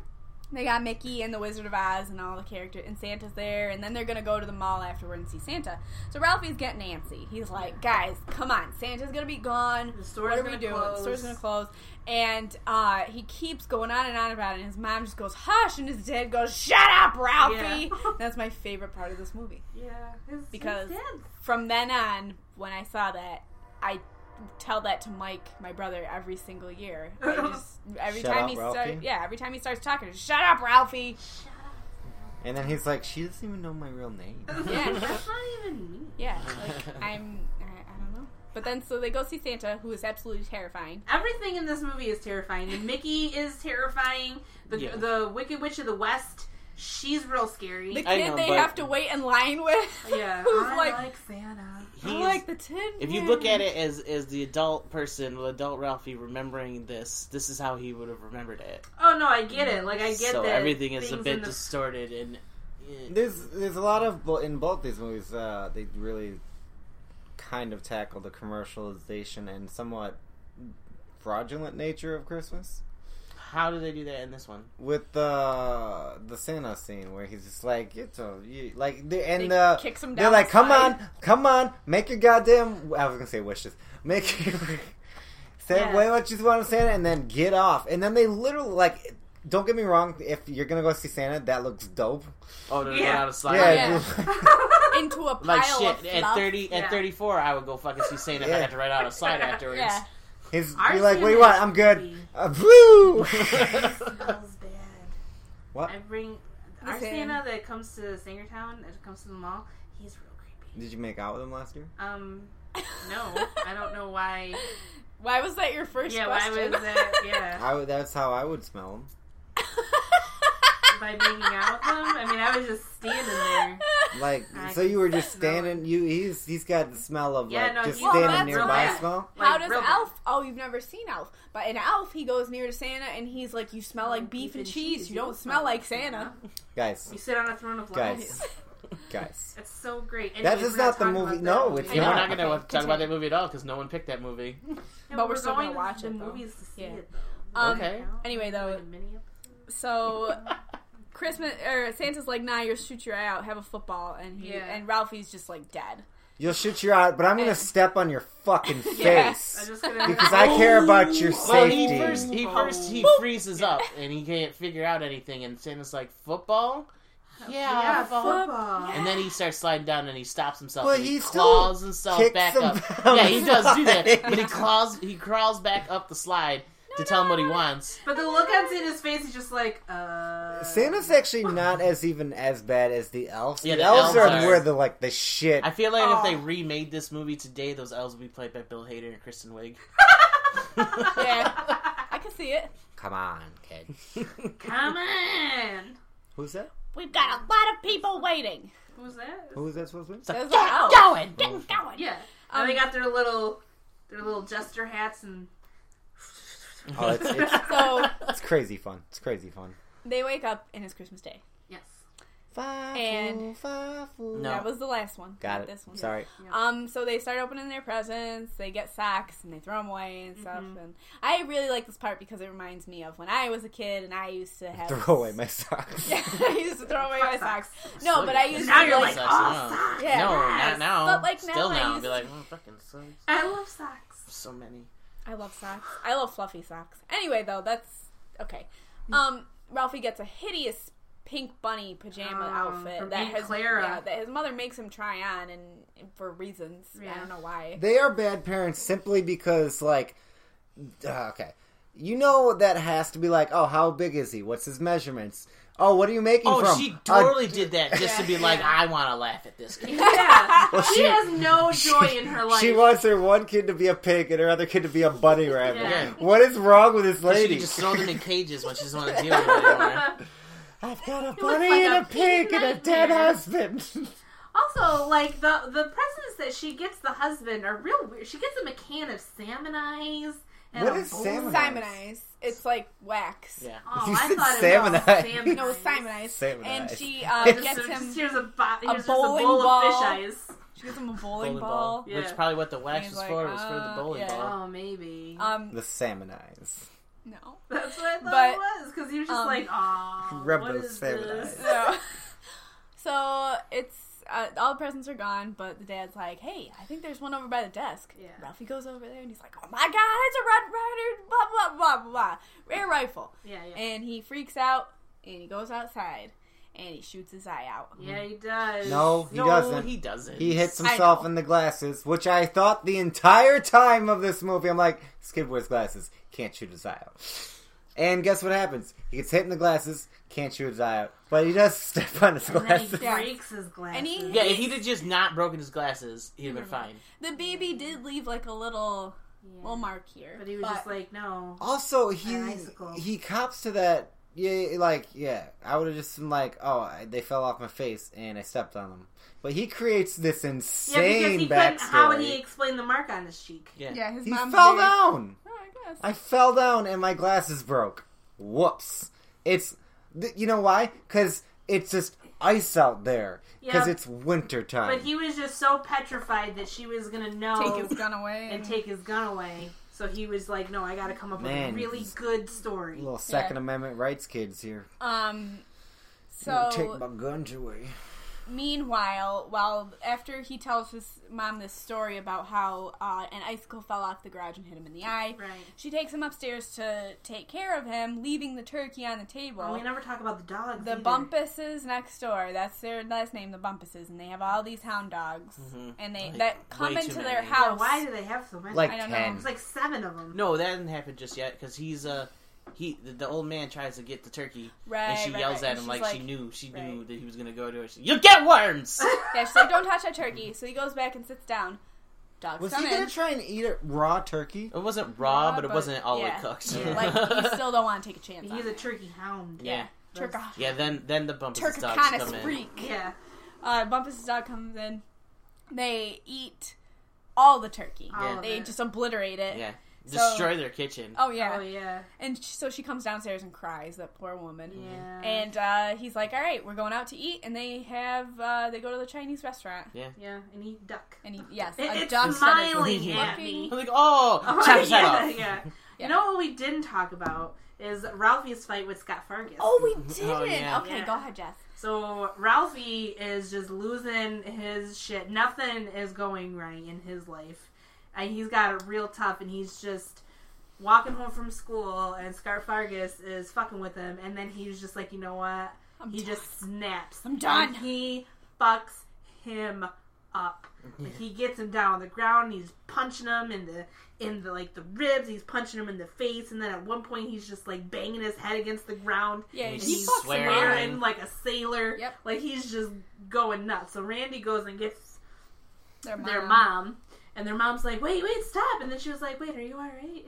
Speaker 1: They got Mickey and the Wizard of Oz and all the characters, and Santa's there, and then they're gonna go to the mall afterward and see Santa. So Ralphie's getting antsy. He's like, "Guys, come on! Santa's gonna be gone.
Speaker 2: The store's
Speaker 1: What are
Speaker 2: gonna
Speaker 1: we doing?
Speaker 2: close.
Speaker 1: The store's gonna close." And uh, he keeps going on and on about it. And his mom just goes, "Hush!" and his dad goes, "Shut up, Ralphie!"
Speaker 2: Yeah.
Speaker 1: That's my favorite part of this movie.
Speaker 2: Yeah, his, his
Speaker 1: Because-
Speaker 2: dad's-
Speaker 1: From then on, when I saw that, I tell that to Mike, my brother, every single year. I just every
Speaker 4: Shut
Speaker 1: time
Speaker 4: up,
Speaker 1: he
Speaker 4: Ralphie.
Speaker 1: starts, yeah, every time he starts talking, just, shut up, Ralphie.
Speaker 4: And then he's like, she doesn't even know my real name.
Speaker 1: Yeah.
Speaker 2: That's not even me.
Speaker 1: Yeah, like I'm, I, I don't know. But then, so they go see Santa, who is absolutely terrifying.
Speaker 2: Everything in this movie is terrifying. The Mickey is terrifying. The
Speaker 3: Yeah.
Speaker 2: the Wicked Witch of the West, she's real scary.
Speaker 1: The
Speaker 3: I
Speaker 1: kid
Speaker 3: know,
Speaker 1: they
Speaker 3: but-
Speaker 1: have to wait in line with,
Speaker 2: yeah,
Speaker 1: who's
Speaker 2: I
Speaker 1: like,
Speaker 2: Santa.
Speaker 1: I
Speaker 3: He's-
Speaker 1: like the tin.
Speaker 3: if you look at it as as the adult person, the adult Ralphie remembering this, this is how he would have remembered it.
Speaker 2: Oh no, I get it. Like I get
Speaker 3: so
Speaker 2: that.
Speaker 3: everything is a
Speaker 2: things
Speaker 3: bit
Speaker 2: in the-
Speaker 3: distorted and eh,
Speaker 4: There's there's a lot of bo- in both these movies. Uh, they really kind of tackle the commercialization and somewhat fraudulent nature of Christmas
Speaker 3: how do they do that in this one?
Speaker 4: with uh, the Santa scene where he's just like, it's a you, like the
Speaker 1: They
Speaker 4: and the.
Speaker 1: kicks him down.
Speaker 4: They're like,
Speaker 1: the
Speaker 4: come
Speaker 1: slide."
Speaker 4: on, come on, make your goddamn. I was gonna say wishes. Make your. Say
Speaker 2: Yeah.
Speaker 4: what- what you want to Santa, and then get off. And then they literally like. Don't get me wrong. If you're gonna go see Santa, that looks dope.
Speaker 3: Oh, they're
Speaker 2: Yeah.
Speaker 3: going out of slide.
Speaker 1: Yeah. into a pile
Speaker 3: Like
Speaker 1: of
Speaker 3: shit, at
Speaker 1: fluff.
Speaker 3: thirty,
Speaker 2: Yeah.
Speaker 3: at thirty-four, I would go fucking see Santa if I
Speaker 4: Yeah.
Speaker 3: had to write out a slide afterwards.
Speaker 1: Yeah.
Speaker 4: He's
Speaker 2: Our
Speaker 4: be like,
Speaker 2: Santa
Speaker 4: "What do you want?
Speaker 2: is
Speaker 4: I'm good."
Speaker 2: creepy.
Speaker 4: Uh, woo!
Speaker 2: smells bad.
Speaker 4: What?
Speaker 2: I bring our
Speaker 1: Listen.
Speaker 2: Santa that comes to Sangertown, that comes to the mall. He's real creepy.
Speaker 4: Did you make out with him last year?
Speaker 2: Um, no, I don't know why.
Speaker 1: Why was that your first
Speaker 2: Yeah, why
Speaker 1: question?
Speaker 2: was that? Yeah,
Speaker 4: I would, that's how I would smell him.
Speaker 2: by making out with him. I mean, I was just standing there.
Speaker 4: Like,
Speaker 2: I
Speaker 4: so
Speaker 2: can
Speaker 4: you were just
Speaker 2: smell it.
Speaker 4: standing. You he's he's got the smell of
Speaker 2: Yeah,
Speaker 4: like
Speaker 2: no,
Speaker 4: just
Speaker 2: he's-
Speaker 1: Well,
Speaker 4: standing
Speaker 1: that's
Speaker 4: nearby
Speaker 1: right.
Speaker 4: smell.
Speaker 1: How
Speaker 2: Like,
Speaker 1: does
Speaker 2: real bad.
Speaker 1: Elf? Oh, you've never seen Elf, but in Elf, he goes near to Santa and he's like, "You smell like beef and cheese. You don't smell like Santa."
Speaker 4: Guys,
Speaker 2: You sit on a throne of
Speaker 4: Guys.
Speaker 2: lights.
Speaker 4: guys,
Speaker 2: That's so great.
Speaker 4: That
Speaker 2: Anyways,
Speaker 4: is
Speaker 2: we're
Speaker 4: not the
Speaker 2: talking
Speaker 4: movie-
Speaker 2: about that
Speaker 4: no,
Speaker 2: movie.
Speaker 4: it's
Speaker 3: Hey, we're
Speaker 4: not.
Speaker 3: not gonna
Speaker 1: Okay,
Speaker 3: talk
Speaker 1: continue.
Speaker 3: about that movie at all because no one picked that movie.
Speaker 2: No,
Speaker 1: But we're still gonna
Speaker 2: going
Speaker 1: watch
Speaker 2: to
Speaker 1: it,
Speaker 2: The
Speaker 1: though.
Speaker 2: movies to see
Speaker 1: Yeah.
Speaker 2: it.
Speaker 1: Um,
Speaker 3: Okay.
Speaker 2: though.
Speaker 1: Anyway, though-
Speaker 2: Like a mini episode.
Speaker 1: So Christmas or Santa's like, "Nah, you'll shoot your eye out. Have a football," and he
Speaker 2: Yeah.
Speaker 1: and Ralphie's just like dead.
Speaker 4: you'll shoot your eye, but I'm
Speaker 1: Yeah.
Speaker 4: gonna step on your fucking face
Speaker 1: Yes.
Speaker 2: I'm just gonna
Speaker 4: because I care about your
Speaker 3: Well,
Speaker 4: safety.
Speaker 3: he first
Speaker 1: Oh.
Speaker 3: he first he freezes up and he can't figure out anything, and Santa's like football. Yeah,
Speaker 2: yeah,
Speaker 3: football.
Speaker 2: football.
Speaker 1: Yeah.
Speaker 3: And then he starts sliding down and he stops himself.
Speaker 4: Well,
Speaker 3: and he,
Speaker 4: he still
Speaker 3: claws himself
Speaker 4: kicks
Speaker 3: back
Speaker 4: him
Speaker 3: up.
Speaker 4: down
Speaker 3: Yeah, he
Speaker 4: the
Speaker 3: does do that,
Speaker 4: slide.
Speaker 3: but he claws he crawls back up the slide to tell him what he wants.
Speaker 2: But the look on Santa's face is just like, uh.
Speaker 4: Santa's actually not as even as bad as the elves.
Speaker 3: Yeah, the
Speaker 4: the, elves,
Speaker 3: elves
Speaker 4: are,
Speaker 3: are-
Speaker 4: where the like the shit.
Speaker 3: I feel like
Speaker 1: Oh.
Speaker 3: if they remade this movie today, those elves would be played by Bill Hader and Kristen Wiig.
Speaker 1: Yeah, I can see it.
Speaker 4: Come on, kid.
Speaker 2: Come on!
Speaker 4: Who's that?
Speaker 1: We've got a lot of people waiting.
Speaker 2: Who's that?
Speaker 4: Who was that supposed to be?
Speaker 3: So,
Speaker 1: Those
Speaker 3: "Get
Speaker 1: are elves."
Speaker 3: going,
Speaker 1: Get
Speaker 3: get
Speaker 1: going.
Speaker 2: Yeah.
Speaker 1: Um,
Speaker 2: and they got their little, their little jester hats and.
Speaker 4: Oh, it's, it's,
Speaker 1: So
Speaker 4: it's crazy fun. It's crazy fun.
Speaker 1: they wake up and it's Christmas Day.
Speaker 2: Yes.
Speaker 1: And-
Speaker 3: No.
Speaker 1: That was the last one.
Speaker 4: Got
Speaker 1: not
Speaker 4: it.
Speaker 1: This one.
Speaker 4: Sorry.
Speaker 1: Um, so they start opening their presents. They get socks and they throw them away and stuff.
Speaker 2: Mm-hmm.
Speaker 1: And I really like this part because it reminds me of when I was a kid and I used to have
Speaker 4: Throw away my socks.
Speaker 1: yeah, I used to throw away my
Speaker 2: Fuck
Speaker 1: socks.
Speaker 2: socks.
Speaker 1: No, but I
Speaker 3: Suck
Speaker 1: used
Speaker 3: it.
Speaker 1: to
Speaker 2: Now you're
Speaker 1: like,
Speaker 2: like, oh, socks.
Speaker 1: yeah,
Speaker 3: no,
Speaker 2: yes.
Speaker 3: not now.
Speaker 1: But, like, now
Speaker 3: Still
Speaker 1: I
Speaker 3: now,
Speaker 1: used
Speaker 3: be
Speaker 1: to-
Speaker 3: like, oh, fucking sucks.
Speaker 2: I love socks.
Speaker 3: So many.
Speaker 1: I love socks. I love fluffy socks. Anyway, though, that's okay.
Speaker 2: Mm.
Speaker 1: Um, Ralphie gets a hideous pink bunny pajama
Speaker 2: Oh,
Speaker 1: outfit
Speaker 2: from
Speaker 1: that
Speaker 2: Aunt
Speaker 1: his
Speaker 2: Clara.
Speaker 1: yeah, that his mother makes him try on, and, and for reasons I
Speaker 2: Yeah.
Speaker 1: don't know why.
Speaker 4: They are bad parents simply because, like, uh, okay, you know that has to be like, oh, how big is he? What's his measurements? Oh, what are you making
Speaker 3: Oh,
Speaker 4: from?
Speaker 3: she
Speaker 4: A-
Speaker 3: totally did that just to be like, I want to laugh at this kid.
Speaker 2: Yeah. she,
Speaker 4: she-
Speaker 2: has no joy in her life.
Speaker 4: She wants her one kid to be a pig and her other kid to be a bunny rabbit.
Speaker 3: Yeah.
Speaker 4: What is wrong with this
Speaker 3: She
Speaker 4: lady?
Speaker 3: just throw them in cages when she doesn't want to deal with it anymore.
Speaker 4: I've got
Speaker 2: bunny
Speaker 4: a bunny
Speaker 2: like
Speaker 4: and
Speaker 2: a
Speaker 4: a pig and a dead
Speaker 2: nightmare.
Speaker 4: husband.
Speaker 2: Also, like the the presents that she gets the husband are real weird. She gets him a can of salmon eyes. And
Speaker 4: What
Speaker 2: a
Speaker 4: is
Speaker 2: bowl-
Speaker 4: salmon eyes?
Speaker 1: Simon Eyes. It's like wax.
Speaker 3: Yeah.
Speaker 2: Oh,
Speaker 4: You
Speaker 2: I
Speaker 4: said
Speaker 2: thought
Speaker 4: salmon
Speaker 2: it was
Speaker 4: eyes.
Speaker 2: salmon.
Speaker 1: No,
Speaker 2: eyes.
Speaker 1: Simon Eyes.
Speaker 4: Simon
Speaker 1: and
Speaker 4: Eyes.
Speaker 1: she uh,
Speaker 4: It's
Speaker 1: gets
Speaker 2: So
Speaker 1: him.
Speaker 2: just here's a, bo- here's just a
Speaker 1: bowling
Speaker 2: bowl of
Speaker 1: ball.
Speaker 2: fish eyes.
Speaker 1: She gives him a bowling,
Speaker 3: Bowling
Speaker 1: ball.
Speaker 3: ball.
Speaker 2: Yeah.
Speaker 3: Which probably what the wax
Speaker 1: He's
Speaker 3: was
Speaker 1: like,
Speaker 3: for, was for
Speaker 1: uh,
Speaker 3: the bowling
Speaker 1: yeah.
Speaker 3: ball.
Speaker 2: Oh, maybe.
Speaker 1: Um,
Speaker 4: the salmon eyes.
Speaker 1: no.
Speaker 2: That's what I thought
Speaker 1: but,
Speaker 2: it was because you're just
Speaker 1: um,
Speaker 2: like, oh,
Speaker 4: Rub
Speaker 2: what
Speaker 4: those
Speaker 2: is
Speaker 4: salmon
Speaker 2: this?
Speaker 4: eyes.
Speaker 1: So, so it's uh, all the presents are gone, but the dad's like, "Hey, I think there's one over by the desk."
Speaker 2: Yeah.
Speaker 1: Ralphie goes over there and he's like, "Oh my god, it's a Red Rider!" Blah blah blah blah. Rare rifle,
Speaker 2: Yeah, yeah.
Speaker 1: and he freaks out and he goes outside. and he shoots his eye out.
Speaker 2: Yeah, he does.
Speaker 4: No, he doesn't.
Speaker 3: he doesn't.
Speaker 4: He hits
Speaker 1: I
Speaker 4: himself
Speaker 1: know.
Speaker 4: in the glasses, which I thought the entire time of this movie. I'm like, this kid wears glasses, can't shoot his eye out. And guess what happens? He gets hit in the glasses, can't shoot his eye out, but he does step on his
Speaker 2: And then he
Speaker 4: glasses.
Speaker 1: Yeah.
Speaker 2: breaks his glasses.
Speaker 1: And he- Mm-hmm.
Speaker 3: Yeah, if he'd have just not broken his glasses, he'd have been fine.
Speaker 1: The baby did leave like a little
Speaker 2: Yeah.
Speaker 1: little mark here,
Speaker 2: but he was just like, no.
Speaker 4: Also, he
Speaker 2: An icicle.
Speaker 4: he cops to that. Yeah, like yeah, I would have just been like, oh, I, they fell off my face and I stepped on them. But he creates this
Speaker 2: Yeah, because
Speaker 4: insane
Speaker 2: he
Speaker 4: backstory.
Speaker 2: couldn't. How would he explain the mark on his cheek?
Speaker 3: Yeah.
Speaker 1: yeah, his
Speaker 4: He
Speaker 1: mom
Speaker 4: fell down.
Speaker 1: Oh, I guess.
Speaker 4: I fell down and my glasses broke. Whoops. It's th- you know why? Cuz it's just ice out there cuz
Speaker 2: Yeah.
Speaker 4: it's winter time.
Speaker 2: But he was just so petrified that she was gonna know
Speaker 1: Take his gun away
Speaker 2: and take his gun away. So he was like, no, I gotta come up
Speaker 4: Man,
Speaker 2: with a really
Speaker 4: he's-
Speaker 2: good story.
Speaker 4: Little Second Amendment rights kids here.
Speaker 1: um. So
Speaker 4: Gonna take my guns away.
Speaker 1: Meanwhile, while after he tells his mom this story about how uh, an icicle fell off the garage and hit him in the eye,
Speaker 2: Right.
Speaker 1: she takes him upstairs to take care of him, leaving the turkey on the table.
Speaker 2: Well, Oh, we never talk about the dogs.
Speaker 1: the
Speaker 2: either.
Speaker 1: Bumpuses next door. That's their last name, the Bumpuses, and they have all these hound dogs, and they that come
Speaker 3: way too
Speaker 1: into their
Speaker 3: many. Yeah,
Speaker 2: Yeah,
Speaker 1: house.
Speaker 2: why do they have so many?
Speaker 4: Like
Speaker 1: I don't know.
Speaker 4: 10.
Speaker 2: There's like seven of them.
Speaker 3: No, that hasn't happened just yet because he's uh he the, the old man tries to get the turkey and
Speaker 1: Right,
Speaker 3: she
Speaker 1: right, right.
Speaker 3: yells at
Speaker 1: And
Speaker 3: him
Speaker 1: she's
Speaker 3: like, she knew she knew
Speaker 1: right.
Speaker 3: that he was gonna go to her. She, you get worms.
Speaker 1: Yeah, she's like, "Don't touch that turkey." So he goes back and sits down. Dogs
Speaker 4: Was
Speaker 1: come
Speaker 4: he
Speaker 1: in.
Speaker 4: going to try and eat a raw turkey?
Speaker 3: it wasn't raw,
Speaker 1: Raw,
Speaker 3: but it
Speaker 1: but-
Speaker 3: wasn't all
Speaker 1: yeah.
Speaker 3: it cooked.
Speaker 2: Yeah.
Speaker 1: like you still don't want to take a chance.
Speaker 2: He's
Speaker 1: on
Speaker 2: a
Speaker 1: it.
Speaker 2: turkey hound.
Speaker 3: yeah.
Speaker 1: Turk-
Speaker 3: Yeah, then then the bumpers dogs
Speaker 1: Turkicana
Speaker 3: come in.
Speaker 1: freak.
Speaker 2: Yeah.
Speaker 1: uh, Bumpus' dog comes in. They eat all the turkey.
Speaker 2: All of
Speaker 1: They
Speaker 2: it.
Speaker 1: just obliterate it.
Speaker 3: Yeah,
Speaker 1: So-
Speaker 3: destroy their kitchen.
Speaker 1: Oh yeah.
Speaker 2: Oh yeah.
Speaker 1: And sh so she comes downstairs and cries. That poor woman.
Speaker 2: Yeah.
Speaker 1: And uh, he's like, "All right, we're going out to eat." And they have uh, they go to the Chinese restaurant.
Speaker 3: Yeah.
Speaker 2: yeah, and he duck.
Speaker 1: And he, yes,
Speaker 2: It-
Speaker 1: a
Speaker 2: it's
Speaker 1: dog that is
Speaker 2: smiling
Speaker 1: looking-
Speaker 2: at me.
Speaker 3: I'm like, oh,
Speaker 2: Oh,
Speaker 3: chop his head
Speaker 2: yeah, yeah.
Speaker 3: off.
Speaker 1: Yeah.
Speaker 2: You know what we didn't talk about is Ralphie's fight with Scott Fargus.
Speaker 1: Oh, we didn't.
Speaker 3: Oh, yeah.
Speaker 1: Okay,
Speaker 2: Yeah.
Speaker 1: go ahead, Jess.
Speaker 2: So Ralphie is just losing his shit. Nothing is going right in his life. And he's got it real tough and he's just walking home from school and Scar Fargus is fucking with him and then he's just like, you know what?
Speaker 1: I'm
Speaker 2: he
Speaker 1: done.
Speaker 2: just snaps.
Speaker 1: I'm done.
Speaker 2: And he fucks him up. Like, he gets him down on the ground. He's punching him in the in the like the ribs. He's punching him in the face, and then at one point he's just like banging his head against the ground.
Speaker 1: Yeah,
Speaker 3: And
Speaker 1: he
Speaker 3: he's
Speaker 1: fucks him
Speaker 3: swearing.
Speaker 1: up.
Speaker 2: swearing like a sailor.
Speaker 1: Yep.
Speaker 2: Like he's just going nuts. So Randy goes and gets
Speaker 1: Their mom.
Speaker 2: their mom, and their mom's like, "Wait, wait, stop!" And then she was like, "Wait, are you all right?"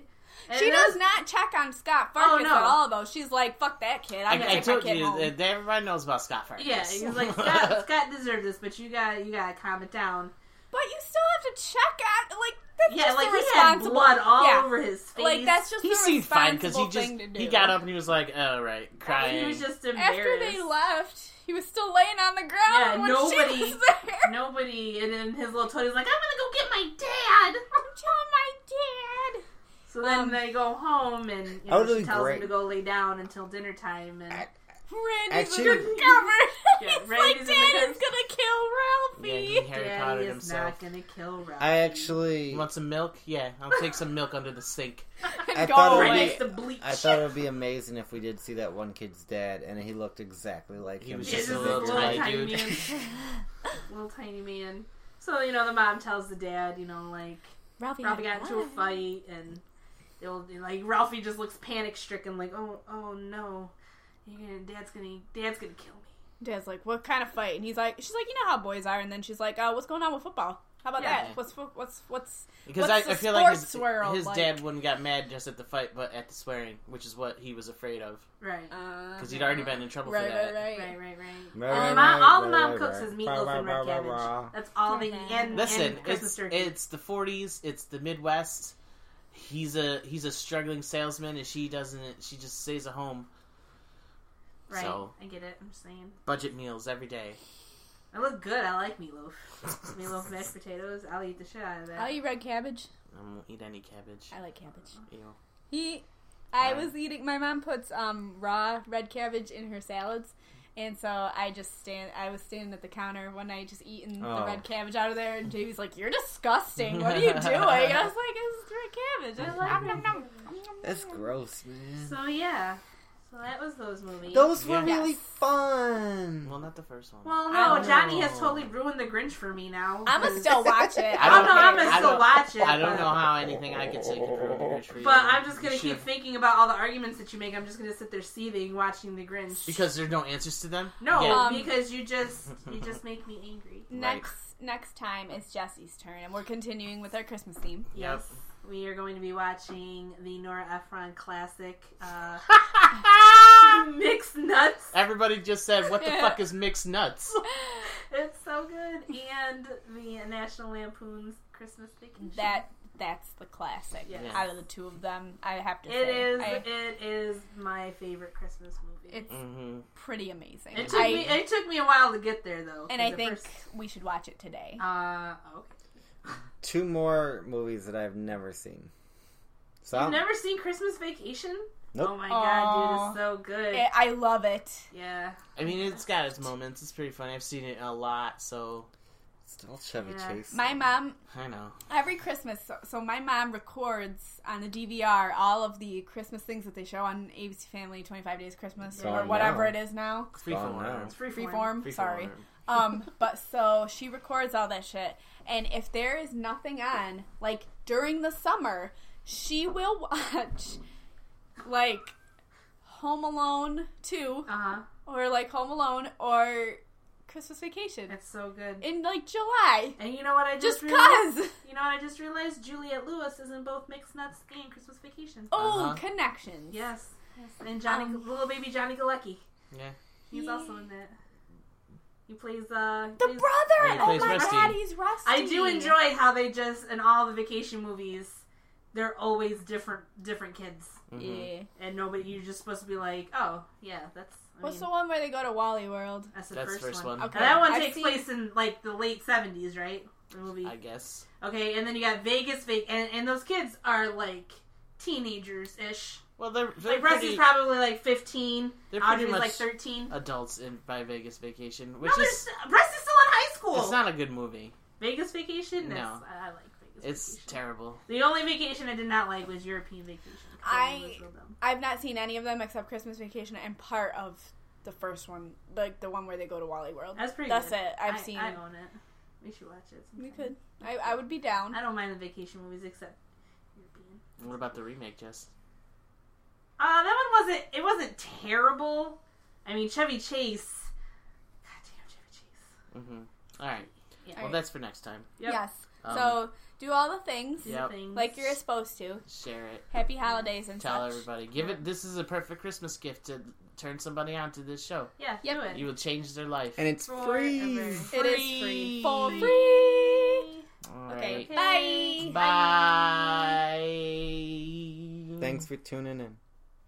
Speaker 2: And
Speaker 1: She
Speaker 2: then- Oh,
Speaker 1: does not check on Scott Farkas
Speaker 2: no.
Speaker 1: at all, though. She's like, "Fuck that kid. I'm
Speaker 3: I,
Speaker 1: gonna
Speaker 3: I
Speaker 1: take my
Speaker 3: told
Speaker 1: kid
Speaker 3: you
Speaker 1: home."
Speaker 3: that that everybody knows about Scott Fargus.
Speaker 2: Yeah, he's like Scott. Scott deserved this, but you got you got to calm it down.
Speaker 1: But you still have to check out, like that's
Speaker 2: Yeah,
Speaker 1: just the
Speaker 2: like he had
Speaker 1: responsible.
Speaker 2: blood all
Speaker 1: yeah.
Speaker 2: over his face.
Speaker 1: Like that's just
Speaker 3: he
Speaker 1: the
Speaker 3: seemed fine because he
Speaker 1: responsible
Speaker 3: just
Speaker 1: thing to do.
Speaker 3: he got up and he was like, all right, crying.
Speaker 2: He was just embarrassed.
Speaker 1: after they left. He was still laying on the ground
Speaker 2: Yeah,
Speaker 1: when
Speaker 2: nobody-
Speaker 1: she was there.
Speaker 2: Nobody, and then his little toad is like, "I'm gonna go get my dad."
Speaker 1: Tell my dad.
Speaker 2: So then
Speaker 1: Um,
Speaker 2: they go home, and you
Speaker 4: That
Speaker 2: know,
Speaker 4: would've
Speaker 2: she
Speaker 4: been
Speaker 2: tells
Speaker 4: great.
Speaker 2: him to go lay down until dinner time. And
Speaker 4: I-
Speaker 1: Randy's
Speaker 4: Actually-
Speaker 1: in the cupboard.
Speaker 2: Yeah,
Speaker 1: He's
Speaker 2: Randy's in
Speaker 1: like,
Speaker 2: the
Speaker 1: Daddy's
Speaker 2: cupboard."
Speaker 1: gonna kill
Speaker 3: yeah,
Speaker 1: Ralphie.
Speaker 3: he Harry
Speaker 2: Daddy
Speaker 3: Pottered
Speaker 2: is
Speaker 3: himself.
Speaker 2: not gonna kill Ralph.
Speaker 4: I actually
Speaker 3: You want some milk? Yeah, I'll take some milk under the sink.
Speaker 4: I
Speaker 1: Go
Speaker 4: thought it
Speaker 3: Oh,
Speaker 2: right
Speaker 4: would
Speaker 1: away.
Speaker 2: next to bleach.
Speaker 4: I thought it would be amazing if we did see that one kid's dad and he looked exactly like
Speaker 3: He
Speaker 4: him.
Speaker 3: was
Speaker 2: Yeah,
Speaker 3: just a
Speaker 2: this
Speaker 3: little tiny dude.
Speaker 2: man, little tiny man. So you know, the mom tells the dad, you know, like
Speaker 1: Ralphie,
Speaker 2: Ralphie
Speaker 1: had
Speaker 2: got into a
Speaker 1: blood.
Speaker 2: fight, and they'll like Ralphie just looks panic stricken, like, "Oh, oh no, you're gonna, dad's gonna, dad's gonna kill me."
Speaker 1: Dad's like, "What kind of fight?" And he's like, "She's like, you know how boys are." And then she's like, "Uh, what's going on with football? How about
Speaker 2: Yeah.
Speaker 1: that? What's fo- what's what's?"
Speaker 3: Because I,
Speaker 1: What's
Speaker 3: I
Speaker 1: the
Speaker 3: feel like his,
Speaker 1: sports world
Speaker 3: his
Speaker 1: like?
Speaker 3: dad wouldn't got mad just at the fight, but at the swearing, which is what he was afraid of
Speaker 2: Right.
Speaker 1: Because
Speaker 3: because he'd already been in trouble
Speaker 1: Uh, right,
Speaker 3: for that.
Speaker 1: right, Oh, right,
Speaker 2: Right, right, right.
Speaker 4: Right,
Speaker 1: Um,
Speaker 4: right,
Speaker 2: The
Speaker 4: right,
Speaker 2: mom, all the
Speaker 4: right,
Speaker 2: mom
Speaker 4: right,
Speaker 2: cooks
Speaker 4: right.
Speaker 2: is meatloaf and red cabbage. That's all they eat. And,
Speaker 3: Listen,
Speaker 2: and Christmas
Speaker 3: it's,
Speaker 2: turkey.
Speaker 3: it's the 40s. It's the Midwest. He's a he's a struggling salesman, and she doesn't. She just stays at home.
Speaker 2: right.
Speaker 3: so-
Speaker 2: I get it. I'm just saying.
Speaker 3: Budget meals every day.
Speaker 2: I look good. I like meatloaf. meatloaf, mashed potatoes. I'll eat the shit out of that.
Speaker 1: I'll eat red cabbage.
Speaker 3: I won't eat any cabbage.
Speaker 1: I like cabbage.
Speaker 3: You know.
Speaker 1: He, I
Speaker 3: Right.
Speaker 1: was eating. My mom puts um, raw red cabbage in her salads, and so I just stand. I was standing at the counter one night, just eating the
Speaker 4: Oh.
Speaker 1: red cabbage out of there. And Davey's like, "You're disgusting. What are you doing?" And I was like, "It's red cabbage. I love it."
Speaker 4: That's gross, man.
Speaker 2: So yeah. So that was those movies.
Speaker 4: Those were
Speaker 3: Yeah.
Speaker 4: really
Speaker 1: Yes.
Speaker 4: fun.
Speaker 3: Well, not the first one.
Speaker 2: well, no,
Speaker 1: I'm-
Speaker 2: Johnny has totally ruined the Grinch for me now.
Speaker 1: I'm gonna still watch it.
Speaker 3: I
Speaker 2: I
Speaker 1: don't
Speaker 2: don't
Speaker 3: don't
Speaker 2: know. I'm
Speaker 1: care.
Speaker 2: gonna
Speaker 3: I
Speaker 2: still
Speaker 3: don't-
Speaker 2: watch it.
Speaker 3: I don't
Speaker 2: but-
Speaker 3: know how anything I could say could ruin the Grinch for you.
Speaker 2: But I'm just gonna
Speaker 3: Sure.
Speaker 2: keep thinking about all the arguments that you make. I'm just gonna sit there seething, watching the Grinch.
Speaker 3: because there's no answers to them.
Speaker 2: no,
Speaker 3: Yeah.
Speaker 1: Um,
Speaker 2: because you just you just make me angry.
Speaker 1: Next next time is Jesse's turn, and we're continuing with our Christmas theme.
Speaker 3: Yep.
Speaker 2: Yes, we are going to be watching the Nora Ephron classic uh, Mixed Nuts.
Speaker 3: Everybody just said, "What the fuck is mixed nuts?"
Speaker 2: It's so good, and the National Lampoon's Christmas Vacation.
Speaker 1: That that's the classic.
Speaker 2: Yes.
Speaker 1: Out of the two of them, I have to
Speaker 2: it
Speaker 1: say
Speaker 2: is.
Speaker 1: I-
Speaker 2: It is my favorite Christmas movie.
Speaker 1: it's
Speaker 3: Mm-hmm.
Speaker 1: pretty amazing.
Speaker 2: It took
Speaker 1: I-
Speaker 2: me. It took me a while to get there, though.
Speaker 1: and
Speaker 2: 'cause
Speaker 1: I
Speaker 2: at
Speaker 1: think
Speaker 2: first-
Speaker 1: we should watch it today.
Speaker 2: uh, okay.
Speaker 4: Two more movies that I've never seen. So
Speaker 2: You've never seen Christmas Vacation?
Speaker 4: Nope.
Speaker 2: Oh my
Speaker 1: Aw.
Speaker 2: god, dude, it's so good.
Speaker 1: I- I love it.
Speaker 2: yeah.
Speaker 3: I mean, it's got its moments. It's pretty funny. I've seen it a lot, so
Speaker 4: still Chevy
Speaker 2: Yeah.
Speaker 4: Chase.
Speaker 1: My mom
Speaker 3: I know.
Speaker 1: every Christmas. So, so my mom records on the DVR all of the Christmas things that they show on ABC Family 25 Days Christmas
Speaker 4: It's
Speaker 1: or
Speaker 4: on
Speaker 1: whatever
Speaker 4: now.
Speaker 1: it is now.
Speaker 4: Gone now.
Speaker 3: Freeform.
Speaker 2: It's free form.
Speaker 1: Freeform. Sorry. Um, but so she records all that shit, and if there is nothing on, like during the summer, she will watch, like, Home Alone Two
Speaker 2: Uh huh.
Speaker 1: or like Home Alone or Christmas Vacation
Speaker 2: It's so good.
Speaker 1: in like July,
Speaker 2: And you know what I just,
Speaker 1: just
Speaker 2: realized?
Speaker 1: cause.
Speaker 2: You know what I just realized? Juliet Lewis is in both Mixed Nuts and Christmas Vacation.
Speaker 1: Oh,
Speaker 3: Uh-huh.
Speaker 1: connections.
Speaker 2: Yes. yes. And Johnny,
Speaker 1: Um,
Speaker 2: little baby Johnny Galecki.
Speaker 3: Yeah.
Speaker 2: He's also in that. He plays. uh
Speaker 1: The
Speaker 2: plays-
Speaker 1: brother!
Speaker 3: He
Speaker 1: oh
Speaker 3: plays
Speaker 1: my
Speaker 3: Rusty.
Speaker 1: god, he's Rusty.
Speaker 2: I do enjoy how they just in all the vacation movies, they're always different different kids.
Speaker 3: Mhm.
Speaker 1: Yeah.
Speaker 2: and nobody you're just supposed to be like oh yeah that's I
Speaker 1: What's
Speaker 2: mean,
Speaker 1: the one where they go to Wally World?
Speaker 2: that's the
Speaker 3: That's
Speaker 2: first,
Speaker 3: first
Speaker 2: one,
Speaker 3: one.
Speaker 1: Okay.
Speaker 2: And that one
Speaker 1: I've
Speaker 2: takes
Speaker 1: seen-
Speaker 2: place in like the late 70s right the movie
Speaker 3: I guess.
Speaker 2: okay and then you got Vegas Vegas and, and those kids are like teenagers ish
Speaker 3: Well, they're they're
Speaker 2: like Rusty's
Speaker 3: pretty
Speaker 2: probably like 15
Speaker 3: they're pretty
Speaker 2: Audrey's
Speaker 3: much
Speaker 2: like 13
Speaker 3: adults in by Vegas Vacation,
Speaker 2: no
Speaker 3: which
Speaker 2: they're
Speaker 3: is
Speaker 2: st- Rusty's still in high school
Speaker 3: it's not a good movie.
Speaker 2: Vegas Vacation
Speaker 3: No.
Speaker 2: That's- I I like Vegas
Speaker 3: It's
Speaker 2: Vacation
Speaker 3: terrible.
Speaker 2: the only vacation I did not like was European Vacation 'cause that
Speaker 1: I-
Speaker 2: one was real dumb.
Speaker 1: I've not seen any of them except Christmas Vacation and part of the first one, like the one where they go to Wally World.
Speaker 2: that's pretty
Speaker 1: That's
Speaker 2: good.
Speaker 1: it. I've
Speaker 2: I-
Speaker 1: seen.
Speaker 2: I own it we should watch it
Speaker 1: we
Speaker 2: sometime.
Speaker 1: could. I, I would be down.
Speaker 2: I don't mind the vacation movies except European.
Speaker 3: What about the remake, Jess?
Speaker 2: Uh, that one wasn't. It wasn't terrible. I mean, Chevy Chase. God damn Chevy Chase.
Speaker 3: Mm-hmm. All right.
Speaker 2: Yeah.
Speaker 3: Well, that's for next time.
Speaker 2: Yep.
Speaker 1: Yes.
Speaker 3: Um,
Speaker 1: so do all the things
Speaker 2: Do
Speaker 3: Yep.
Speaker 2: things.
Speaker 1: like you're supposed to.
Speaker 3: share it.
Speaker 1: Happy holidays and
Speaker 3: Tell
Speaker 1: such.
Speaker 3: everybody. Give it. This is a perfect Christmas gift to turn somebody on to this show.
Speaker 2: Yeah.
Speaker 1: Yep.
Speaker 2: Do it.
Speaker 3: You will change their life.
Speaker 4: and it's
Speaker 2: Forever.
Speaker 4: free.
Speaker 1: It is free for
Speaker 3: Free.
Speaker 1: free.
Speaker 3: All
Speaker 1: Okay.
Speaker 3: right.
Speaker 1: Bye.
Speaker 3: Bye.
Speaker 4: Thanks for tuning in.